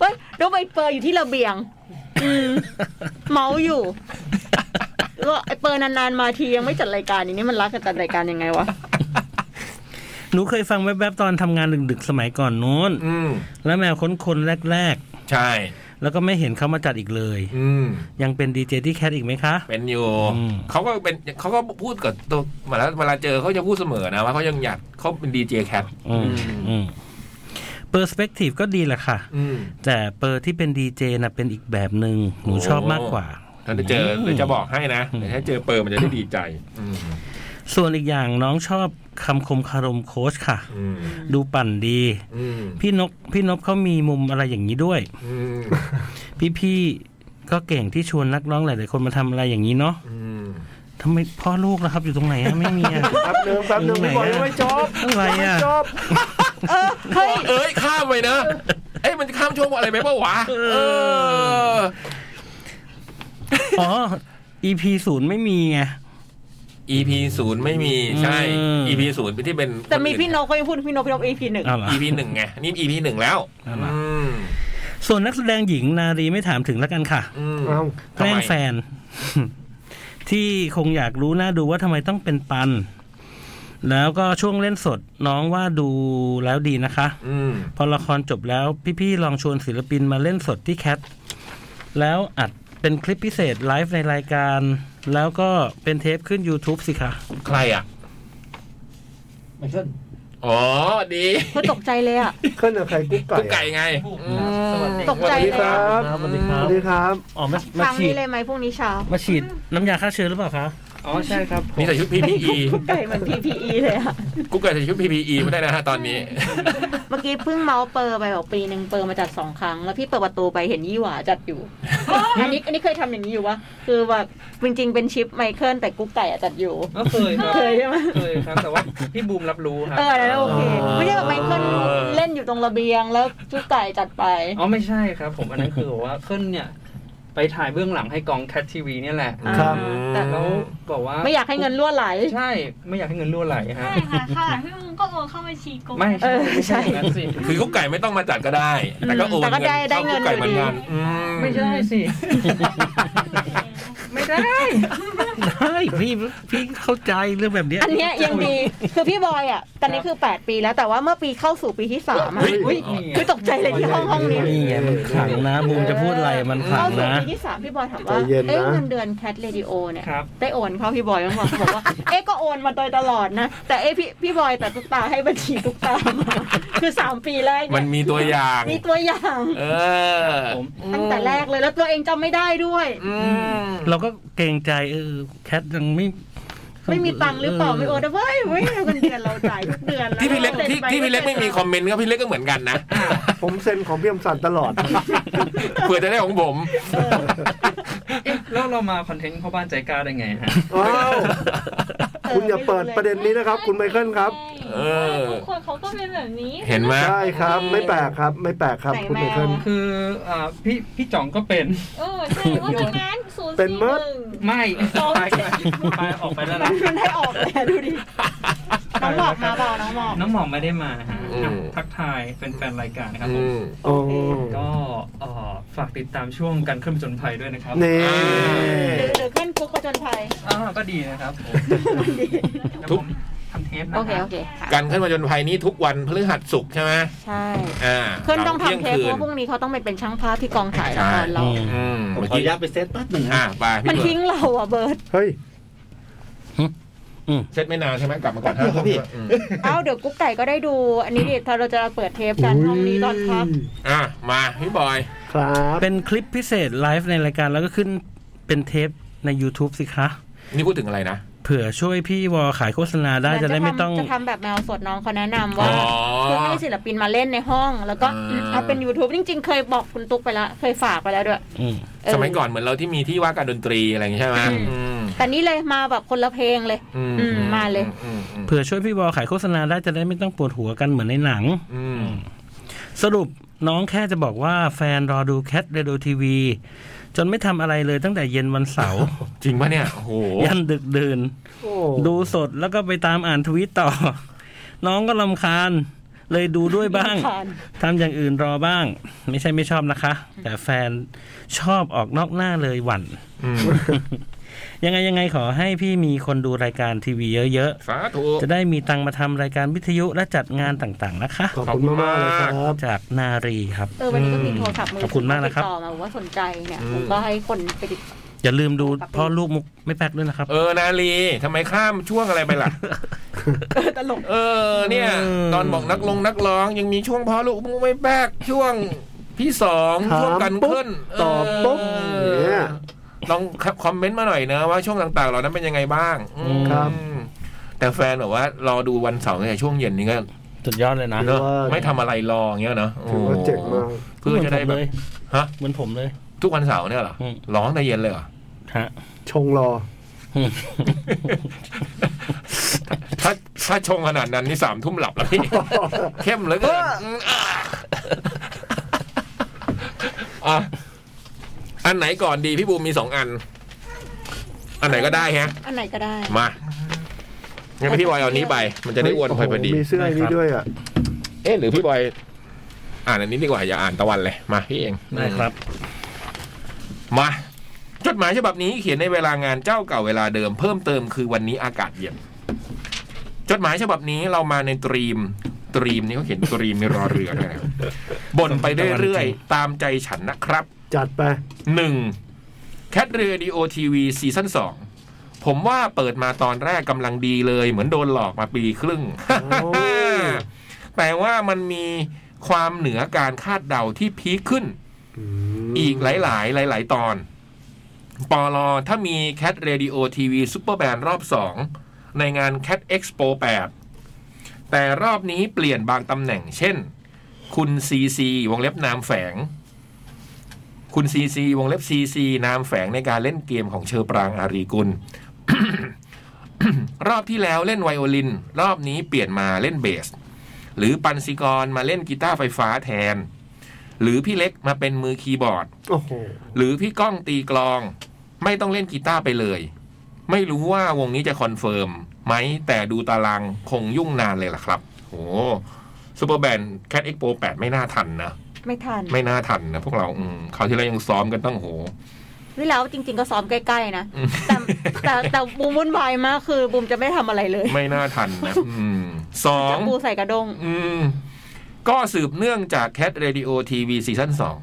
เฮ้ยแล้วไอเปอร์อยู่ที่ระเบียง อืมเมาอยู่ก็ไอเปอร์นานๆมาทียังไม่จัดรายการอย่างนี้มันรักกับจัดรายการยังไงวะ หนูเคยฟังแวบๆตอนทำงานดึกๆสมัยก่อนนู้น อืม แล้วแมวค้นคนแรก ใช่ ๆ แล้วก็ไม่เห็นเขามาจัดอีกเลย อืม ยังเป็นดีเจที่แคทอีกไหมคะ เป็นอยู่ อืม เขาก็เป็นเขาก็พูดกับตัวเวลาเวลาเจอเขาจะพูดเสมอนะว่าเขายังอยากเขาเป็นดีเจแคท อืม อืม อืมเปอร์สเปกทีฟก็ดีแหละค่ะ แต่เปอร์ที่เป็นดีเจนะเป็นอีกแบบหนึ่งหนูชอบมากกว่า ถ้าได้เจอเดี๋ยวจะบอกให้นะเดี๋ยวถ้าเจอเปิร์มันจะได้ดีใจ อืม ส่วนอีกอย่างน้องชอบคำคมคารมโค้ชค่ะ อืม ดูปั่นดี อืม พี่นกพี่นกเขามีมุมอะไรอย่างนี้ด้วย อืม พี่ๆก็เก่งที่ชวนนักร้องหลายๆคนมาทำอะไรอย่างนี้เนาะ อืม ทำไมพ่อลูกนะครับอยู่ตรงไหนอะไม่มีอะ แป๊บนึงแป๊บนึงไม่บอกยังไม่จบ อะไร ยังไม่ อะ จบ เออเฮ้ย เอ้ยข้ามไปนะเอ้ยมันข้ามช่วงอะไรไหมปะวะเออ อ๋อ EP ศูนย์ไม่มีไง EP ศูนย์ไม่มีใช่ อืม EP ศูนย์ที่เป็น แต่มีพี่นกเขายังพูดพี่นกพี่นก EP หนึ่ง เอาเหรอ คนอื่น EP หนึ่งไงนี่ EP หนึ่งแล้ว เอาล่ะ อืม ส่วนนักแสดงหญิงนารีไม่ถามถึงแล้วกันค่ะ อืม เอ้า แกล้ง ทำ แฟ ไม น ที่คงอยากรู้น่าดูว่าทำไมต้องเป็นปัน แล้วก็ช่วงเล่นสดน้องว่าดูแล้วดีนะคะ อืม พอละครจบแล้วพี่ๆลองชวนศิลปินมาเล่นสดที่แคท แล้วอัดเป็นคลิปพิเศษไลฟ์ในรายการ แล้วก็เป็นเทปขึ้น YouTube สิคะ ใครอ่ะ ไม่ขึ้น อ๋อ ดี เขาตกใจเลยอะ ขึ้นกับใครกุ๊กไก่ กุ๊กไก่ไงอืม สวัสดี ตกใจ สวัสดี เล ค ย รั อะ บ สวัสดีครับ สวัสดีครับ อ๋อมา ครั้งนี้เลยไหมพรุ่งนี้เช้า มาฉีดน้ำยาฆ่าเชื้อหรือเปล่าคะ อ๋อใช่ครับ นี่ใส่ชุด PPE ไก่เหมือน PPE เลยอะ กุ๊กไก่ใส่ชุด PPE ไม่ได้นะฮะตอนนี้ เมื่อกี้เพิ่งเมาส์เปอร์ไปบอกปีหนึ่งเปอร์มาจัดสองครั้ง แล้วพี่เปิดประตูไปเห็นยี่หวาจัดอยู่ อันนี้อันนี้เคยทำอย่างนี้อยู่วะคือแบบจริงๆเป็นชิปไมเคิลแต่กุ๊กไก่อะจัดอยู่ ก็เคยครับ เคยใช่ไหม เคยครับ แต่ว่าพี่บูมรับรู้ครับ เออแล้วโอเค อ๋อ ไม่ใช่แบบไมเคิลเล่นอยู่ตรงระเบียงแล้วกุ๊กไก่จัดไป อ๋อไม่ใช่ครับ ผมอันนั้นคือบอกว่าขึ้นเนี่ย ไปถ่ายเบื้องหลังให้กองแคททีวีเนี่ยแหละ อ่า ครับ แต่ แล้วบอกว่า ไม่อยากให้เงินล่วไหล ใช่ไม่อยากให้เงินรั่วไหลฮะ ใช่ค่ะข้าวหลังพี่มุงก็โอนเข้าบัญชีกง ไม่ เอ ใช่ อใช่ไม่ใช่อย่างนั้นสิ คือกุ๊กไก่ไม่ต้องมาจัดก็ได้ แต่ก็โอน แต่ก็ได้ได้เงิ เงิ น น อยู่ เข้ากุ๊กไก่เหมือนกัน ดี อืม ไม่ใช่สิ ไม่ได้ ได้พี่พี่เข้าใจเรื่องแบบเนี้ย อันเนี้ยยังดีคือพี่บอยอ่ะตอนนี้คือ 8 ปีแล้วแต่ว่าเมื่อปีเข้าสู่ปีที่สามอะ เฮ้ย เฮ้ย คือตกใจเลยที่ห้องห้องนี้ นี่ไงมันขลังนะบูมจะพูดอะไรมันขลั เข้าง สู่ นะ ปีที่สามพี่บอยถามว่า ใจเย็นนะ เอ๊ะเงินเดือนแคทเรดิโอเนี่ย ครับ ได้โอนเขาพี่บอยมั้งบอกเขาบอกว่า เอ๊ะก็โอนมาโดยตลอดนะ แต่เอ๊ะพี่พี่บอยแต่ทุกตาให้บัญชีทุกตามาคือสามปีแรก มั เนี่ น ย มีตัวอย่าง มีตัวอย่าง เออ ผม ตั้งแต่แรกเลยแล้วตัวเองจำไม่ได้ด้วย อืม เราก็เกรงใจเออแคทยังไม่ ไม่มีตังค์หรือเปล่าไม่โอนนะเว้ยเว้ยเงินเดือนเราจ่ายทุกเดือนแล้ว ที่พี่เล็กที่ที่พี่เล็กไม่มีคอมเมนต์ก็พี่เล็กก็เหมือนกันนะ ผมเซ็นของพี่อมสันตลอด เผื่อจะได้ของผม เออ เอ๊ะแล้วเรามาคอนเทนต์พ่อบ้านใจกล้าได้ไงฮะ ว้าว คุณอย่าเปิดประเด็นนี้นะครับ คุณไมเคิลครับ เออ ทุกคนเขาก็เป็นแบบนี้ เห็นไหม ใช่ครับ ไม่แปลกครับ ไม่แปลกครับ คุณไมเคิล คืออ่าพี่พี่จ่องก็เป็น เออใช่เพราะฉะนั้นศูนย์ เป็น สี่ ม ห ด นึ่ง ไม่ไปไปไปออกไปแล้วนะ มันให้ออกเลยอะดูดิน้องหมอกมาเปล่าน้องหมอก น้องหมองไม่ได้มาฮะอ่ะทักทายเป็นแฟนรายการนะครับผ อื ม ม โอ้ ก็เอ่อฝากติดตามช่วงการเคลื่อนจนภัยด้วยนะครับ เน่ อ่ หรือหรือขึ้นคุกประจนภัย อ่าก็ดีนะครับผม ทุก ทำเทปนะ โอเค รั โอบ เคค่ะ การขึ้นมาจนภัยนี้ทุกวันพฤหัสศุกร์ใช่ไหม ใช่ อ่า ขึ้นต้อง หลั ทำเทป ที่ย เพ ง ราะพรุ่งนี้เขาต้องไปเป็นช่างภาพที่กองถ่ายละครเรา อืม อืม ผม เมื่อ ขออ กี้ นุญาตไปเซตแป๊บหนึ่ง อ่า นะ ไป มัน พี่เบิร์ด ทิ้งเราอ่ะเบิร์ต เฮ้ย อืม เซตไม่นานใช่ไหมกลับมาก่อนห้าทุ่ม พี่ อืม เอ้าเดี๋ยวกุ๊กไก่ก็ได้ดู อันนี้เดี๋ยวเราจะเปิดเทปกันห้องนี้ตอนพัก อ่ะมาพี่บอย ครับ เป็นคลิปพิเศษไลฟ์ในรายการแล้วก็ขึ้นเป็นเทปใน YouTube สิคะ นี่พูดถึงอะไรนะ เผื่อช่วยพี่วอขายโฆษณาได้จะได้ไม่ต้อง จะทำแบบแมวสดน้องเขาแนะนำว่า อ๋อ คือให้ศิลปินมาเล่นในห้อง แล้วก็ อ่า เอาเป็น YouTube จริง ๆ เคยบอกคุณตุ๊กไปละเคยฝากไปแล้วด้วย อืม เ สมัยก่อนเหมือนเราที่มีที่ว่าการดนตรีอะไรอย่างงี้ใช่ไหม อืม อืม แต่นี่เลยมาแบบคนละเพลงเลย อืม อืมมาเลย อืมอืม เผื่อช่วยพี่วอขายโฆษณาได้จะได้ไม่ต้องปวดหัวกันเหมือนในหนัง อืม สรุปน้องแค่จะบอกว่าแฟนรอดูแคทเรด o ทีวี จนไม่ทำอะไรเลยตั้งแต่เย็นวันเสาร์ จริงปะเนี่ยโอ้โห ยันดึกดื่น โอ้ ดูสดแล้วก็ไปตามอ่านทวิตต่อ น้องก็ลำคาญ เลยดูด้วยบ้าง รำคญ ทำอย่างอื่นรอบ้าง ไม่ใช่ไม่ชอบนะคะ แต่แฟนชอบออกนอกหน้าเลยหวั่น อืม ยังไงยังไงขอให้พี่มีคนดูรายการทีวีเยอะ สาธุ ๆ จะได้มีตังค์มาทำรายการวิทยุและจัดงานต่างๆนะคะ ขอบคุณมากๆเลยครับ จากนารีครับ เออวันนี้ก็มีโทรศัพท์มือ ขอบคุณมากนะครับ ติดต่อมาบอกว่าสนใจเนี่ยผมก็ให้คนไปติด อย่าลืมดูพ่อลูกมุกไม่แป๊กด้วยนะครับ เออนาลีทำไมข้ามช่วงอะไรไปล่ะ ตลก เออเนี่ย อืม ตอนบอกนักลงนักร้องยังมีช่วงพ่อลูกมุ้งไม่แป๊กช่วงพี่สอง ถาม ช่วงกันขึ้น ปุ๊บตอบปุ๊บ เออ เนี่ย ลองคอมเมนต์มาหน่อยนะว่าช่วงต่างๆเหล่านั้นเป็นยังไงบ้างอืม ครับ แต่แฟนแบบว่ารอดูวันเสาร์เนี่ยช่วงเย็นนี่ก็ สุดยอดเลยนะ เนอะไม่ทำอะไรรออย่างเงี้ยเนอะ ถือว่าเจ๋งมาก เพื่อจะได้ เห แบ มื บ อนผมเลย ฮะ เหมือนผมเลย ทุกวันเสาร์เนี่ยเหรอ อืม ร้องในเย็นเลยเหรอ ฮะ ชงรอ ถ้าถ้าชงขนาดนั้นนี่สามทุ่มหลับ แล้วพี่ เข้มเหลือเกินอืมอ่ะอ่ะอันไหนก่อนดีพี่บูมมีสองอัน อันไหนก็ได้ฮะ อันไหนก็ได้ มางั้นพี่บอยเอานี้ไป มันจะได้อ้วนพอดี โโหมีเสื้ออันนี้ด้วยอ่ะ เอ๊ะหรือพี่บอย อ่านอันนี้ดีกว่าอย่าอ่านตะวันเลย มาพี่เอง ได้ครับ มาจดหมายฉบับนี้เขียนในเวลางานเจ้าเก่าเวลาเดิมเพิ่มเติมคือวันนี้อากาศเย็นจดหมายฉบับนี้เรามาในตรีม ตรีมนี่เขาเขียนตรีมในรอเรือด้วยนะบ่นไปเรื่อยๆ ตามใจฉันนะครับ จัดไป หนึ่งแคทเรดิโอทีวีซีซั่นสองผมว่าเปิดมาตอนแรกกำลังดีเลย เหมือนโดนหลอกมาปีครึ่ง โอ้ แต่ว่ามันมีความเหนือการคาดเดาที่พีคขึ้น อีกหลาย ๆ หลาย ๆ ตอน ปอลอถ้ามีแคทเรดิโอทีวีซูเปอร์แบนรอบสองในงานแคทเอ็กซ์โป8แต่รอบนี้เปลี่ยนบางตำแหน่ง เช่น คุณซีซีวงเล็บนามแฝง คุณซีซีวงเล็บซีซีนามแฝงในการเล่นเกมของเชอปรางอารีกุล รอบที่แล้วเล่นไวโอลิน รอบนี้เปลี่ยนมาเล่นเบส หรือปันซิกรมาเล่นกีตาร์ไฟฟ้าแทน หรือพี่เล็กมาเป็นมือคีย์บอร์ด โอ้โห หรือพี่ก้องตีกลอง ไม่ต้องเล่นกีตาร์ไปเลย ไม่รู้ว่าวงนี้จะคอนเฟิร์มไหมแต่ดูตารางคงยุ่งนานเลยล่ะครับโอ้ซูเปอร์แบนแคทเอ็กโปแปดไม่น่าทันนะ ไม่ทัน ไม่น่าทันนะพวกเราอืมคราวที่เรายังซ้อมกันตั้งโห วิแล้วจริง ๆ ก็ซ้อมใกล้ๆนะ อืม แต่แต่แต่บูมวุ่นวายมากคือบูมจะไม่ทำอะไรเลย ไม่น่าทัน นะอืมสอง จะปูใส่กระดง อืม ก็สืบเนื่องจากแคทเรดิโอทีวีซีซั่นสอง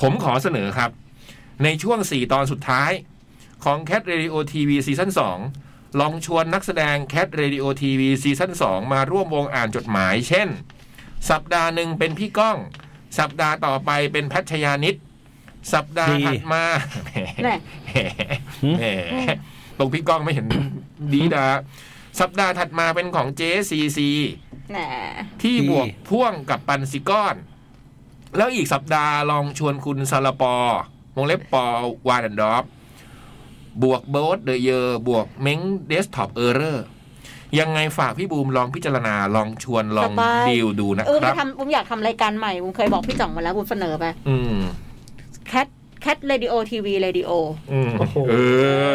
ผมขอเสนอครับ ในช่วง 4 ตอนสุดท้าย ของแคทเรดิโอทีวีซีซั่นสองลองชวนนักแสดงแคทเรดิโอทีวีซีซั่นสองมาร่วมวงอ่านจดหมาย เช่น สัปดาห์หนึ่งเป็นพี่ก้อง สัปดาห์ต่อไปเป็นพัชยานิตสัปดาห์ ดี ถัดมา แน่ แหมตรงพี่ก้องไม่เห็น ดีดาสัปดาห์ถัดมาเป็นของ JCC แหน ที่ ดี บวกพ่วงกับปันซิก้อน แล้วอีกสัปดาห์ลองชวนคุณซาลาปอวงเล็บปอวานแอนดอฟบวกโบสเดอะเยอร์บวกเม้งเดสท็อปเออร์เรอร์ยังไงฝากพี่บูมลองพิจารณาลองชวนลอง สบาย ดีลดูนะ เออ ค มา รับ ทำบูมอยากทำรายการใหม่บูมเคยบอกพี่จ่องมาแล้วบูมเสนอไป อืม แคทแคทเรดิโอทีวีเรดิโอ อืม โอ้โห เอ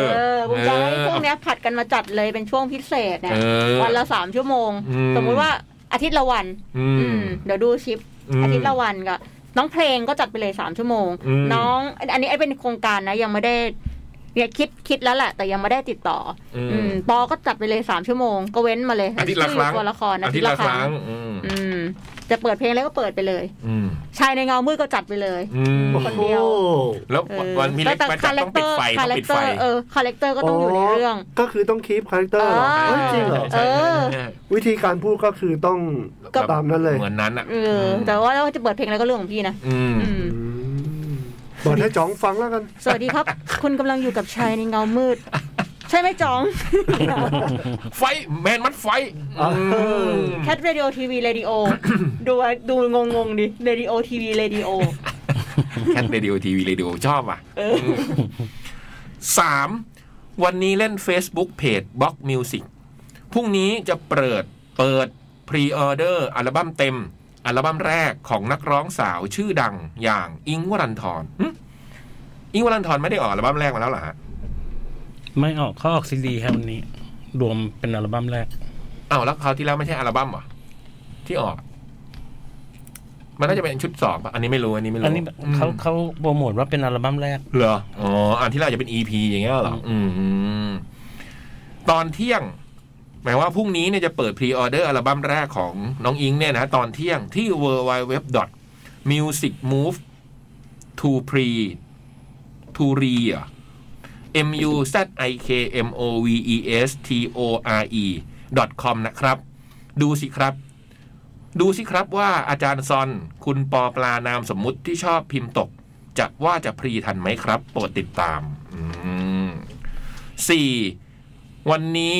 อ เออบูมจะให้ เออ พวกเนี้ยผัดกันมาจัดเลยเป็นช่วงพิเศษเนี่ย เออ วันละสามชั่วโมง อืม สมมุติว่าอาทิตย์ละวัน อื อื ม มเดี๋ยวดูชิป ม อาทิตย์ละวันก็น้องเพลงก็จัดไปเลยสามชั่วโมง อืม น้องอันอันนี้ไอ้เป็นโครงการนะยังไม่ได้เนี่ยคิดคิดแล้วแหละแต่ยังไม่ได้ติดต่ออ ม อืมปอก็จัดไปเลยสามชั่วโมง ก็เว้นมาเลย อาทิตย์ละครั้ง ชื่ตัวละคร อาทิตย์ละครั้งอืม อืมจะเปิดเพลงแล้วก็เปิดไปเลย อืม ชายในเงามืดก็จัดไปเลย อืม คนเดียว โอ้ แล้ว เออ วันมีเล็ก แต่ ประจักษ์ต้องปิดไฟต้คาอง แร ปิ ค ด เต ไฟ อร์เออคาแรคเตอร์ก็ต้องอยู่ในเรื่อง ก็คือต้องคีปคาแรคเตอร์เหรอ อ่า เฮ้ยจริงเหรอ ใช่ใช่ใช่ เออ วิธีการพูดก็คือต้อง ก็ ตามนั้นเลย เหมือนนั้นอ่ะ เออแต่ว่าเราจะเปิดเพลงอะไรก็เรื่องของพี่นะ อืม อืม บอกให้จ๋องฟังแล้วกัน สวัสดีครับ คุณกำลังอยู่กับชายในเงามืด ใช่ไหมจ๋อง ไฟแมนมัดไฟ อ่า ม แคทเรดิโอทีวีเรดิโอ ดูดูงงงๆดิเรดิโอทีวีเรดิโอ แคทเรดิโอทีวีเรดิโอชอบอ่ะ เออ สามวันนี้เล่น Facebook เพจ b ล็อกมิวสิกพรุ่งนี้จะเปิดเปิดพรีออเดอร์อัลบั้มเต็ม อัลบั้มแรกของนักร้องสาวชื่อดังอย่างอิงค์วรันทรหึอิงค์วรันทรไม่ได้ออกอัลบั้มแรกมาแล้วเหรอฮะ ไม่ออกเขาออกซีดีครับวันนี้ รวมเป็นอัลบั้มแรก อ้าวแล้วคราวที่แล้วไม่ใช่อัลบั้มเหรอที่ออก มันน่าจะเป็นชุดสองปะอันนี้ไม่รู้อันนี้ไม่รู้ อันนี้ ม เขาเขาโปรโมทว่าเป็นอัลบั้มแรก เหรอ อ๋อ อันที่เราจะเป็น EP อย่างเงี้ยเหรอ อืม ตอนเที่ยง หมายว่าพรุ่งนี้เนี่ยจะเปิดพรีออเดอร์อัลบั้มแรกของน้องอิงเนี่ยนะ ตอนเที่ยงที่ w w w m u s i c m o v e to pre to re อ่ะ m u z i k m o v e s t o r e com นะครับ ดูสิครับ ดูสิครับว่าอาจารย์ซอน คุณปอปลานามสมมุติที่ชอบพิมพ์ตก จะว่าจะพรีทันไหมครับโปรดติดตามอืมสี่วันนี้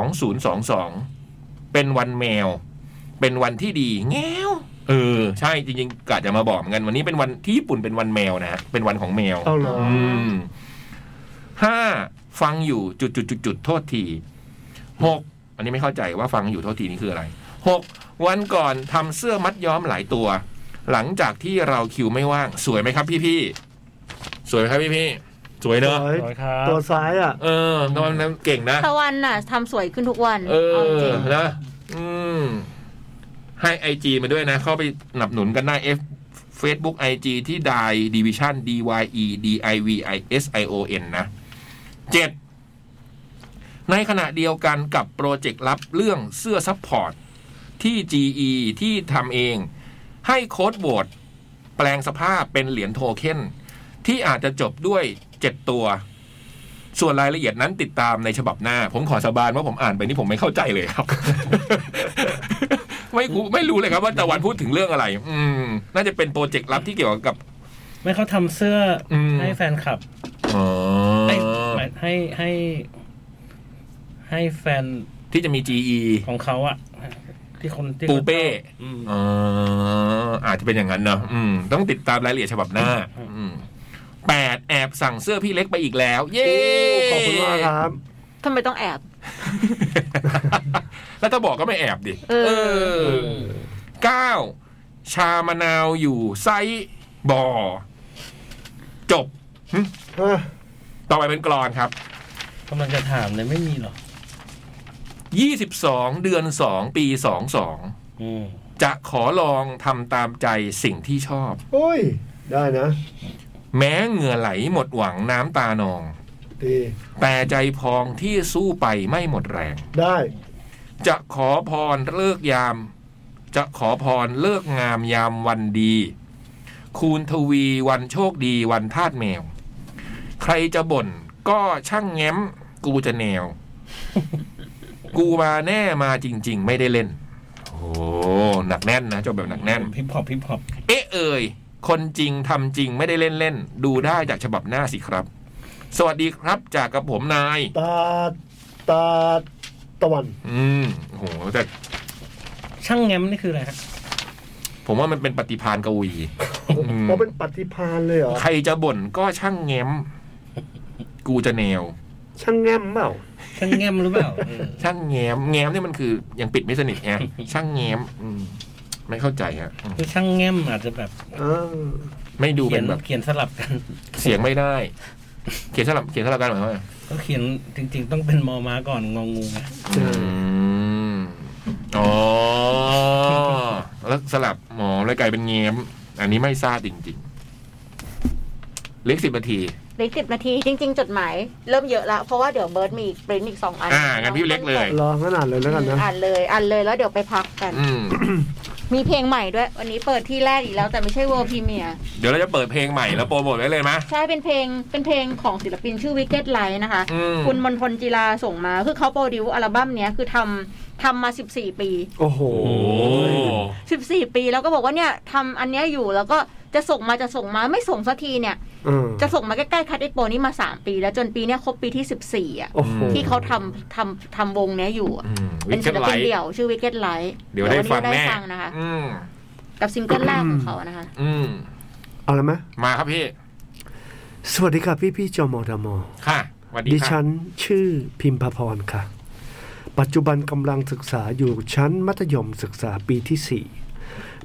22.02.2022 เป็นวันแมว เป็นวันที่ดีแง้ว เออ ใช่จริงๆกะจะมาบอกเหมือนกันวันนี้เป็นวันที่ญี่ปุ่นเป็นวันแมวนะฮะเป็นวันของแมว เอาเหรอ อืมห้าฟังอยู่จุดจุดจุดจุดโทษทีหกอันนี้ไม่เข้าใจว่าฟังอยู่โทษทีนี่คืออะไรหกวันก่อนทำเสื้อมัดย้อมหลายตัว หลังจากที่เราคิวไม่ว่าง สวยไหมครับพี่พี่ๆสวยไหมครับพี่พี่ๆสวยเนอะ เฮ้ย สวยครับ ตัวซ้ายอ่ะ เออตอนนั้นเก่งนะ ตะวันน่ะทำสวยขึ้นทุกวัน เอ เอาจ อ ริง นะอืม ให้ไอจีมาด้วยนะ เข้าไปหนับหนุนกันได้ F Facebook IG ที่ Dai Division D Y E D I V I S I O N นะเจ็ดในขณะเดียวกันกับโปรเจกต์ลับเรื่องเสื้อซัพพอร์ต ที่ GE ที่ทำเอง ให้โค้ดโหวตแปลงสภาพเป็นเหรียญโทเค็นที่อาจจะจบด้วย 7 ตัว ส่วนรายละเอียดนั้นติดตามในฉบับหน้า ผมขอสาบานว่าผมอ่านไปนี่ผมไม่เข้าใจเลยครับ ไม่รู้ไม่รู้เลยครับว่าตะวันพูดถึงเรื่องอะไร อืม น่าจะเป็นโปรเจกต์ลับที่เกี่ยวกับ ไม่เขาทำเสื้ออ ม ให้แฟนคลับ อ๋อ ให้ให้ให้ ให้แฟน ที่จะมี GE ของเขาอะที่คนที่ ปู ขา เป้ อืม อ๋ออาจจะเป็นอย่างนั้นเนอะอืม ต้องติดตามรายละเอียดฉบับหน้า อืมแปดแอบสั่งเสื้อพี่เล็กไปอีกแล้ว เย้ ขอบคุณมากครับ ทำไมต้องแอบ แล้วถ้าบอกก็ไม่แอบดิ เออ อเก้าชามะนาวอยู่ไซบ่อ จบ ต่อไปเป็นกรอนครับ กำลังจะถามเลยไม่มีหรอ 22 เดือน 2 ปี 22 อืม จะขอลองทำตามใจสิ่งที่ชอบ โอ้ย ได้นะ แม้เหงื่อไหลหมดหวังน้ำตานอง ดี แต่ใจพองที่สู้ไปไม่หมดแรง ได้ จะขอพรเลิกยาม จะขอพรเลิกงามยามวันดี คูณทวีวันโชคดีวันธาตุแมว ใครจะบ่นก็ช่างแง้ม กูจะแนว กูมาแน่มาจริง ๆ ไม่ได้เล่น โอ้หนักแน่นนะจบแบบหนักแน่น พิมพ์พอปพิมพ์พอป เอ๊ะเอ่ย คนจริงทำจริงไม่ได้เล่นเล่นๆดูได้จากฉบับหน้าสิครับ สวัสดีครับจากกับผมนาย ตา ตา ตะวัน อืมโอ้โหแต่ ช่างแง้มนี่คืออะไรฮะ ผมว่ามันเป็นปฏิพานกวีอืม เพราะเป็นปฏิพานเลยเหรอ ใครจะบ่นก็ช่างแง้ม กูจะแนว ช่างแง่มเปล่า ช่างแง้มหรือเปล่าเออ ช่างแง้ม แง้มเนี่ยมันคือยังปิดไม่สนิทไงช่างแง้มอืมไม่เข้าใจฮะอืม คือช่างแง้มอาจจะแบบ เออ ไม่ดู เขี เป็ ยน นแบบ เขียนสลับกัน เสียงไม่ได้ เขียนสลับเขียนสลับกันหมายความว่าไง ก็เขียนจริง ๆ ต้องเป็นมอม้าก่อนงองูไง ใช่ อืมอ๋อแล้วสลับหมอแล้วกลายเป็นแง้ม อันนี้ไม่ทราบจริงๆเหล็กสิบนาที เหลือสิบนาทีจริง ๆ จดหมาย เริ่มเยอะละเพราะว่าเดี๋ยวเบิร์ดมีอีกปริ้นอีกสองอัน อ่างั้นพี่เล็กเลย รอขนาดเลยแล้วกันนะ อ่านเลยอ่านเลยแล้วเดี๋ยวไปพักกัน อืม มีเพลงใหม่ด้วย วันนี้เปิดที่แรกอีกแล้วแต่ไม่ใช่เวอร์พรีเมีย เดี๋ยวเราจะเปิดเพลงใหม่แล้วโปรโมทไว้เลยไหม ใช่เป็นเพลงเป็นเพลงของศิลปินชื่อ Wicked Light นะคะ อืม คุณมนทนจิลาส่งมา คือเขาโปรดิวซ์อัลบั้มเนี้ยคือทำทำมา 14 ปี โอ้โห โอ้โห 14 ปีแล้วก็บอกว่าเนี่ยทำอันเนี้ยอยู่แล้วก็จะส่งมาจะส่งมาไม่ส่งสักทีเนี่ย อืม จะส่งมาใกล้ๆคัดเอ็กโปนี้มา 3 ปี แล้วจนปีเนี้ยครบปีที่ 14อ่ะ โอ้โห ที่เขาทำทำทำวงเนี้ยอยู่อะ อืม เป็นศิล Wicked Light ปินเดี่ยวชื่อ Wicked Light เดี๋ยวได้ฟัง เดี๋ยววันนี้ แน่ ได้ฟังนะคะ อืม กับซิงเกิลแรกของเขานะคะ อืม เอาละไหม มาครับพี่ สวัสดีค่ะพี่พี่ๆจมดม ค่ะสวัสดี ดิ ค่ะ ฉันชื่อพิมพพรค่ะ ปัจจุบันกำลังศึกษาอยู่ชั้นมัธยมศึกษาปีที่สี่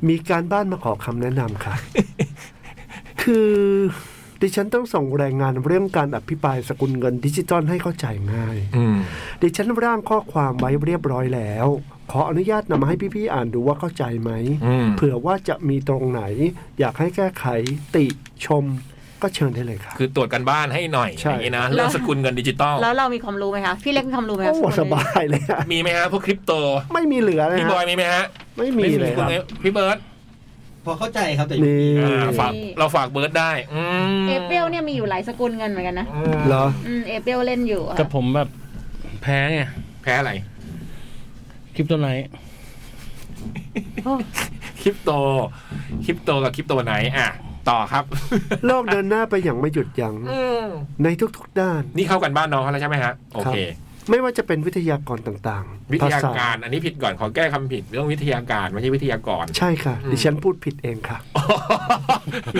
มีการบ้านมาขอคำแนะนำ ค่ะ คือดิฉันต้องส่งรายงานเรื่องการอภิปรายสกุลเงินดิจิตอลให้เข้าใจง่าย อืม ดิฉันร่างข้อความไว้เรียบร้อยแล้ว ขออนุญาตนำมาให้พี่ๆอ่านดูว่าเข้าใจไหม อืม เผื่อว่าจะมีตรงไหน อยากให้แก้ไขติชมก็เชิญได้เลยค่ะ คือตรวจกันบ้านให้หน่อย ใช่ อย่างนี้นะเรื่องสกุลเงินดิจิตอล แล้วเรามีความรู้ไหมคะ พี่เล็กมีความรู้ไหมคะ โอ้ คุณ ส เล็ก บายเลยอะ มีไหมฮะพวกคริปโต ไม่มีเหลือเลย พี่ ฮะ บอยมีไหมฮะ ไม่มีเลย คุ ค ณ รับ เอ๊ะพี่เบิร์ต พอเข้าใจครับแต่ นี่ อ่าฝากเราฝากเบิร์ตได้อืม เอเปรียวเนี่ยมีอยู่หลายสกุลเงินเหมือนกันนะ อืม เหรอ อืมเอเปรียวเล่นอยู่อะ แต่ผมแบบแพ้ไง แพ้อะไร คริปโตไนท์ คริปโตคริปโตกับคริปโตไหนอ่ะต่อครับ โลกเดินหน้าไปอย่างไม่หยุดยั้ง อืม ในทุกๆด้าน นี่เข้ากันบ้านน้องเขาแล้วใช่ไหมฮะโอเค ไม่ว่าจะเป็นวิทยากรต่างๆ วิทยา ภษ การอันนี้ผิดก่อนขอแก้คำผิดเรื่องวิทยาการไม่ใช่วิทยากร ใช่ค่ะ อืม ดิฉันพูดผิดเองค่ะ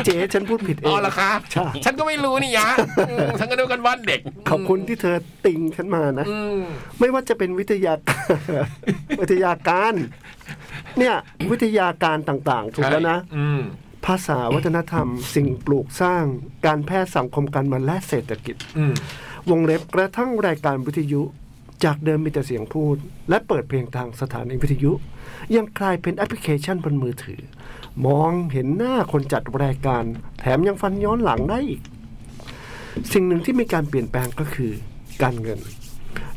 เจ๊ฉันพูดผิดเอ อ๋ ง อ เหรอคะ ใช่ ฉันก็ไม่รู้นี่ ยะอืมฉันก็ดูกันบ้านเด็ก ขอบคุณที่เธอติงฉันมานะ อืม ไม่ว่าจะเป็นวิทยา วิทยาการ เนี่ยวิทยาการต่างๆ ถูกแล้วนะ ใช่อืม ภาษาวัฒนธรรม สิ่งปลูกสร้าง การแพทย์สังคมการเมืองและเศรษฐกิจ อืม วงเล็บกระทั่งรายการวิทยุ จากเดิมมีแต่เสียงพูด และเปิดเพลงทางสถานีวิทยุ ยังกลายเป็นแอปพลิเคชันบนมือถือ มองเห็นหน้าคนจัดรายการ แถมยังฟันย้อนหลังได้อีก สิ่งหนึ่งที่มีการเปลี่ยนแปลงก็คือ การเงิน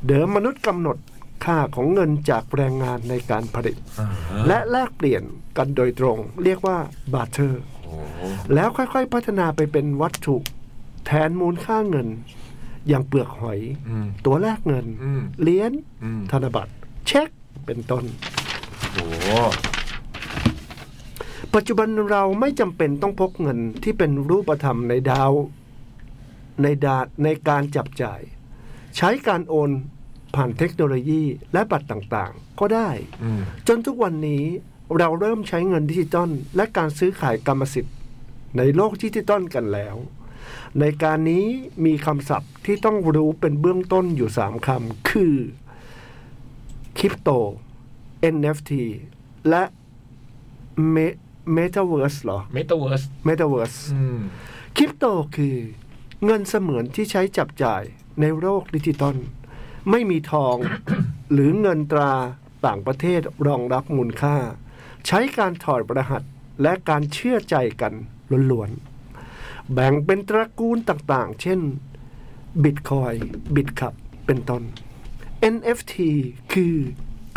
เดิมมนุษย์กำหนดค่าของเงินจากแรงงานในการผลิต และแลกเปลี่ยนกันโดยตรง เรียกว่าบาเทอร์ แล้วค่อยๆ พัฒนาไปเป็นวัตถุแทนมูลค่าเงิน อย่างเปลือกหอย อืม ตัวแลกเงิน อืม เหรียญ อืม ธนบัตร เช็คเป็นต้น โอ้โห ปัจจุบันเราไม่จำเป็นต้องพกเงินที่เป็นรูปธรรมในดาว ในดาในการจับจ่าย ใช้การโอนผ่านเทคโนโลยีและบัตรต่างๆ ก็ได้ อืม จนทุกวันนี้เราเริ่มใช้เงินดิจิตอลและการซื้อขายกรรมสิทธิ์ ในโลกดิจิตอลกันแล้ว ในการนี้มีคำศัพท์ที่ต้องรู้เป็นเบื้องต้นอยู่ 3คำคือคริปโต NFT และ Me- Metaverse เหรอ เมตาเวิร์ส Metaverse อืม คริปโตคือเงินเสมือนที่ใช้จับจ่ายในโลกดิจิตอลไม่มีทอง หรือเงินตราต่างประเทศรองรับมูลค่า ใช้การถอดรหัสและการเชื่อใจกันล้วนๆ แบ่งเป็นตระกูลต่างๆ เช่นบิตคอยบิตคับเป็นต้น NFT คือ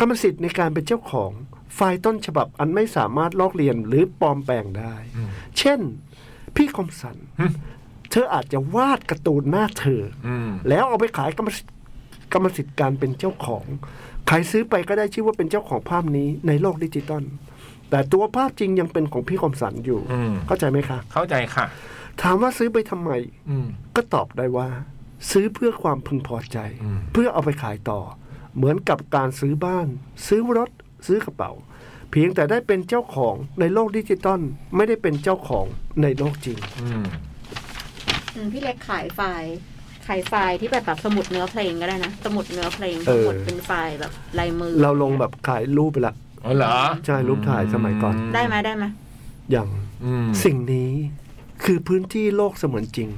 กรรมสิทธิ์ในการเป็นเจ้าของ ไฟล์ต้นฉบับอันไม่สามารถลอกเลียนหรือปลอมแปลงได้ เช่น พี่คมสัน หึ เธออาจจะวาดการ์ตูนหน้าเธอ อืม แล้วเอาไปขายกรรมสิทธิ์กรรมสิทธิ์การเป็นเจ้าของ ใครซื้อไปก็ได้ชื่อว่าเป็นเจ้าของภาพนี้ในโลกดิจิตอลแต่ตัวภาพจริงยังเป็นของพี่คมสันอยู่ อืม เข้าใจไหมคะ เข้าใจค่ะ ถามว่าซื้อไปทำไม อืม ก็ตอบได้ว่า ซื้อเพื่อความพึงพอใจ อืม เพื่อเอาไปขายต่อ เหมือนกับการซื้อบ้าน ซื้อรถ ซื้อกระเป๋า เพียงแต่ได้เป็นเจ้าของในโลกดิจิตอลไม่ได้เป็นเจ้าของในโลกจริง อืม อืมพี่เล็กขายไฟล์ขายไฟล์ที่แบบแบบสมุดเนื้อเพลงก็ได้นะ สมุดเนื้อเพลง เอ ส อ มุดเป็นไฟล์แบบลายมือ เราลงแบบขายรูปไปละ อ๋อเหรอ ใช่รูปถ่ายสมัยก่อน ได้ไหมได้ไหม อย่าง อืม สิ่งนี้คือพื้นที่โลกเสมือนจริง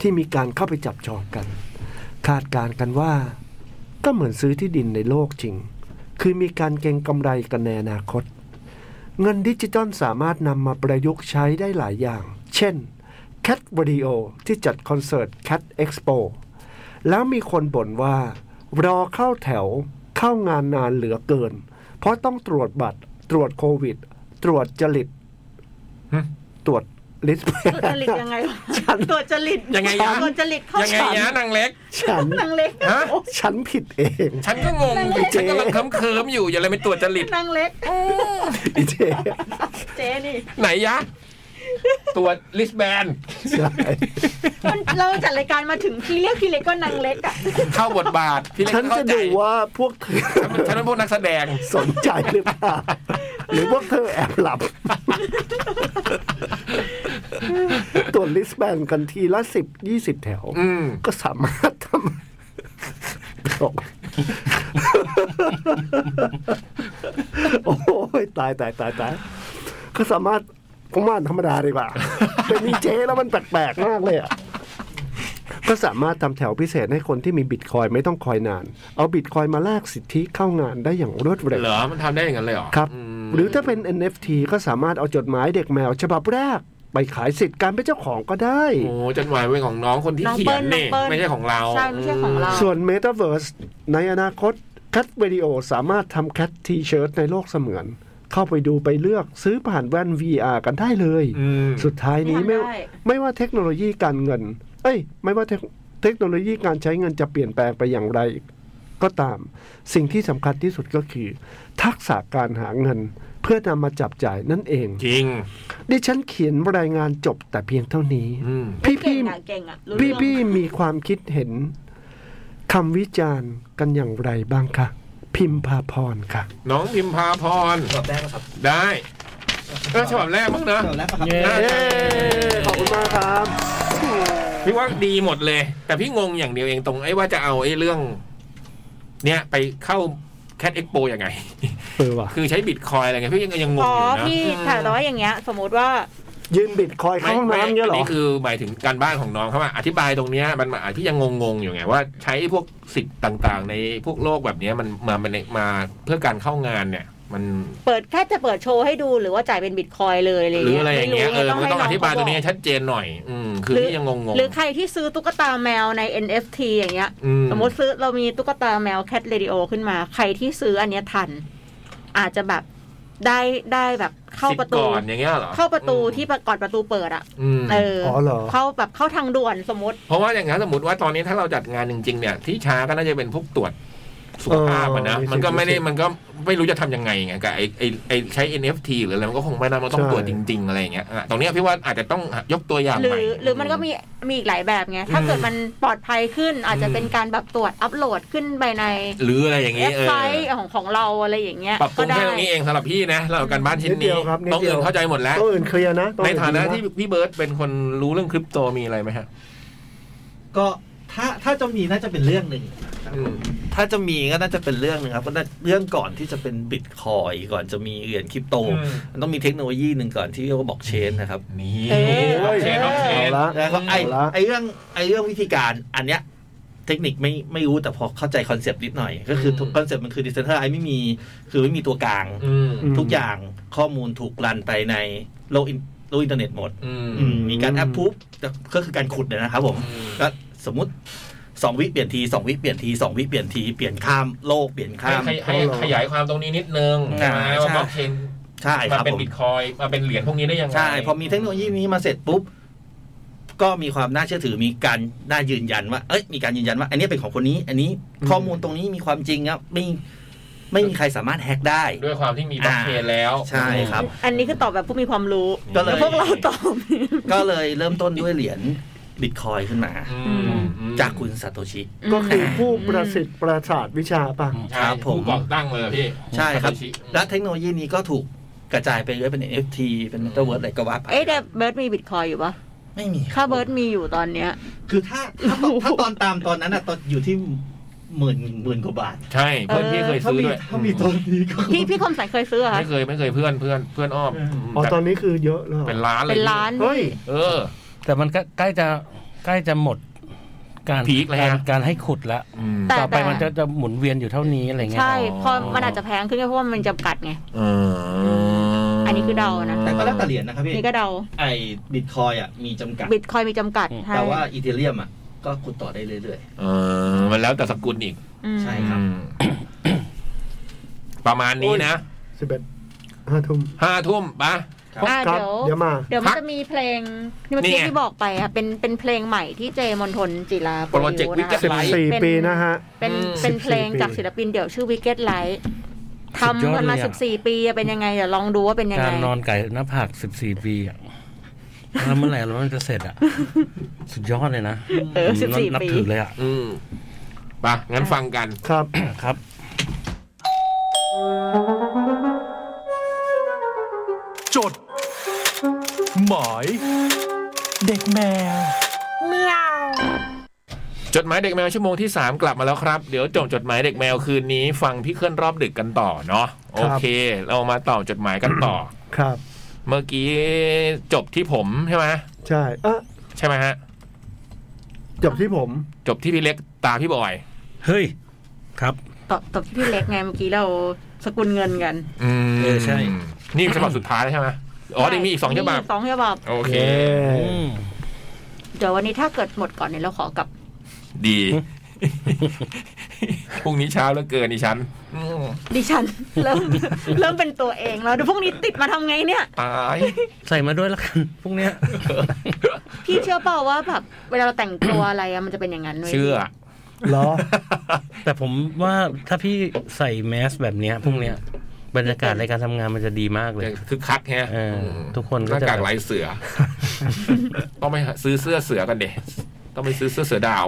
ที่มีการเข้าไปจับจองกัน คาดการณ์กันว่า ก็เหมือนซื้อที่ดินในโลกจริง คือมีการเก็งกำไรกันในอนาคต เงินดิจิตอลสามารถนำมาประยุกต์ใช้ได้หลายอย่าง เช่น Cat Video ที่จัดคอนเสิร์ต Cat Expo แล้วมีคนบ่นว่า รอเข้าแถวเข้างานนานเหลือเกิน เพราะต้องตรวจบัตรตรวจโควิด ตรวจจริต หึ ตรวจลิส ตัวจริตยังไงวะตัวจริต ยังไงยะ ตัวจริตเข้า ยังไง ฉาก ยะนางเล็ก ฉัน นางเล็ก ฮะ ฉันผิดเอง ฉันก็งงฉันกำลังเคิมๆอยู่อย่าอะไรไปตรวจจริต นางเล็ก อีเจ เจนี่ ไหนยะ ตรวจลิสแบน ใช่ มันเราจัดรายการมาถึงพี่เรียกพี่เล็กก็นางเล็กอ่ะ เข้าบทบาทพี่เล็ก ฉัน เข้า จะ ใจ ดูว่าพวกเธอ ฉันเป็นฉันเป็นพวกนักแสดง สนใจหรือเปล่าหรือพวกเธอแอบหลับ ตรวจลิสแบนกันทีละสิบยี่สิบแถว อืม ก็สามารถทำต กโอ้ยตายตายตายตายก็สามารถผมว่าธรรมดาดีกว่า เป็นมีเจแล้วมันแปลกๆมากเลยอ่ะ ก็สามารถทำแถวพิเศษให้คนที่มีบิตคอยน์ไม่ต้องคอยนาน เอาบิตคอยน์มาแลกสิทธิเข้างานได้อย่างรวดเร็ว เหรอ มันทำได้อย่างนั้นเลยเหรอ ครับ อืม หรือถ้าเป็น NFT ก็สามารถเอาจดหมายเด็กแมว ฉบับแรก ไปขายสิทธิ์การเป็นเจ้าของก็ได้ โอ้จดหมายเป็นของน้องคนที่ น้อง เขี เปิ้ ย ล นนี่ น้องเปิ้ล ไม่ใช่ของเรา ใช่ไม่ใช่ของเรา ส่วน Metaverse ในอนาคต Cat Video สามารถทำ Cat T-shirt ในโลกเสมือน เข้าไปดูไปเลือกซื้อผ่านแว่น VR กันได้เลย อืม สุดท้ายนี้ไม่ ทำได้ ไม่ว่าเทคโนโลยีการเงิน เอ้ย ไม่ว่าเทคเทคโนโลยีการใช้เงินจะเปลี่ยนแปลงไปอย่างไร ก็ตาม สิ่งที่สำคัญที่สุดก็คือ ทักษะการหาเงิน เพื่อนำมาจับจ่ายนั่นเอง จริง ดิฉันเขียนรายงานจบแต่เพียงเท่านี้ อืม พี่ เก่ พี่ งอ่ะเก่งอ่ะรู้ พี่ เรื่อง พี่มีความคิดเห็นคำวิจารณ์กันอย่างไรบ้างคะ พิมพาพรค่ะ น้องพิมพาพร ฉบับแรกป่ะครับ ได้ก็ฉบับแรกมั้งเนอะ ฉบับแรกป่ะครับ เย้ น่า เย้ จะ ขอบคุณมากครับ พี่ว่าดีหมดเลย แต่พี่งงอย่างเดียวเองตรงไอ้ว่าจะเอาไอ้เรื่อง เนี้ยไปเข้าแคดเอ็กโปยังไง เออว่ะ คือใช้บิตคอยอะไรเงี้ยพี่ยังยังงง อ๋อ อยู่นะ พี่ค่ะแต่ว่าอย่างเงี้ย สมมติว่า ยืนบิดคอย ไม่ เข้าห้อง ไม่ น้ำเงี้ย อั เหนรอ นี้คือหมายถึงการบ้านของน้องเขาว่าอธิบายตรงเนี้ยมันมาพี่ยังงงๆอยู่ไงว่าใช้พวกสิทธิ์ต่างๆ ในพวกโลกแบบเนี้ยมันมามันมาเพื่อการเข้างานเนี่ย มัน เปิดแค่จะเปิดโชว์ให้ดูหรือว่าจ่ายเป็นบิตคอยน์เลยอะไร หรือ เงี้ย อะไรอย่างเงี้ยเออมันก็ต้องอธิบายตรงนี้ ให้ ให้ น้อชัดงเขเจนหน่อย อืมคือพี่ยังง บองๆกหรือใครที่ซื้อตุ๊กตาแมวใน NFT อย่างเงี้ย อื สมมติซื้อเรามีตุ๊กตาแมวแคทเรดิโอขึ้นมา ใครที่ซื้ออันเนี้ยทัน อาจจะแบบได้ได้แบบเข้าประตู สิบก่อนอย่างเงี้ยเหรอ เข้าประตู อืม ที่ก่อนประตูเปิดอ่ะ ม เอออ อเหรอ เข้าแบบเข้าทางด่วนสมมติ เพราะว่าอย่างนั้นสมมติว่าตอนนี้ถ้าเราจัดงานจริงๆเนี่ย ที่ช้าก็น่าจะเป็นพวกตรวจสุขภาพอะนะ เออ มันก็ไม่ได้ ใช่ใช่ มันก็ไม่รู้จะทำยังไงไงกับไอ้ไอ้ไอ้ใช้ NFT หรืออะไรมันก็คงไม่ได้มันต้อง ใช่ ตรวจจริง ๆ อะไรอย่างเงี้ยอ่ะตรงเนี้ยพี่ว่าอาจจะต้องยกตัวอย่าง หรื ใหม่ อหรือมันก็มีมีอีกหลายแบบไง ถ้า อืม เกิดมันปลอดภัยขึ้น อาจจะ อืม เป็นการแบบตรวจอัปโหลดขึ้นไปใน หรืออะไรอย่าง เว็ เงี้ย บ เออ ไซต์ของของเราอะไรอย่างเงี้ย ปรับปรุ ก็ ง ได้ แค่ตรงนี้เองสำหรับพี่นะเราการบ้านชิ้น นิดเดี นี้ ยวครับนิด ต้อง เดียว อื่นเข้าใจหมดแล้ว ตัวอื่นเคลียร์นะตัว ใน อื่ ฐานะ ดี ที่พี่เบิร์ตเป็นคนรู้เรื่องคริปโตมีอะไรไหมฮะ ก็ถ้าถ้าจะมีน่าจะเป็นเรื่องหนึ่ง อืม ถ้าจะมีก็น่าจะเป็นเรื่องหนึงครับก็น่าเรื่องก่อนที่จะเป็นบิตคอยก่อนจะมีเหรียญคริปโต อืม มันต้องมีเทคโนโลยีหนึ่งก่อนที่เรียกว่าบล็อกเชนนะครับ นี่ เออ โอ้ย โย เชนน้องเชนเอาละ แล้วก็ไอ้ เอาละ ไอ้เรื่องไอ้เรื่องวิธีการอันเนี้ยเทคนิคไม่ไม่รู้แต่พอเข้าใจคอนเซปต์นิดหน่อย ก็คือ อืม คอนเซปต์มันคือดิเซนเตอร์ไอ้ไม่มีคือไม่มีตัวกลาง อืม อืม ทุกอย่างข้อมูลถูกรันไปในโลกอินโลกอินเทอร์เน็ตหมด อืม อืมมีการแอปพูฟก็คือการขุดเนี่ยนะครับผม ก็สมมติสองวิเปลี่ยนทีสองวิเปลี่ยนทีสองวิเปลี่ยนทีเปลี่ยนข้ามโลกเปลี่ยนข้าม ให้ให้ให้ขยายความตรงนี้นิดนึง อ่า ใช่ไหมว่าบล็ใช่อกเชน ใช่ค มา รับ เป็น ผม บิตคอยน์มาเป็นเหรียญพวกนี้ได้ยังไง ใช่ พอมีเทคโนโลยีนี้มาเสร็จปุ๊บ ก็มีความน่าเชื่อถือมีการน่ายืนยันว่าเอ้ยมีการยืนยันว่าอันนี้เป็นของคนนี้ อันนี้ อืม ข้อมูลตรงนี้มีความจริงครับไม่ไม่มีใครสามารถแฮกได้ ด้วยความที่มีบล็อกเชนแล้ว ใช่ครับ อันนี้คือตอบแบบผู้มีความรู้ ก็เลย แต่พวกเราตอบ ก็เลยเริ่มต้นด้วยเหรียญบิตคอยขึ้นมา อืม จากคุณซาโตชิ ก็คือผู้ประสิทธิ์ประสาทวิชาป่ะ ใช่ ครับผม ผู้ก่อตั้งเลยเหรอพี่ ใช่ครับ ซาโตชิ และเทคโนโลยีนี้ก็ถูกกระจายไปเรื่อยเป็น NFT เป็น Metaverse อะไรก็ว่าไป เอ๊ะแต่เบิร์ดมีบิตคอยอยู่ปะ ไม่มี ค่าเบิร์ดมีอยู่ตอนเนี้ย คือถ้าถ้าตอนถ้าตอนตามตอนนั้นอะตอนอยู่ที่หมื่นหมื่นกว่าบาท ใช่ เพื่อนพี่เคย ถ้า ซื้อ มี ด้วย ถ้ามีตอนนี้ก็ พี่พี่คมสันเคยซื้อเหรอคะ ไม่เคยไม่เคยเพื่อนเพื่อนเพื่อนอ้อม อืม อ๋อ ตอนนี้คือเยอะแล้ว เป็นล้านเลย เป็นล้าน เฮ้ย เออ แต่มันก็ใกล้จะใกล้จะหมดการ พีคแล้ว การ ฮะ การให้ขุดละ อืม แต่ ต่อไป แต่ มันจะจะหมุนเวียนอยู่เท่านี้อะไรเงี้ย ใช่ พอมันอาจจะแพงขึ้นเพราะว่ามันจำกัดไง เอออ อันนี้คือเดานะ แต่ก็แล้วแต่เหรียญนะครับพี่ นี่ก็เดา ไอ้บิตคอยอะมีจำกัด บิตคอยมีจำกัดใช่ แต่ว่าอีเทเรียมอะก็ขุดต่อได้เรื่อย เออมันแล้วแต่สกุลอีก อืม ใช่ ครับ อืมประมาณนี้นะ สิบเอ็ด ห้าทุ่ม ห้าทุ่มปะ อ่า ครัเดี๋เดี๋ยวยวมา เดี๋ยวมัน พัก จะมีเพลงที่เมื่อ นี่ กี้ ไง ที่บอกไปอ่ะเป็นเป็นเพลงใหม่ที่เจมนทนจิรา โปรเจกต์วิกเก็ต นะคะ ไลท์ เป็ สี่ น ปีนะฮะ เป็น อืม เป็นเพลง 14ปี จากศิลปินเดี่ยวชื่อ Wicked Light ทำกันมา สุดยอดเลยอะ 14 ปีอะเป็นยังไงเดี๋ยวลองดูว่าเป็นยัง กา ไง รนอนไก่หน้าผากสิบสี่ปีอะแล้วเมื่อไหร่เราจะเสร็จอ่ะ สุดยอดเลยนะ เออ ผม สิบสี่ นับ ปี ถือเลยอ่ะ อืมปะงั้นฟังกัน ครับ ครับ จด หมาย เด็กแมว จดหมายเด็กแมวชั่วโมงที่ 3 กลับมาแล้วครับ เดี๋ยวจบจดหมายเด็กแมวคืนนี้ ฟังพี่เคลื่อนรอบดึกกันต่อเนาะโอเค เรามาต่อจดหมายกันต่อ ครับ เมื่อกี้จบที่ผมใช่ไหม ใช่ เอะ ใช่ไหมฮะ จบที่ผม จบที่พี่เล็กตาพี่บอย เฮ้ย ครับ ตอบตอบที่พี่เล็กไงเมื่อกี้เราสกุลเงินกัน อืม เออใช่ นี่ฉบับสุดท้ายแล้วใช่ไหมอ๋อเดี๋ยวมีอีกสองฉบับ สองฉบับ โอเค เย้ อืม เดี๋ยววันนี้ถ้าเกิดหมดก่อนเนี่ยเราขอกลับ ดี พรุ่งนี้เช้าแล้วเกินดิฉันอืม ดิฉัน เริ่ม เริ่มเป็นตัวเองแล้วเดี๋ยวพรุ่งนี้ติดมาทำไงเนี่ย ตาย ใส่มาด้วยแล้วกันพรุ่งเนี้ย พี่เชื่อเปล่าว่าแบบเวลาเราแต่งตัวอะไรอะมันจะเป็นอย่างนั้นว้ย เชื่อ เหรอ แต่ผมว่าถ้าพี่ใส่แมสแบบเนี้ยพรุ่งเนี้ยบรรยากาศในการทำงานมันจะดีมากเลย คึกคักแฮะ เออ ม ทุกคนก็ หน้า จะ กากลายเสือ ต้องไปหาซื้อเสื้อเสือกันเดต้องไปซื้อเสื้อเสือดาว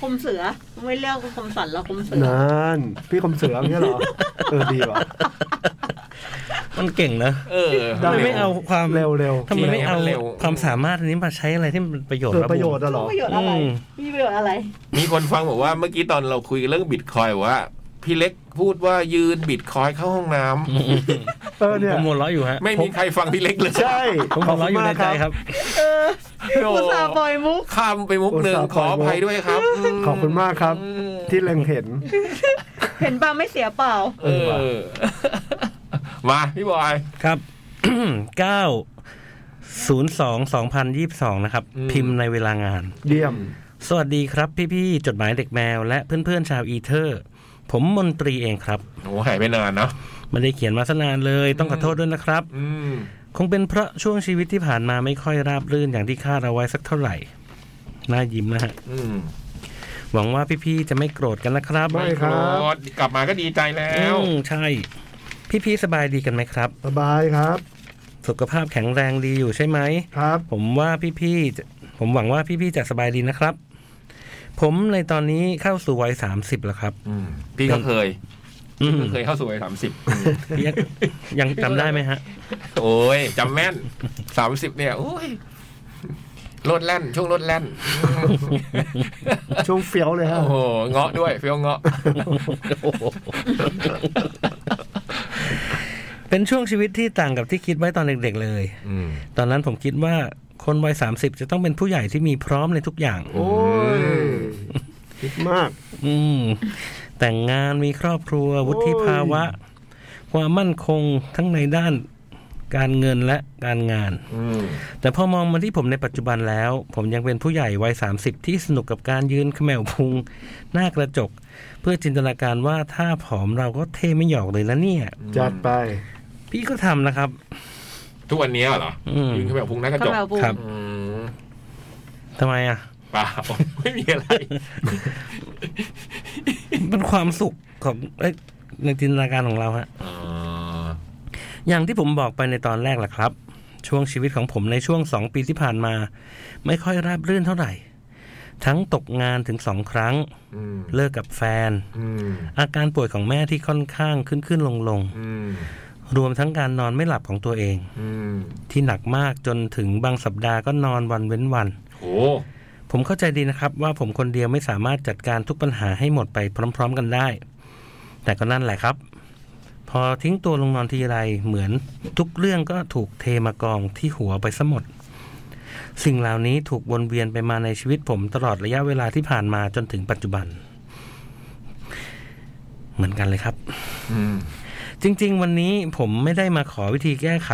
คมเสือไม่เลือกคมสันแล้วคมเสือ นั่น พี่คมเสือเนี่ยเหรอ เออ ดีว่ะ มันเก่งนะ เออ ได้ ทำไมไม่เอาความ เร็วเร็ว ทำไมไม่เอา เร็ว ความสามารถอันนี้มาใช้อะไรที่มันเป็นประโยชน์ เกิด แล้ว ประโยชน์อะเหรอ ประโยชน์อะไร อืม มีประโยชน์อะไร มีคนฟังบอกว่าเมื่อกี้ตอนเราคุยเรื่องบิตคอยน์บอกว่า พี่เล็กพูดว่ายืนบิตคอยน์เข้าห้องน้ำ เออเนี่ย ผมหัวเราะอยู่ฮะ ไม่มีใครฟังพี่เล็กเลย ใช่ ผมหัวเราะอยู่ในใจครับ เออ โอ้ อุตส่าห์ปล่อยมุก ข้ามไปมุกหนึ่ง อุตส่าห์ ขออภัย ปล่อยมุก ด้วยครับม ขอบคุณมากครับ อืม ที่เล็งเห็น เห็นป่าไม่เสียเปล่า เออ มา พี่บอย ครับ เก้าศูนย์สองสองพันยี่สิบสองนะครับ อืม พิมพ์ในเวลางาน เยี่ยม สวัสดีครับพี่ๆจดหมายเด็กแมว และเพื่อนๆชาวอีเทอร์ ผมมนตรีเองครับ โอ้หายไปนานเนาะ ไม่ได้เขียนมาสนานเลย ต้องขอโทษด้วยนะครับ อืม คงเป็นเพราะช่วงชีวิตที่ผ่านมาไม่ค่อยราบรื่นอย่างที่คาดเอาไว้สักเท่าไหร่ น่ายิ้มนะฮะ อืม หวังว่าพี่ๆจะไม่โกรธกันนะครับ ไม่ ครับ โกธกลับมาก็ดีใจแล้ อื ว มใช่ พี่ๆสบายดีกันไหมครับ สบายครับ สุขภาพแข็งแรงดีอยู่ใช่ไหม ครับ ผมว่าพี่ๆจะผมหวังว่าพี่ๆจะสบายดีนะครับ ผมในตอนนี้เข้าสู่วัยสามสิบแล้วครับ อืมพี่ก็เคย อื พี่ ม ก็เคยเข้าสู่วัยสามสิบ ยังยังจำได้ไหมฮะ โอ้ยจำแม่นสามสิบเนี่ยโอ้ยรถแล่น ช่วงรถแล่น ช่วงเฟี้ยวเลยฮะ โอ้โหเงาะด้วยเฟี้ยวเงาะ เป็นช่วงชีวิตที่ต่างกับที่คิดไว้ตอนเด็กๆเลย อืม ตอนนั้นผมคิดว่าคนวัยสามสิบจะต้องเป็นผู้ใหญ่ที่มีพร้อมในทุกอย่าง โอ้ยคิดมาก อืม แต่งงานมีครอบครัววุฒิภาวะ ความมั่นคงทั้งในด้านการเงินและการงาน อืม แต่พอมองมาที่ผมในปัจจุบันแล้ว ผมยังเป็นผู้ใหญ่วัย 30 ที่สนุกกับการยืนเขมวพุง หน้ากระจก เพื่อจินตนาการว่าถ้าผอมเราก็เท่ไม่หยอกเลยนะเนี่ย จัดไป พี่ก็ทำนะครับ ทุกวันนี้เหรอ อืม ยืนขึ้นแบบพุงหน้ากระจ เข้าก มาบูม ครับ อืม ทำไมอ่ะ เปล่า ไม่มีอะไร เป็นความสุขของเอ้ยในจินตนาการของเราฮะ อ๋อ อย่างที่ผมบอกไปในตอนแรกแหละครับ ช่วงชีวิตของผมในช่วงสองปีที่ผ่านมา ไม่ค่อยราบรื่นเท่าไหร่ ทั้งตกงานถึงสองครั้ง อืม เลิกกับแฟน อืม อาการป่วยของแม่ที่ค่อนข้างขึ้นขึ้นลงลง อืม รวมทั้งการนอนไม่หลับของตัวเอง อืม ที่หนักมากจนถึงบางสัปดาห์ก็นอนวันเว้นวัน โห ผมเข้าใจดีนะครับว่าผมคนเดียวไม่สามารถจัดการทุกปัญหาให้หมดไปพร้อม ๆ กันได้ แต่ก็นั่นแหละครับ พอทิ้งตัวลงนอนทีไรเหมือนทุกเรื่องก็ถูกเทมากองที่หัวไปซะหมด สิ่งเหล่านี้ถูกวนเวียนไปมาในชีวิตผมตลอดระยะเวลาที่ผ่านมาจนถึงปัจจุบัน เหมือนกันเลยครับ อืม จริง ๆ วันนี้ผมไม่ได้มาขอวิธีแก้ไข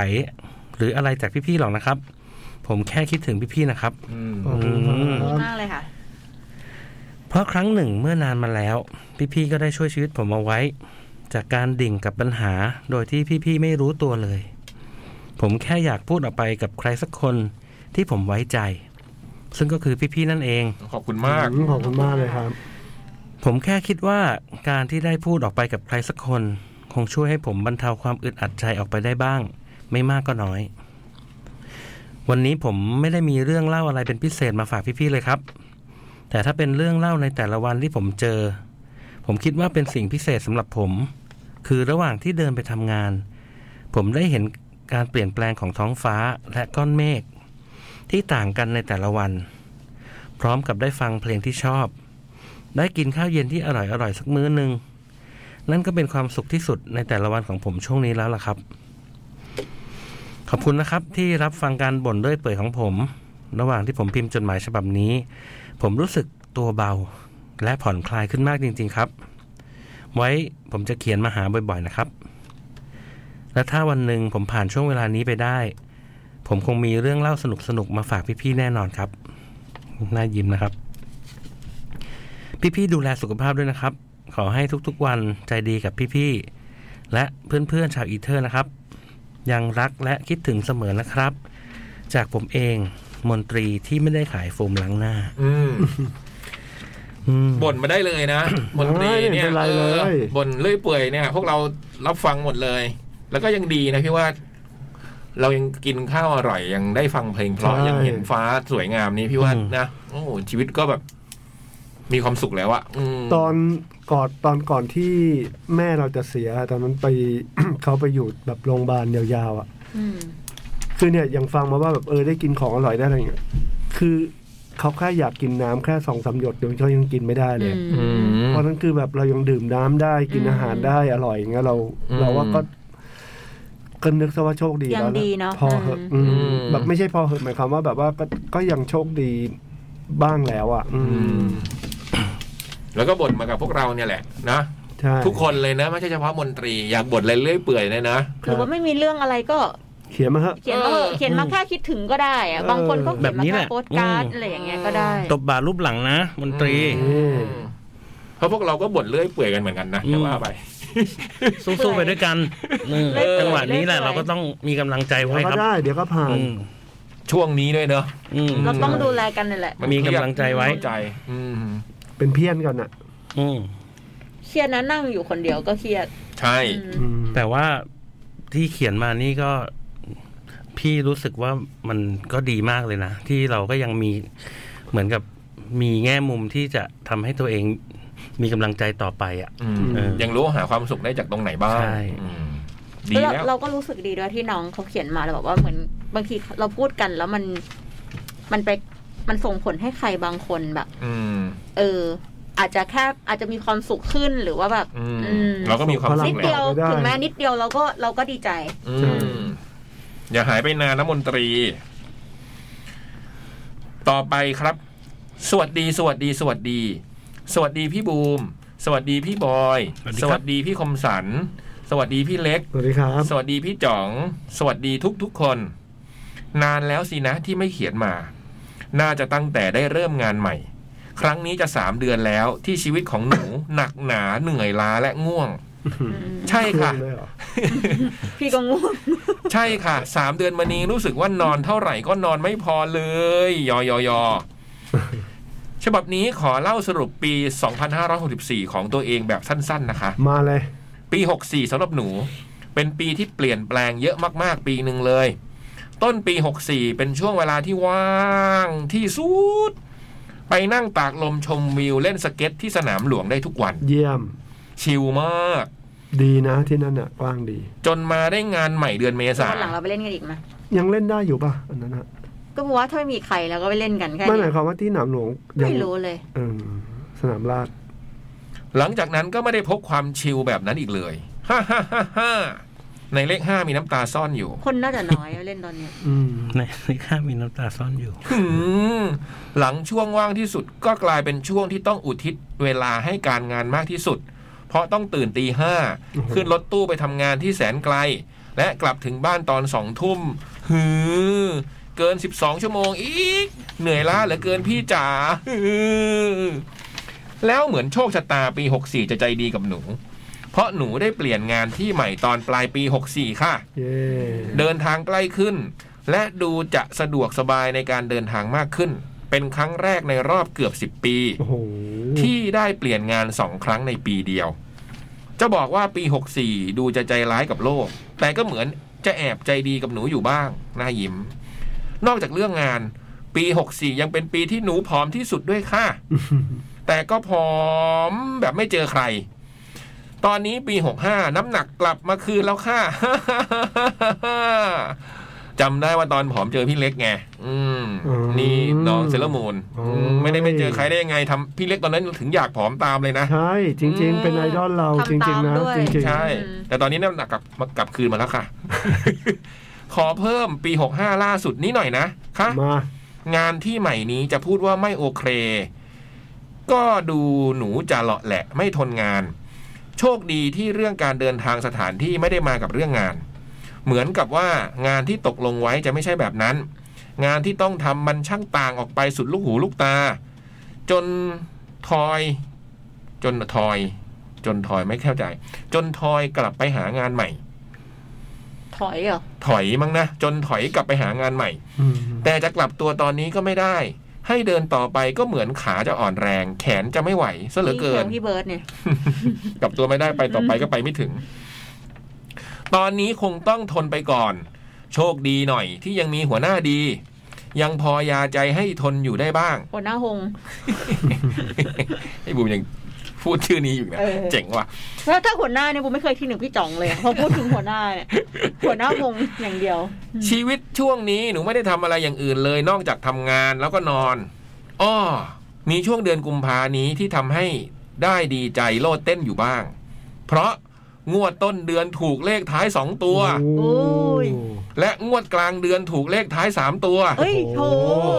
หรืออะไรจากพี่ๆหรอกนะครับ ผมแค่คิดถึงพี่ๆนะครับ อืม ขอบคุณค อื ดี รับ มากเลยค่ะ เพราะครั้งหนึ่งเมื่อนานมาแล้ว พี่ๆก็ได้ช่วยชีวิตผมเอาไว้ จากการดิ่งกับปัญหาโดยที่พี่ๆไม่รู้ตัวเลย ผมแค่อยากพูดออกไปกับใครสักคนที่ผมไว้ใจ ซึ่งก็คือพี่ๆนั่นเอง ขอบคุณมาก ขอบคุณมากเลยครับ ผมแค่คิดว่าการที่ได้พูดออกไปกับใครสักคน คงช่วยให้ผมบรรเทาความอึดอัดใจออกไปได้บ้าง ไม่มากก็น้อย วันนี้ผมไม่ได้มีเรื่องเล่าอะไรเป็นพิเศษมาฝากพี่ๆเลยครับ แต่ถ้าเป็นเรื่องเล่าในแต่ละวันที่ผมเจอ ผมคิดว่าเป็นสิ่งพิเศษสำหรับผม คือระหว่างที่เดินไปทำงาน ผมได้เห็นการเปลี่ยนแปลงของท้องฟ้าและก้อนเมฆที่ต่างกันในแต่ละวัน พร้อมกับได้ฟังเพลงที่ชอบ ได้กินข้าวเย็นที่อร่อยอร่อยสักมื้อหนึ่งนั่นก็เป็นความสุขที่สุดในแต่ละวันของผมช่วงนี้แล้วล่ะครับ ขอบคุณนะครับที่รับฟังการบ่นเรื่อยเปื่อยของผม ระหว่างที่ผมพิมพ์จดหมายฉบับนี้ ผมรู้สึกตัวเบา และผ่อนคลายขึ้นมากจริง ๆครับ ไว้ผมจะเขียนมาหาบ่อยๆนะครับ และถ้าวันหนึ่งผมผ่านช่วงเวลานี้ไปได้ ผมคงมีเรื่องเล่าสนุกๆมาฝากพี่ๆแน่นอนครับน่ายิ้มนะครับ พี่ๆดูแลสุขภาพด้วยนะครับ ขอให้ทุกๆวันใจดีกับพี่ๆ และเพื่อนๆ ชาวอีเทอร์นะครับ ยังรักและคิดถึงเสมอนะครับ จากผมเองมนตรีที่ไม่ได้ขายโฟมล้างหน้า อืม อืม บ่นมาได้เลย นะ บ่นปรีเนี่ย ไม่เป็นไรเลย ออบ่นเลื่อยเปื่อยเนี่ย พวกเรารับฟังหมดเลย แล้วก็ยังดีนะพี่ว่า เรายังกินข้าวอร่อยยังได้ฟังเพลงเพราะ ใช่ ยังเห็นฟ้าสวยงามนี้พี่ว่านะโอ้โหชีวิตก็แบบ มีความสุขแล้วอะอืม ตอนก่อนตอนก่อนที่แม่เราจะเสียตอนนั้นไป เขาไปอยู่แบบโรงพยาบาลยาวๆอ่ะ อืม คือเนี่ยยังฟังมาว่าแบบเออได้กินของอร่อยได้อะไรอย่างเงี้ยคือเขาแค่อยากกินน้ำแค่สองสามหยดเดี๋ยวเขายังกินไม่ได้เลย อืม เพราะนั้นคือแบบเรายังดื่มน้ำได้กินอาหารได้อร่อยอย่างเงี้ยเรา อืม เราว่าก็ก็นึกซะว่าโชคดี ยัง แล้ว ดีเนอะ พอเหอะ อืม อืม อืม แบบไม่ใช่พอเหอะหมายความว่าแบบว่าก็ก็ยังโชคดีบ้างแล้วอ่ะ อืม อืม แล้วก็บ่นมากับพวกเราเนี่ยแหละนะ ใช่ ทุกคนเลยนะไม่ใช่เฉพาะมนตรีอยากบ่นเลยเลื่อยเปื่อยเนี่ยนะ หรือว่าไม่มีเรื่องอะไรก็ เขียนมาเหอะ เขียนมาเถเออะอ เขียนมาแค่คิดถึงก็ได้อะ เออ บางคนก็เขียนมา นี้แห แค่ ละ โพสต์การ์ดอะไรอย่างเงี้ยก็ได้ ตบบ่ารูปหลังนะ มนตรี อืมเพราะพวกเราก็บ่นเลื่อยเปื่อยกันเหมือนกันนะ อืม จะว่าไป สู้ๆไปด้วยกันเออ เออ จังหวะนี้แหละเราก็ต้องมีกำลังใจ เดี๋ย ไว้ วก็ ครับ ได้ เดี๋ยวก็ผ่าน อืม ช่วงนี้ด้วยเนอะ อืม เราต้องดูแลกันนี่แหละ น มีกำลังใจไว้ เข้าใจ อืม เป็นเพี้ยนกันอ่ะ อืม เครียดนะนั่งอยู่คนเดียวก็เครียด ใช่ อืม อืม แต่ว่าที่เขียนมานี่ก็พี่รู้สึกว่ามันก็ดีมากเลยนะ ที่เราก็ยังมีเหมือนกับมีแง่มุมที่จะทำให้ตัวเองมีกำลังใจต่อไปอ่ะ อืม เออ ยังรู้ว่าหาความสุขได้จากตรงไหนบ้าง ใช่ อืมดี เรา แล้ว เราก็รู้สึกดีด้วยที่น้องเขาเขียนมาแล้วบอกว่าเหมือนบางทีเราพูดกันแล้วมัน มันไปมันส่งผลให้ใครบางคนแบบ อืม เออ อาจจะแค่อาจจะมีความสุขขึ้นหรือว่าแบบ อืม อืม เราก็มีความสุ นิด ขแล้วเดียวถึงแม้นิดเดียวเราก็เราก็ดีใจ อืม อย่าหายไปนานนะมนตรี ต่อไปครับ สวัสดี สวัสดี สวัสดี สวัสดีพี่บูม สวัสดีพี่บอย ส ส วั วั ส ส ดี ดี ครับ พี่คมสัน สวัสดีพี่เล็ก สวัสดีครับ สวัสดีพี่จ๋อง สวัสดีทุกทุกๆคน นานแล้วสินะที่ไม่เขียนมา น่าจะตั้งแต่ได้เริ่มงานใหม่ ครั้งนี้จะสามเดือนแล้วที่ชีวิตของหนู หนักหนาเหนื่อยล้าและง่ว ง ใช่ค่ะ เลยเหรอ พี่ก็ง่วง ใช่ค่ะสามเดือนมานี้รู้สึกว่านอนเท่าไหร่ก็นอนไม่พอเลย ยอยอยอ ฉบับนี้ขอเล่าสรุปปี 2564 ของตัวเองแบบสั้น ๆ นะคะ มาเลย ปี 64สำหรับหนู เป็นปีที่เปลี่ยนแปลงเยอะมากๆ ปีหนึ่งเลย ต้นปี 64 เป็นช่วงเวลาที่ว่างที่สุด ไปนั่งตากลมชมวิวเล่นสเก็ตที่สนามหลวงได้ทุกวัน เยี่ยม ชิลมาก ดีนะที่นั่นอ่ะกว้างดี จนมาได้งานใหม่เดือนเมษา วันหลังเราไปเล่นกันอีกไหม ยังเล่นได้อยู่ป่ะอันนั้นอ่ะ ก็บอกว่าถ้าไม่มีใครเราก็ไปเล่นกันแค่ ไม่หมา นี้ ยความว่าที่หนามหลวงยัง ไม่รู้เลย เออสนามราช หลังจากนั้นก็ไม่ได้พบความชิลแบบนั้นอีกเลยฮ่าฮ่าฮ่าฮ่าในเลขห้ามีน้ำตาซ่อนอยู่ คนน่าจะ น้อยเล่นตอนเนี้ย อืม ในในข้ามีน้ำตาซ่อนอยู่ หืมหลังช่วงว่างที่สุดก็กลายเป็นช่วงที่ต้องอุทิศเวลาให้การงานมากที่สุด เพราะต้องตื่นตีห้า โอ้โห ขึ้นรถตู้ไปทำงานที่แสนไกล และกลับถึงบ้านตอนสองทุ่มหือ เกิน 12 ชั่วโมงอีก เหนื่อยล้าเหลือเกินพี่จ๋าหือแล้วเหมือนโชคชะตาปี 64 จะใจดีกับหนู เพราะหนูได้เปลี่ยนงานที่ใหม่ตอนปลายปี 64 ค่ะ เย้ เดินทางใกล้ขึ้น และดูจะสะดวกสบายในการเดินทางมากขึ้น เป็นครั้งแรกในรอบเกือบ 10 ปี โอ้โห ที่ได้เปลี่ยนงานสองครั้งในปีเดียว จะบอกว่าปี 64 ดูจะใจร้ายกับโลก แต่ก็เหมือนจะแอบใจดีกับหนูอยู่บ้างน่ายิ้ม นอกจากเรื่องงาน ปี 64 ยังเป็นปีที่หนูผอมที่สุดด้วยค่ะ แต่ก็ผอมแบบไม่เจอใคร ตอนนี้ปี 65 น้ำหนักกลับมาคืนแล้วค่ะ จำได้ว่าตอนผอมเจอพี่เล็กไงอืม อืม นี่น้องเซเลอร์มูน โอ้ย อืมไม่ได้ไม่เจอใครได้ยังไงทำพี่เล็กตอนนั้นถึงอยากผอมตามเลยนะ ใช่จริง อืม ๆ เป็นไอดอลเราจ ทำตาม ริง ๆ นะ ด้วย จริง ใช่ อืม แต่ตอนนี้น้ำหนักกลับมากลับคืนมาแล้วค่ะ ขอเพิ่มปี 65 ล่าสุดนี้หน่อยนะคะ ๆ มา งานที่ใหม่นี้จะพูดว่าไม่โอเค ก็ดูหนูจะเลาะแหละไม่ทนงาน โชคดีที่เรื่องการเดินทางสถานที่ไม่ได้มากับเรื่องงาน เหมือนกับว่างานที่ตกลงไว้จะไม่ใช่แบบนั้น งานที่ต้องทำมันช่างต่างออกไปสุดลูกหูลูกตา จนทอย จนทอย จนทอยไม่เข้าใจ จนทอยกลับไปหางานใหม่ ถอยเหรอ ถอยมั้งนะ จนถอยกลับไปหางานใหม่ อืม แต่จะกลับตัวตอนนี้ก็ไม่ได้ ให้เดินต่อไปก็เหมือนขาจะอ่อนแรง แขนจะไม่ไหวซะเหลือเกิ พี่ น พี่เบิร์ดเนี่ย กลับตัวไม่ได้ไปต่อไปก็ไปไม่ถึง ตอนนี้คงต้องทนไปก่อน โชคดีหน่อยที่ยังมีหัวหน้าดี ยังพอยาใจให้ทนอยู่ได้บ้าง หัวหน้าหง ไอ้บูมยังพูดชื่อนี้อยู่นะ เออ เจ๋งว่ะ แล้วถ้าหัวหน้าเนี่ยบูมไม่เคยที่หนึ่งพี่จ่องเลยอะพอพูดถึงหัวหน้าเนี่ยหัวหน้าหงอย่างเดียว ชีวิตช่วงนี้หนูไม่ได้ทำอะไรอย่างอื่นเลย นอกจากทำงานแล้วก็นอน อ้อ มีช่วงเดือนกุมภานี้ที่ทำให้ได้ดีใจโลดเต้นอยู่บ้าง เพราะงวดต้นเดือนถูกเลขท้ายสองตัว โอ้ย และงวดกลางเดือนถูกเลขท้ายสามตัว เฮ้ยโถ โอ้โห โอ้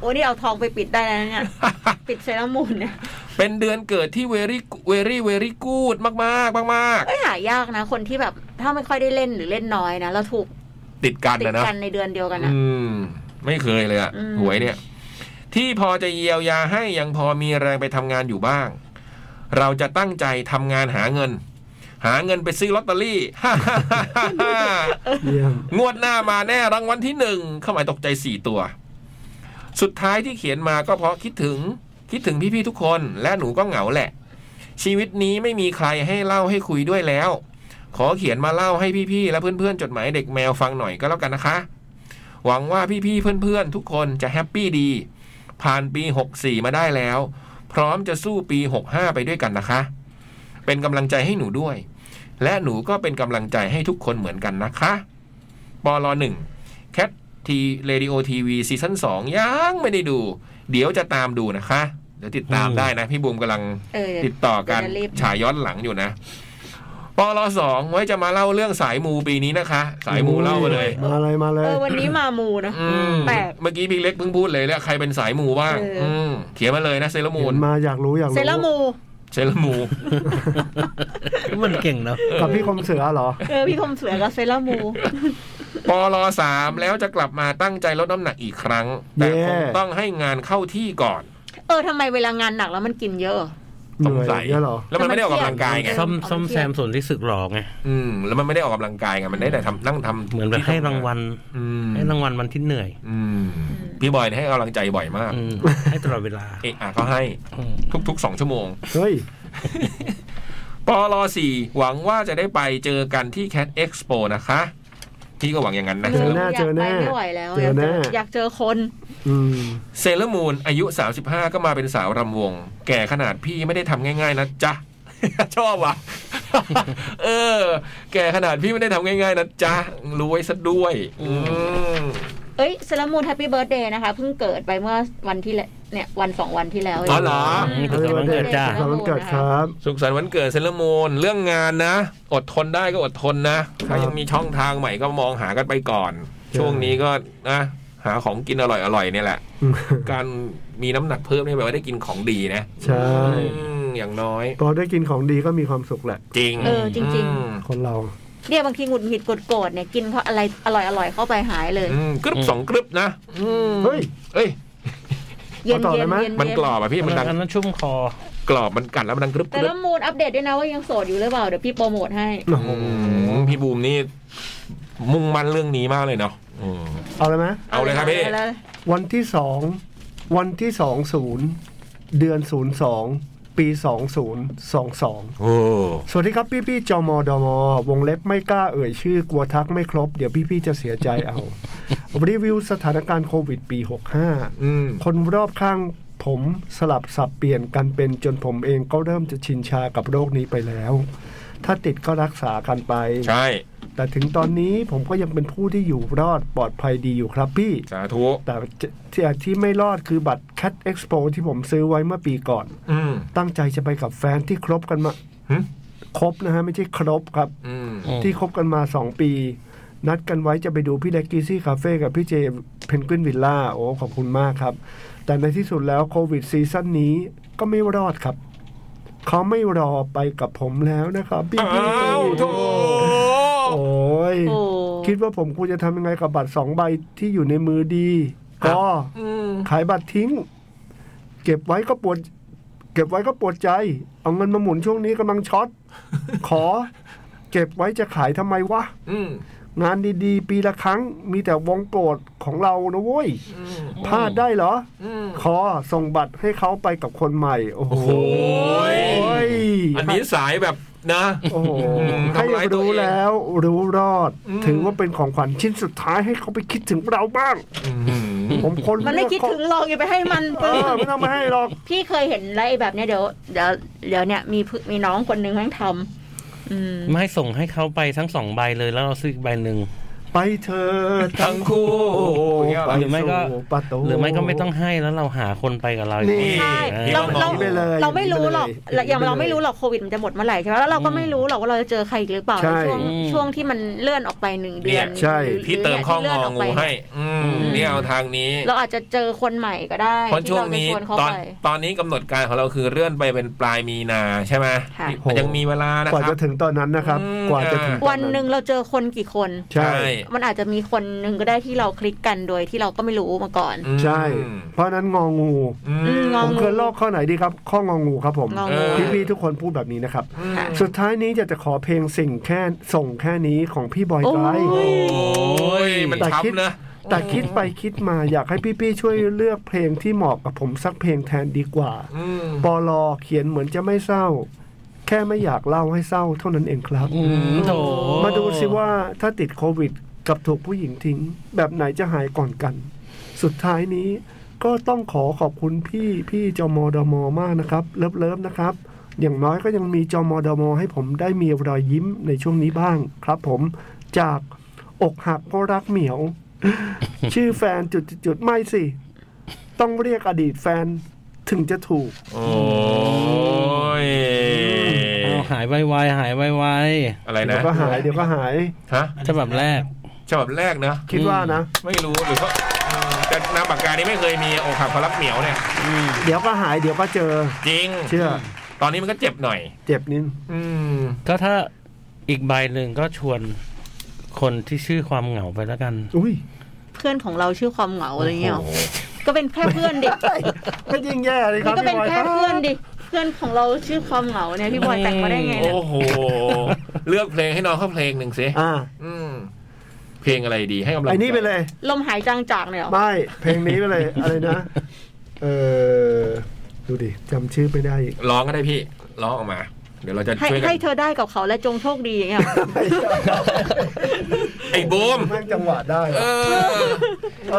โอ้นี่เอาทองไปปิดได้แล้วนะเนี่ย ปิดเซรามูนเนี่ย เป็นเดือนเกิดที่เวรี่เวรี่เวรี่กูดมากมากๆมาก เอ้ยหายากนะ คนที่แบบถ้าไม่ค่อยได้เล่นหรือเล่นน้อยนะเราถูก ๆ ติดกัน ติด นะนะ กันในเดือนเดียวกันนะ อืม ไม่เคยเลยอะ อืม หวยเนี่ย ที่พอจะเยียวยาให้ยังพอมีแรงไปทำงานอยู่บ้าง เราจะตั้งใจทำงานหาเงิน หาเงินไปซื้อลอตเตอรี่ เยี่ยม งวดหน้ามาแน่รางวัลที่หนึ่งเข้าหมายตกใจสี่ตัว สุดท้ายที่เขียนมาก็เพราะคิดถึง คิดถึงพี่ๆทุกคนและหนูก็เหงาแหละ ชีวิตนี้ไม่มีใครให้เล่าให้คุยด้วยแล้ว ขอเขียนมาเล่าให้พี่ๆและเพื่อนๆจดหมายเด็กแมวฟังหน่อยก็แล้วกันนะคะ หวังว่าพี่ๆเพื่อนๆทุกคนจะแฮปปี้ดี ผ่านปี 64 มาได้แล้ว พร้อมจะสู้ปี 65 ไปด้วยกันนะคะ เป็นกำลังใจให้หนูด้วย และหนูก็เป็นกำลังใจให้ทุกคนเหมือนกันนะคะ ปลหนึ่งแคททีเรดิโอทีวีซีซั่นสองยังไม่ได้ดู เดี๋ยวจะตามดูนะคะ เดี๋ยวติดตาม อืม ได้นะ พี่บูมกำลัง เออ ติดต่อกัน เดี๋ยวจะรีบ ฉายย้อนหลังอยู่นะปลสองไว้จะมาเล่าเรื่องสายมูปีนี้นะคะ สายมูเล่ามาเลย มาเลยมาเล เอย อวันนี้มามูนะ อืม แปลก เมื่อกี้พี่เล็กเพิ่งพูดเลยแล้วใครเป็นสายมูบ้าง เอออื มเขียนมาเลยนะเซรามู เห็ น นมาอยากรู้อยากรู้ เซรามู เซรามู มันเก่งเนาะ กับพี่คมเสือเหรอ เออพี่คมเสือกับเซรามู ปลสามแล้วจะกลับมาตั้งใจลดน้ำหนักอีกครั้ง แต่ เย้ คงต้องให้งานเข้าที่ก่อน เออทำไมเวลางานหนักแล้วมันกินเยอะ เหนื่อย สงสัย เนี่ยเหรอ แล้วมันไม่ได้ออกกำลังกายไง เออ ซ่อมซ่อมแซมส่วนที่สึกหรอไง อืมแล้วมันไม่ได้ออกกำลังกายไงมันได้แต่ทำนั่งทำ เหมือนแบบ ที่ ให้ ทำ รางวัล อืม ให้รางวัลมันที่เหนื่อย อืมพี่บอยเนี่ยให้กำลังใจบ่อยมาก อืมให้ตลอดเวลา เอะอะก็ให้ อืม ทุกๆสองชั่วโมง เฮ้ย ปลสี่หวังว่าจะได้ไปเจอกันที่ Cat Expo นะคะ พี่ก็หวังอย่างนั้นนะ เจอแน่ ยากไปไม่ไหวแล้ว เจอแน่ อยากเจอคน อืม เซเลอร์มูนอายุ 35 ก็มาเป็นสาวรำวง แก่ขนาดพี่ไม่ได้ทำง่ายๆนะจ๊ะ ชอบว่ะ เออ แก่ขนาดพี่ไม่ได้ทำง่ายๆนะจ๊ะรวยซะด้วย อืม เอ้ยเซรามูนแฮปปี้เบิร์ดเดย์นะคะเพิ่งเกิดไปเมื่อวันที่แล้วเนี่ยวันสองวันที่แล้ว อ๋อเหรอ นี่คือวันเกิดจ้า ขอบคุณเกิดครับ สุขสันต์วันเกิดเซเลอร์มูนเรื่องงานนะ อดทนได้ก็อดทนนะ ถ้ายังมีช่องทางใหม่ก็มองหากันไปก่อน ช่ ช่วงนี้ก็นะหาของกินอร่อยๆเนี่ยแหละ การมีน้ำหนักเพิ่มเนี่ยแปลว่าได้กินของดีนะ ใช่ อืมอย่างน้อย พอได้กินของดีก็มีความสุขแหละ จริง เออจริง อืม คนเรา ๆ เนี่ยบางทีหงุดหงิดโกรธๆเนี่ยกินเพราะอะไรอร่อยๆเข้าไปหายเลย อืมกรึบสองกรึบนะอืม เฮ้ย เอ้ย เย็น เอาต่อ เย็ ได้ น ไหม เย็น มันกรอบอ่ะพี่มันดัง อันนั้นชุ่มคอ กรอบมันกัดแล้วมันดังกรึบก แต่ รึบ ละมูดอัปเดตด้วยนะว่ายังโสดอยู่หรือเปล่าเดี๋ยวพี่โปรโมทให้ โอ้โห อืมพี่บูมนี่ มุ่งมั่นเรื่องนี้มากเลยเนาะอืม เอาเลยไหม เอาเลยครับพี่ วันที่สองวันที่สองศูนย์เดือนศูนย์สองปีสองศูนย์สองสอง โอ้ สวัสดีครับพี่พี่ๆจมดม วงเล็บไม่กล้าเอ่ยชื่อกลัวทักไม่ครบ เดี๋ยวพี่พี่ๆจะเสียใจเอา รีวิวสถานการณ์โควิดปี อืม 65 คนรอบข้างผมสลับสับเปลี่ยนกันเป็นจนผมเองก็เริ่มจะชินชากับโรคนี้ไปแล้ว ถ้าติดก็รักษากันไป ใช่ แต่ถึงตอนนี้ผมก็ยังเป็นผู้ที่อยู่รอดปลอดภัยดีอยู่ครับพี่ สาธุ แต่ที่ที่ไม่รอดคือบัตร Cat Expo ที่ผมซื้อไว้เมื่อปีก่อน อืม ตั้งใจจะไปกับแฟนที่ครบกันมา หึ ครบนะฮะ ไม่ใช่ครบครับ อืม อืม ที่คบกันมาสองปี นัดกันไว้จะไปดูพี่เล็กกีซี่คาเฟ่กับพี่เจเพนกวินวิลล่า โอ้ ขอบคุณมากครับ แต่ในที่สุดแล้วโควิดซีซั่นนี้ก็ไม่รอดครับ เขาไม่รอไปกับผมแล้วนะครับพี่ อ้า พี่ วโถ โอ้ย โอ้ คิดว่าผมควรจะทำยังไงกับบัตรสองใบที่อยู่ในมือดี ก็ขายบัตรทิ้ง เก็บไว้ก็ปวด เก็บไว้ก็ปวดใจ เอาเงินมาหมุนช่วงนี้กำลัง ช็อต ขอ เก็บไว้จะขายทำไมวะ อืม งานดีๆ ปีละครั้งมีแต่วงโกรธของเรานะเว้ยพลาดได้เหรออขอส่งบัตรให้เขาไปกับคนใหม่ โอ้โห โอ้ย อันนี้สายแบบนะ โอ้โหให้ ทำร้ายตัวเอง รู้แล้วรู้รอด ถือว่าเป็นของขวัญชิ้นสุดท้ายให้เขาไปคิดถึงเราบ้าง อืม ผมคน มันไม่คิดถึงหรอกอย่าไปให้มัน เออไม่ต้องมาให้หรอก พี่เคยเห็นอะไรแบบเนี้ยเดี๋ยวเดี๋ยวเดี๋ยวเนี่ยมีพึ่มีน้องคนนึงทั้งทำอืม ไม่ส่งให้เขาไปทั้งสองใบเลยแล้วเราซื้ออีกใบหนึ่ง ไปเธอะ ทั้งคู่อย่างเงี้ยเหรอ ป หรือไม่ก็ สู่ประตู หรือไม่ก็ไม่ต้องให้แล้วเราหาคนไปกับเราอย่าง นี่ นี้ ใช่ นี่ เรา ต้องหเรานีไป เลย เราไม่รู้หรอกและอย่างเราไม่รู้หรอกโควิดมันจะหมดเมื่อไหร่ใช่ไหมแล้วเราก็ไม่รู้หรอกว่าเราจะเจอใครอีกหรือเปล่า ใช่ ในช่วง อืม ช่วงที่มันเลื่อนออกไปหนึ่งเดือน เนี่ย ใช่ หรือ พี่เติมข้อง ลื่ อน งูให้ อืมนี่เอาทางนี้ เราอาจจะเจอคนใหม่ก็ได้ เพราะ ที่ ช่วง เราจะ นี้ ชวนเขา ตอน ไป ตอนนี้กำหนดการของเราคือเลื่อนไปเป็นปลายมีนาใช่ไหม ค่ะ มันยังมีเวลานะ กว่า ครั จะ บ ถึงตอนนั้นนะครับ อืม กว่าจะถึงตอ วันหนึ่งเราเจอคนกี่คน ใช่ มันอาจจะมีคนหนึ่งก็ได้ที่เราคลิกกันโดยที่เราก็ไม่รู้มาก่อน ใช่ เพราะฉะนั้นงองู อืม อืมงอ ผม งู เคยลอกข้อไหนดีครับ ข้ององูครับผม งอ เอ งู อ พี่ๆทุกคนพูดแบบนี้นะครับ อืม ค่ะ สุดท้ายนี้อยากจะขอเพลงสิ่งแค่ส่งแค่นี้ของพี่บอยไกร โอ้ย โอ้ยมัน แต่ ทับ คิด นะ แต่คิดไปคิดมาอยากให้พี่ๆช่วยเลือกเพลงที่เหมาะกับผมสักเพลงแทนดีกว่า อืม ปอลอเขียนเหมือนจะไม่เศร้า แค่ไม่อยากเล่าให้เศร้าเท่านั้นเองครับ อืมโถ มาดูสิว่าถ้าติดโควิดกับถูกผู้หญิงทิ้ง แบบไหนจะหายก่อนกัน สุดท้ายนี้ก็ต้องขอขอบคุณพี่พี่จมดมมากนะครับ เลิฟเลิฟนะครับ อย่างน้อยก็ยังมีจมดมให้ผมได้มีรอยยิ้มในช่วงนี้บ้างครับผมจากอกหักเพราะรักเหมียว ชื่อแฟนจุดจุดๆๆไม่สิ ต้องเรียกอดีตแฟนถึงจะถูก โอ้ย เอาหายไวๆหายไว อะไร เดี๋ย นะ วก็หายเดี๋ยวก็หาย ฮะ ๆฉบับแรก ฉบับแรกนะ คิดว่านะ ไม่รู้หรือเขาอืมแต่นามปากกานี้ไม่เคยมีอกหักเพราะรักเหมียวเนี่ย เดี๋ยวก็หายเดี๋ยวก็เจอ จริง เชื่อ ตอนนี้มันก็เจ็บหน่อย เจ็บนิด อืม ก็ถ้าอีกใบหนึ่งก็ชวนคนที่ชื่อความเหงาไปแล้วกัน อุ้ย เพื่อนของเราชื่อความเหงาอะไรเงี้ยหรอก็เป็นแค่เพื่อนดิ ก็ยิ่งแย่เลยค มั รั น บ ก็เป็น พี่บย แค่ รับ เพื่อนดิเพื่อนของเราชื่อความเหงาเนี่ยพี่บอยแต่งมาได้ไงเนี่ย โอ้โห เลือกเพลงให้น้องเขาเพลงหนึ่งสิ อ่า อืม เพลงอะไรดีให้กำลัง ไอ้นี่ไปเลย ลมหายจางจากเนี่ยหรอ ไม่ เพลงนี้ไปเลย อะไรนะ เออ ดูดิจำชื่อไม่ได้อีก ร้องก็ได้พี่ ร้องออกมา เดี๋ยวเราจะ ให้ ช่วยกั ให้ น เธอได้กับเขาและจงโชคดีอย่าง เงี้ย ไอ้บูม แม่งจังหวะได้ เออ เอ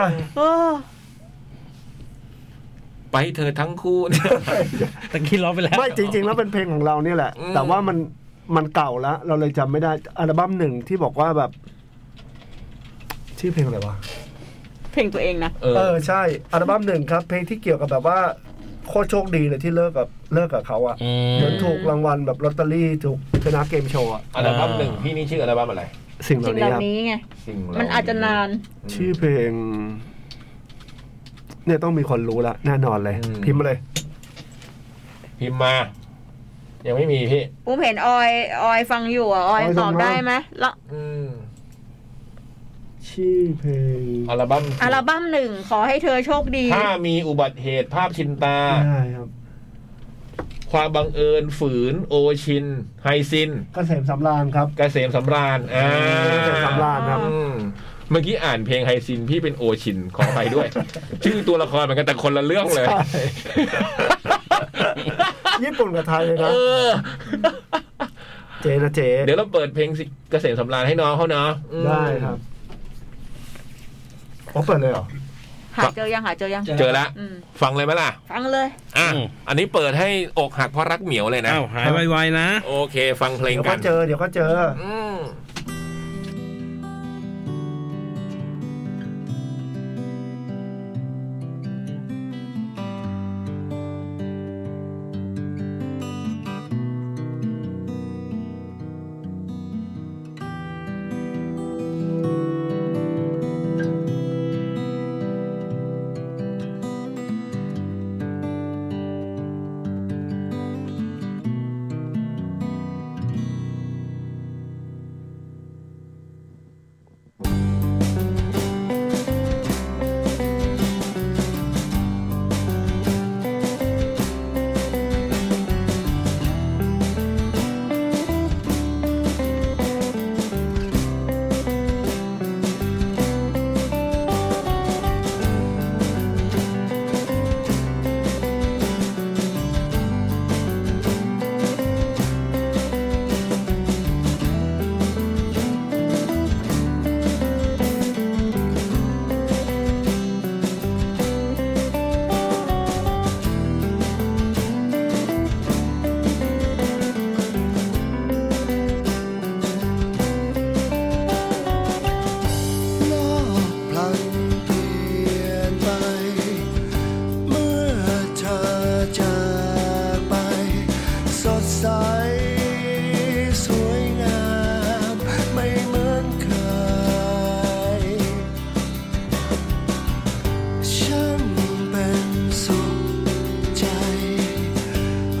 อ โอ้ ไปเธอทั้งคู่เนี่ย แต่คิดล้อไปแล้ว ไม่จริง ๆ แล้วเป็นเพลงของเราเนี่ยแหละ อืม แต่ว่ามันมันเก่าแล้ว เราเลยจำไม่ได้ อัลบั้มหนึ่งที่บอกว่าแบบ ชื่อเพลงอะไรวะ เพลงตัวเองนะ เอ เอ อ อ ใช่ อัลบั้มหนึ่งครับ เพลงที่เกี่ยวกับแบบว่า โคตรโชคดีเลยที่เลิกกับเลิกกับเขาอะ อืม เหมือนถูกรางวัลแบบลอตเตอรี่ถูกชนะเกมโชว์อะ อัลบั้มหนึ่งพี่นี่ชื่ออัลบั้มอะไร สิ่งเห จริ ล่าง นี้ เหคล่ารับ นี้ไง สิ่งเหล่ มันอาจจะนาน ชื่อเพลง เนี่ยต้องมีคนรู้ละแน่นอนเลย อืม พิมพ์มาเลย พิมพ์มา ยังไม่มีพี่ ผมเห็นออยออยฟังอยู่อ่ะออย ออย ตอบ ส่งมา ได้ไหมแล้ว อืม ชื่อเพลง อัลบั้ม อัลบั้มหนึ่งขอให้เธอโชคดี ถ้ามีอุบัติเหตุภาพชินตา ได้ครับ ความบังเอิญฝืน โอชิน ไฮซิน เกษมสำราญครับ กเกษมสำราญอ่า เกษมสำราญครับ อืมเมื่อกี้อ่านเพลงไฮซินพี่เป็นโอชินขอไป ด้วย ชื่อตัวละครเหมือนกันแต่คนละเรื่องเลย ใช่ ญี่ปุ่นกับไทยเลย เอ นะ อ เจนะเจ เดี๋ยวเราเปิดเพลงสิเกษมสำราญให้น้องเขาเนาะอืม ได้ครับโอ้เปิดเลยเหรอ หาเจอยังหาเจอยัง เจอแล้ว อืม ฟังเลยไหมล่ะ ฟังเลย อ่ะ อืม อันนี้เปิดให้อกหักเพราะรักเหมียวเลยนะ อ้าวหายไวๆนะ โอเค ฟังเพลง เดี๋ยว กั ก็ น เจอ เดี๋ยวก็เจอ อืม โลกพลันเปลี่ยนไป เมื่อเธอจากไป สดใสสวยงามไม่เหมือนเคย ฉันเป็นสุขใจ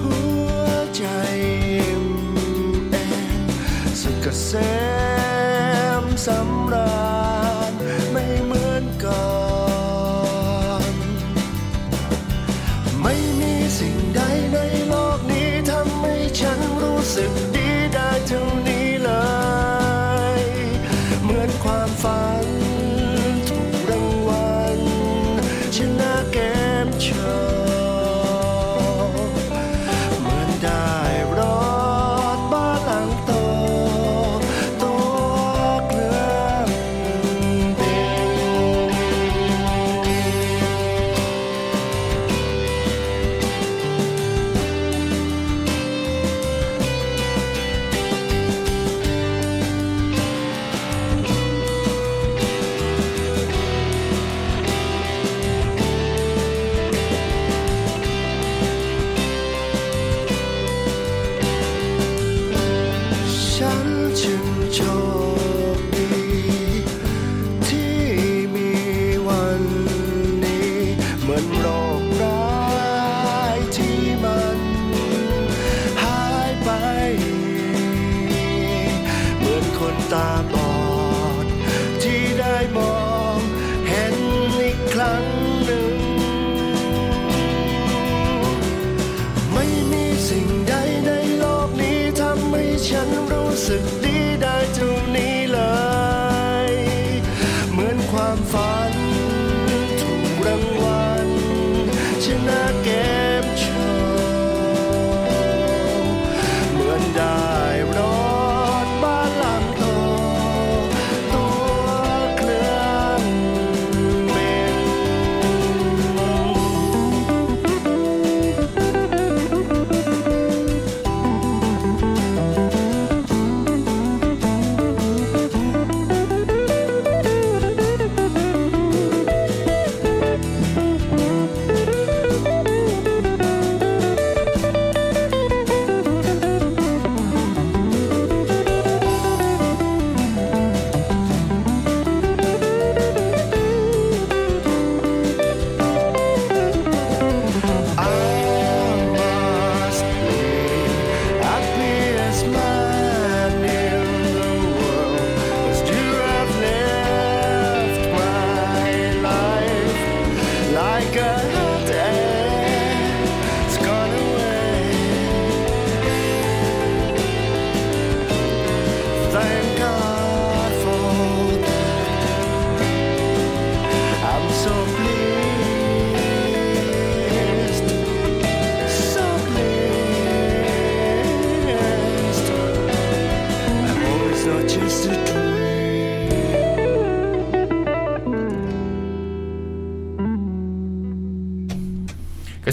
หัวใจอิ่มเอมสุขเกษมสำราญไม่เหมือนก่อน ไม่มีสิ่งใดในโลกนี้ทำให้ฉันรู้สึกดีได้เท่านี้เลย เหมือนความฝันถูกรางวัลชนะเกมโชว์เหมือนได้รถบ้านหลังโตโตเกลือ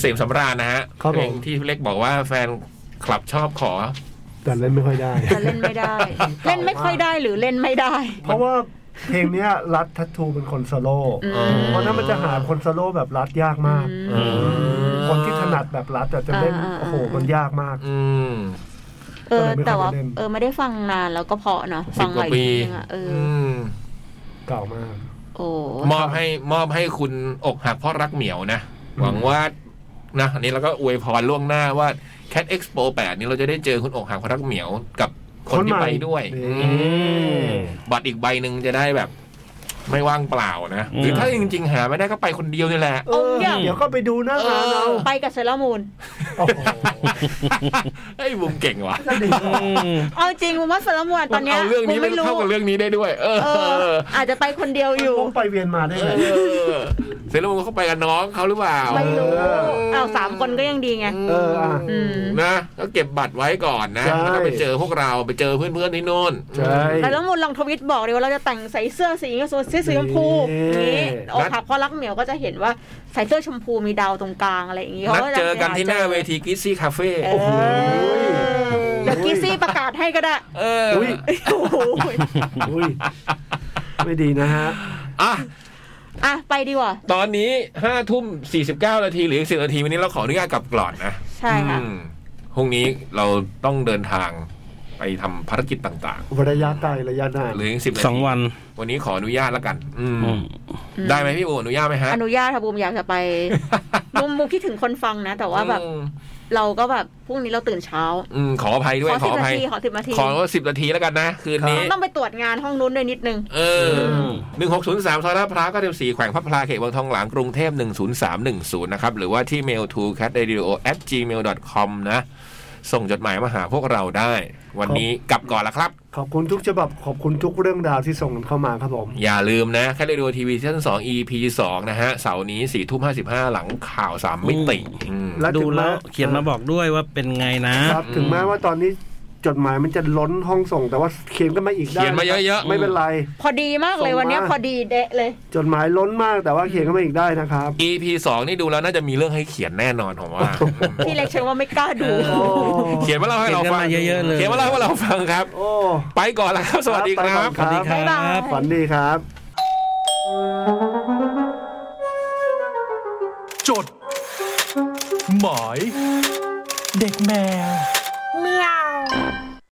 ษมสำราญนะฮะ ครับผม เพลงที่เล็กบอกว่าแฟนคลับชอบขอ แต่เล่นไม่ค่อยได้ แต่เล่นไม่ได้ เล่นไม่ค่อยได้หรือเล่นไม่ได้ เพราะว่าเพลงเนี้ยรัดทัตทูเป็นคนโซโล่ อืม เพราะนั้นมันจะหาคนโซโล่แบบรัดยากมาก อืม คนที่ถนัดแบบรัดแต่จะเล่น อ่าอ่าอ่า โอ้โหมันยากมาก อืม เออ ก็เลยไม่ค่อยได้ แต่ว่า เล่น เออไม่ได้ฟังนานแล้วก็เพราะเนาะ สิ ฟั บ ง กว่า ใหม่ ปี ทีนึงอะเอออ ม เก่ามาก โอ้ มอบให้มอบให้คุณอกหักเพราะรักเหมียวนะ หวังว่านะอันนี้เราก็อวยพรล่วงหน้าว่า Cat Expo 8 นี้เราจะได้เจอคุณอกหักเพราะรักเหมียวกับคนที่ไปด้วย นี่ อืมบัตรอีกใบหนึ่งจะได้แบบ ไม่ว่างเปล่านะ หรือถ้าจริง ๆ หาไม่ได้ก็ไปคนเดียวนี่แหละ เออเดี๋ยวก็ไปดูหน้างานเอา ไปกับเซรามูน โอ้โห ไอ้ยบุมเก่งว่ะ เอาจริงผมว่าเซรามูนตอนเนี้ย มัเอาเรื่อง ผม นี้มัน ไม่รู้ เข้ากับเรื่องนี้ได้ด้วย เออ เออ อาจจะไปคนเดียวอยู่ ต้องไปเวียนมาได้ไง เออเซเลอร์มูนเขาไปกับน้องเขาหรือเปล่า ไม่รู้ เออ เอ้าวสามคนก็ยังดีไง เอออ่ะ อืม นะก็เก็บบัตรไว้ก่อนนะ ใช่ แล้วก็ไปเจอพวกเราไปเจอเพื่อนๆที่โน่น ใช่ แต่แล้วมูลลองทวิตบอกเลยว่าเราจะแต่งใส่เสื้อสีเงี้ยสีสีชมพู นี่ นี้โอ้ค่ะเพราะรักเหมียวก็จะเห็นว่าใส่เสื้อชมพูมีดาวตรงกลางอะไรอย่างงี้ นั เขา ด ก็ เจ จะ อกันที่หน้าเวทีกิซซี่คาเฟ่ เออเดี๋ยวกีซี่ประกาศให้ก็ได้ เออ อุ้ย โอ้โห อุ้ยไม่ดีนะฮะ อ่ะ อ่ะไปดีกว่า ตอนนี้ห้าทุ่มสี่สิบเก้านาทีหรืออีกสิบนาทีวันนี้เราขออนุญาตกลับก่อนนะ ใช่ค่ะ อืมพรุ่งนี้เราต้องเดินทางไปทำภารกิจต่าง ระยะไกลระยะนาน ๆหรือสิบนา สอง ที วัน วันนี้ขออนุญาตแล้วกัน อืม อืม ได้ไหมพี่โออนุญาตไหมฮะ อนุญาตค่ะบูมอยากจะไปบู มบูมคิดถึงคนฟังนะ แต่ว่าแบบ อืม เราก็แบบพรุ่งนี้เราตื่นเช้า อืมขออภัยด้วย ขอ ขอ สิบ อ นา ภัย ทีขอสิบนาที ขอว่าสิบนาทีแล้วกันนะ คืนนี้ ต้องไปตรวจงานห้องนู้นด้วยนิดนึง เออหนึ่งหกศูนย์สามซอยลาดพร้าวเก้าสิบสี่แขวงพระพลาเขตวังทองหลางกรุงเทพหนึ่งศูนย์สามหนึ่งศูนย์นะครับ หรือว่าที่ mail to cat radio at gmail com นะ ส่งจดหมายมาหาพวกเราได้ วันนี้กลับก่อนละครับ ขอบคุณทุกฉบับขอบคุณทุกเรื่องราวที่ส่งกันเข้ามาครับผม อย่าลืมนะแค่เรดิโอทีวีซีซั่นสอง EP สองนะฮะเสาร์นี้สี่ทุ่มห้าสิบห้าหลังข่าวสามมิติอืม และ ดู ถึง แล้ ม้ วเขียนมาบอกด้วยว่าเป็นไงนะ ครับถึงแม้ว่าตอนนี้จดหมายมันจะล้นห้องส่ง แต่ว่าเขียนกันมาอีกได้ เขียนมาเยอะๆ ไม่เป็นไร พอดีมากเลย ส่งมา วันเนี้ยพอดีเดะเลย จดหมายล้นมากแต่ว่าเขียนกันมาอีกได้นะครับ EP สองนี่ดูแล้วน่าจะมีเรื่องให้เขียนแน่นอนผมว่า พี่เล็กเชื่อว่าไม่กล้าดู โอ้ เขียนมาเล่าให้เราฟัง เขียนกันมาเยอะๆเลย ขียนมาเล่าให้เราฟังครับ โอ้ ไปก่อนแล้วครับ สวัสดีครับ ไปก่อนคครับ รับ ฝันดีครับ จด หมาย เด็กแมว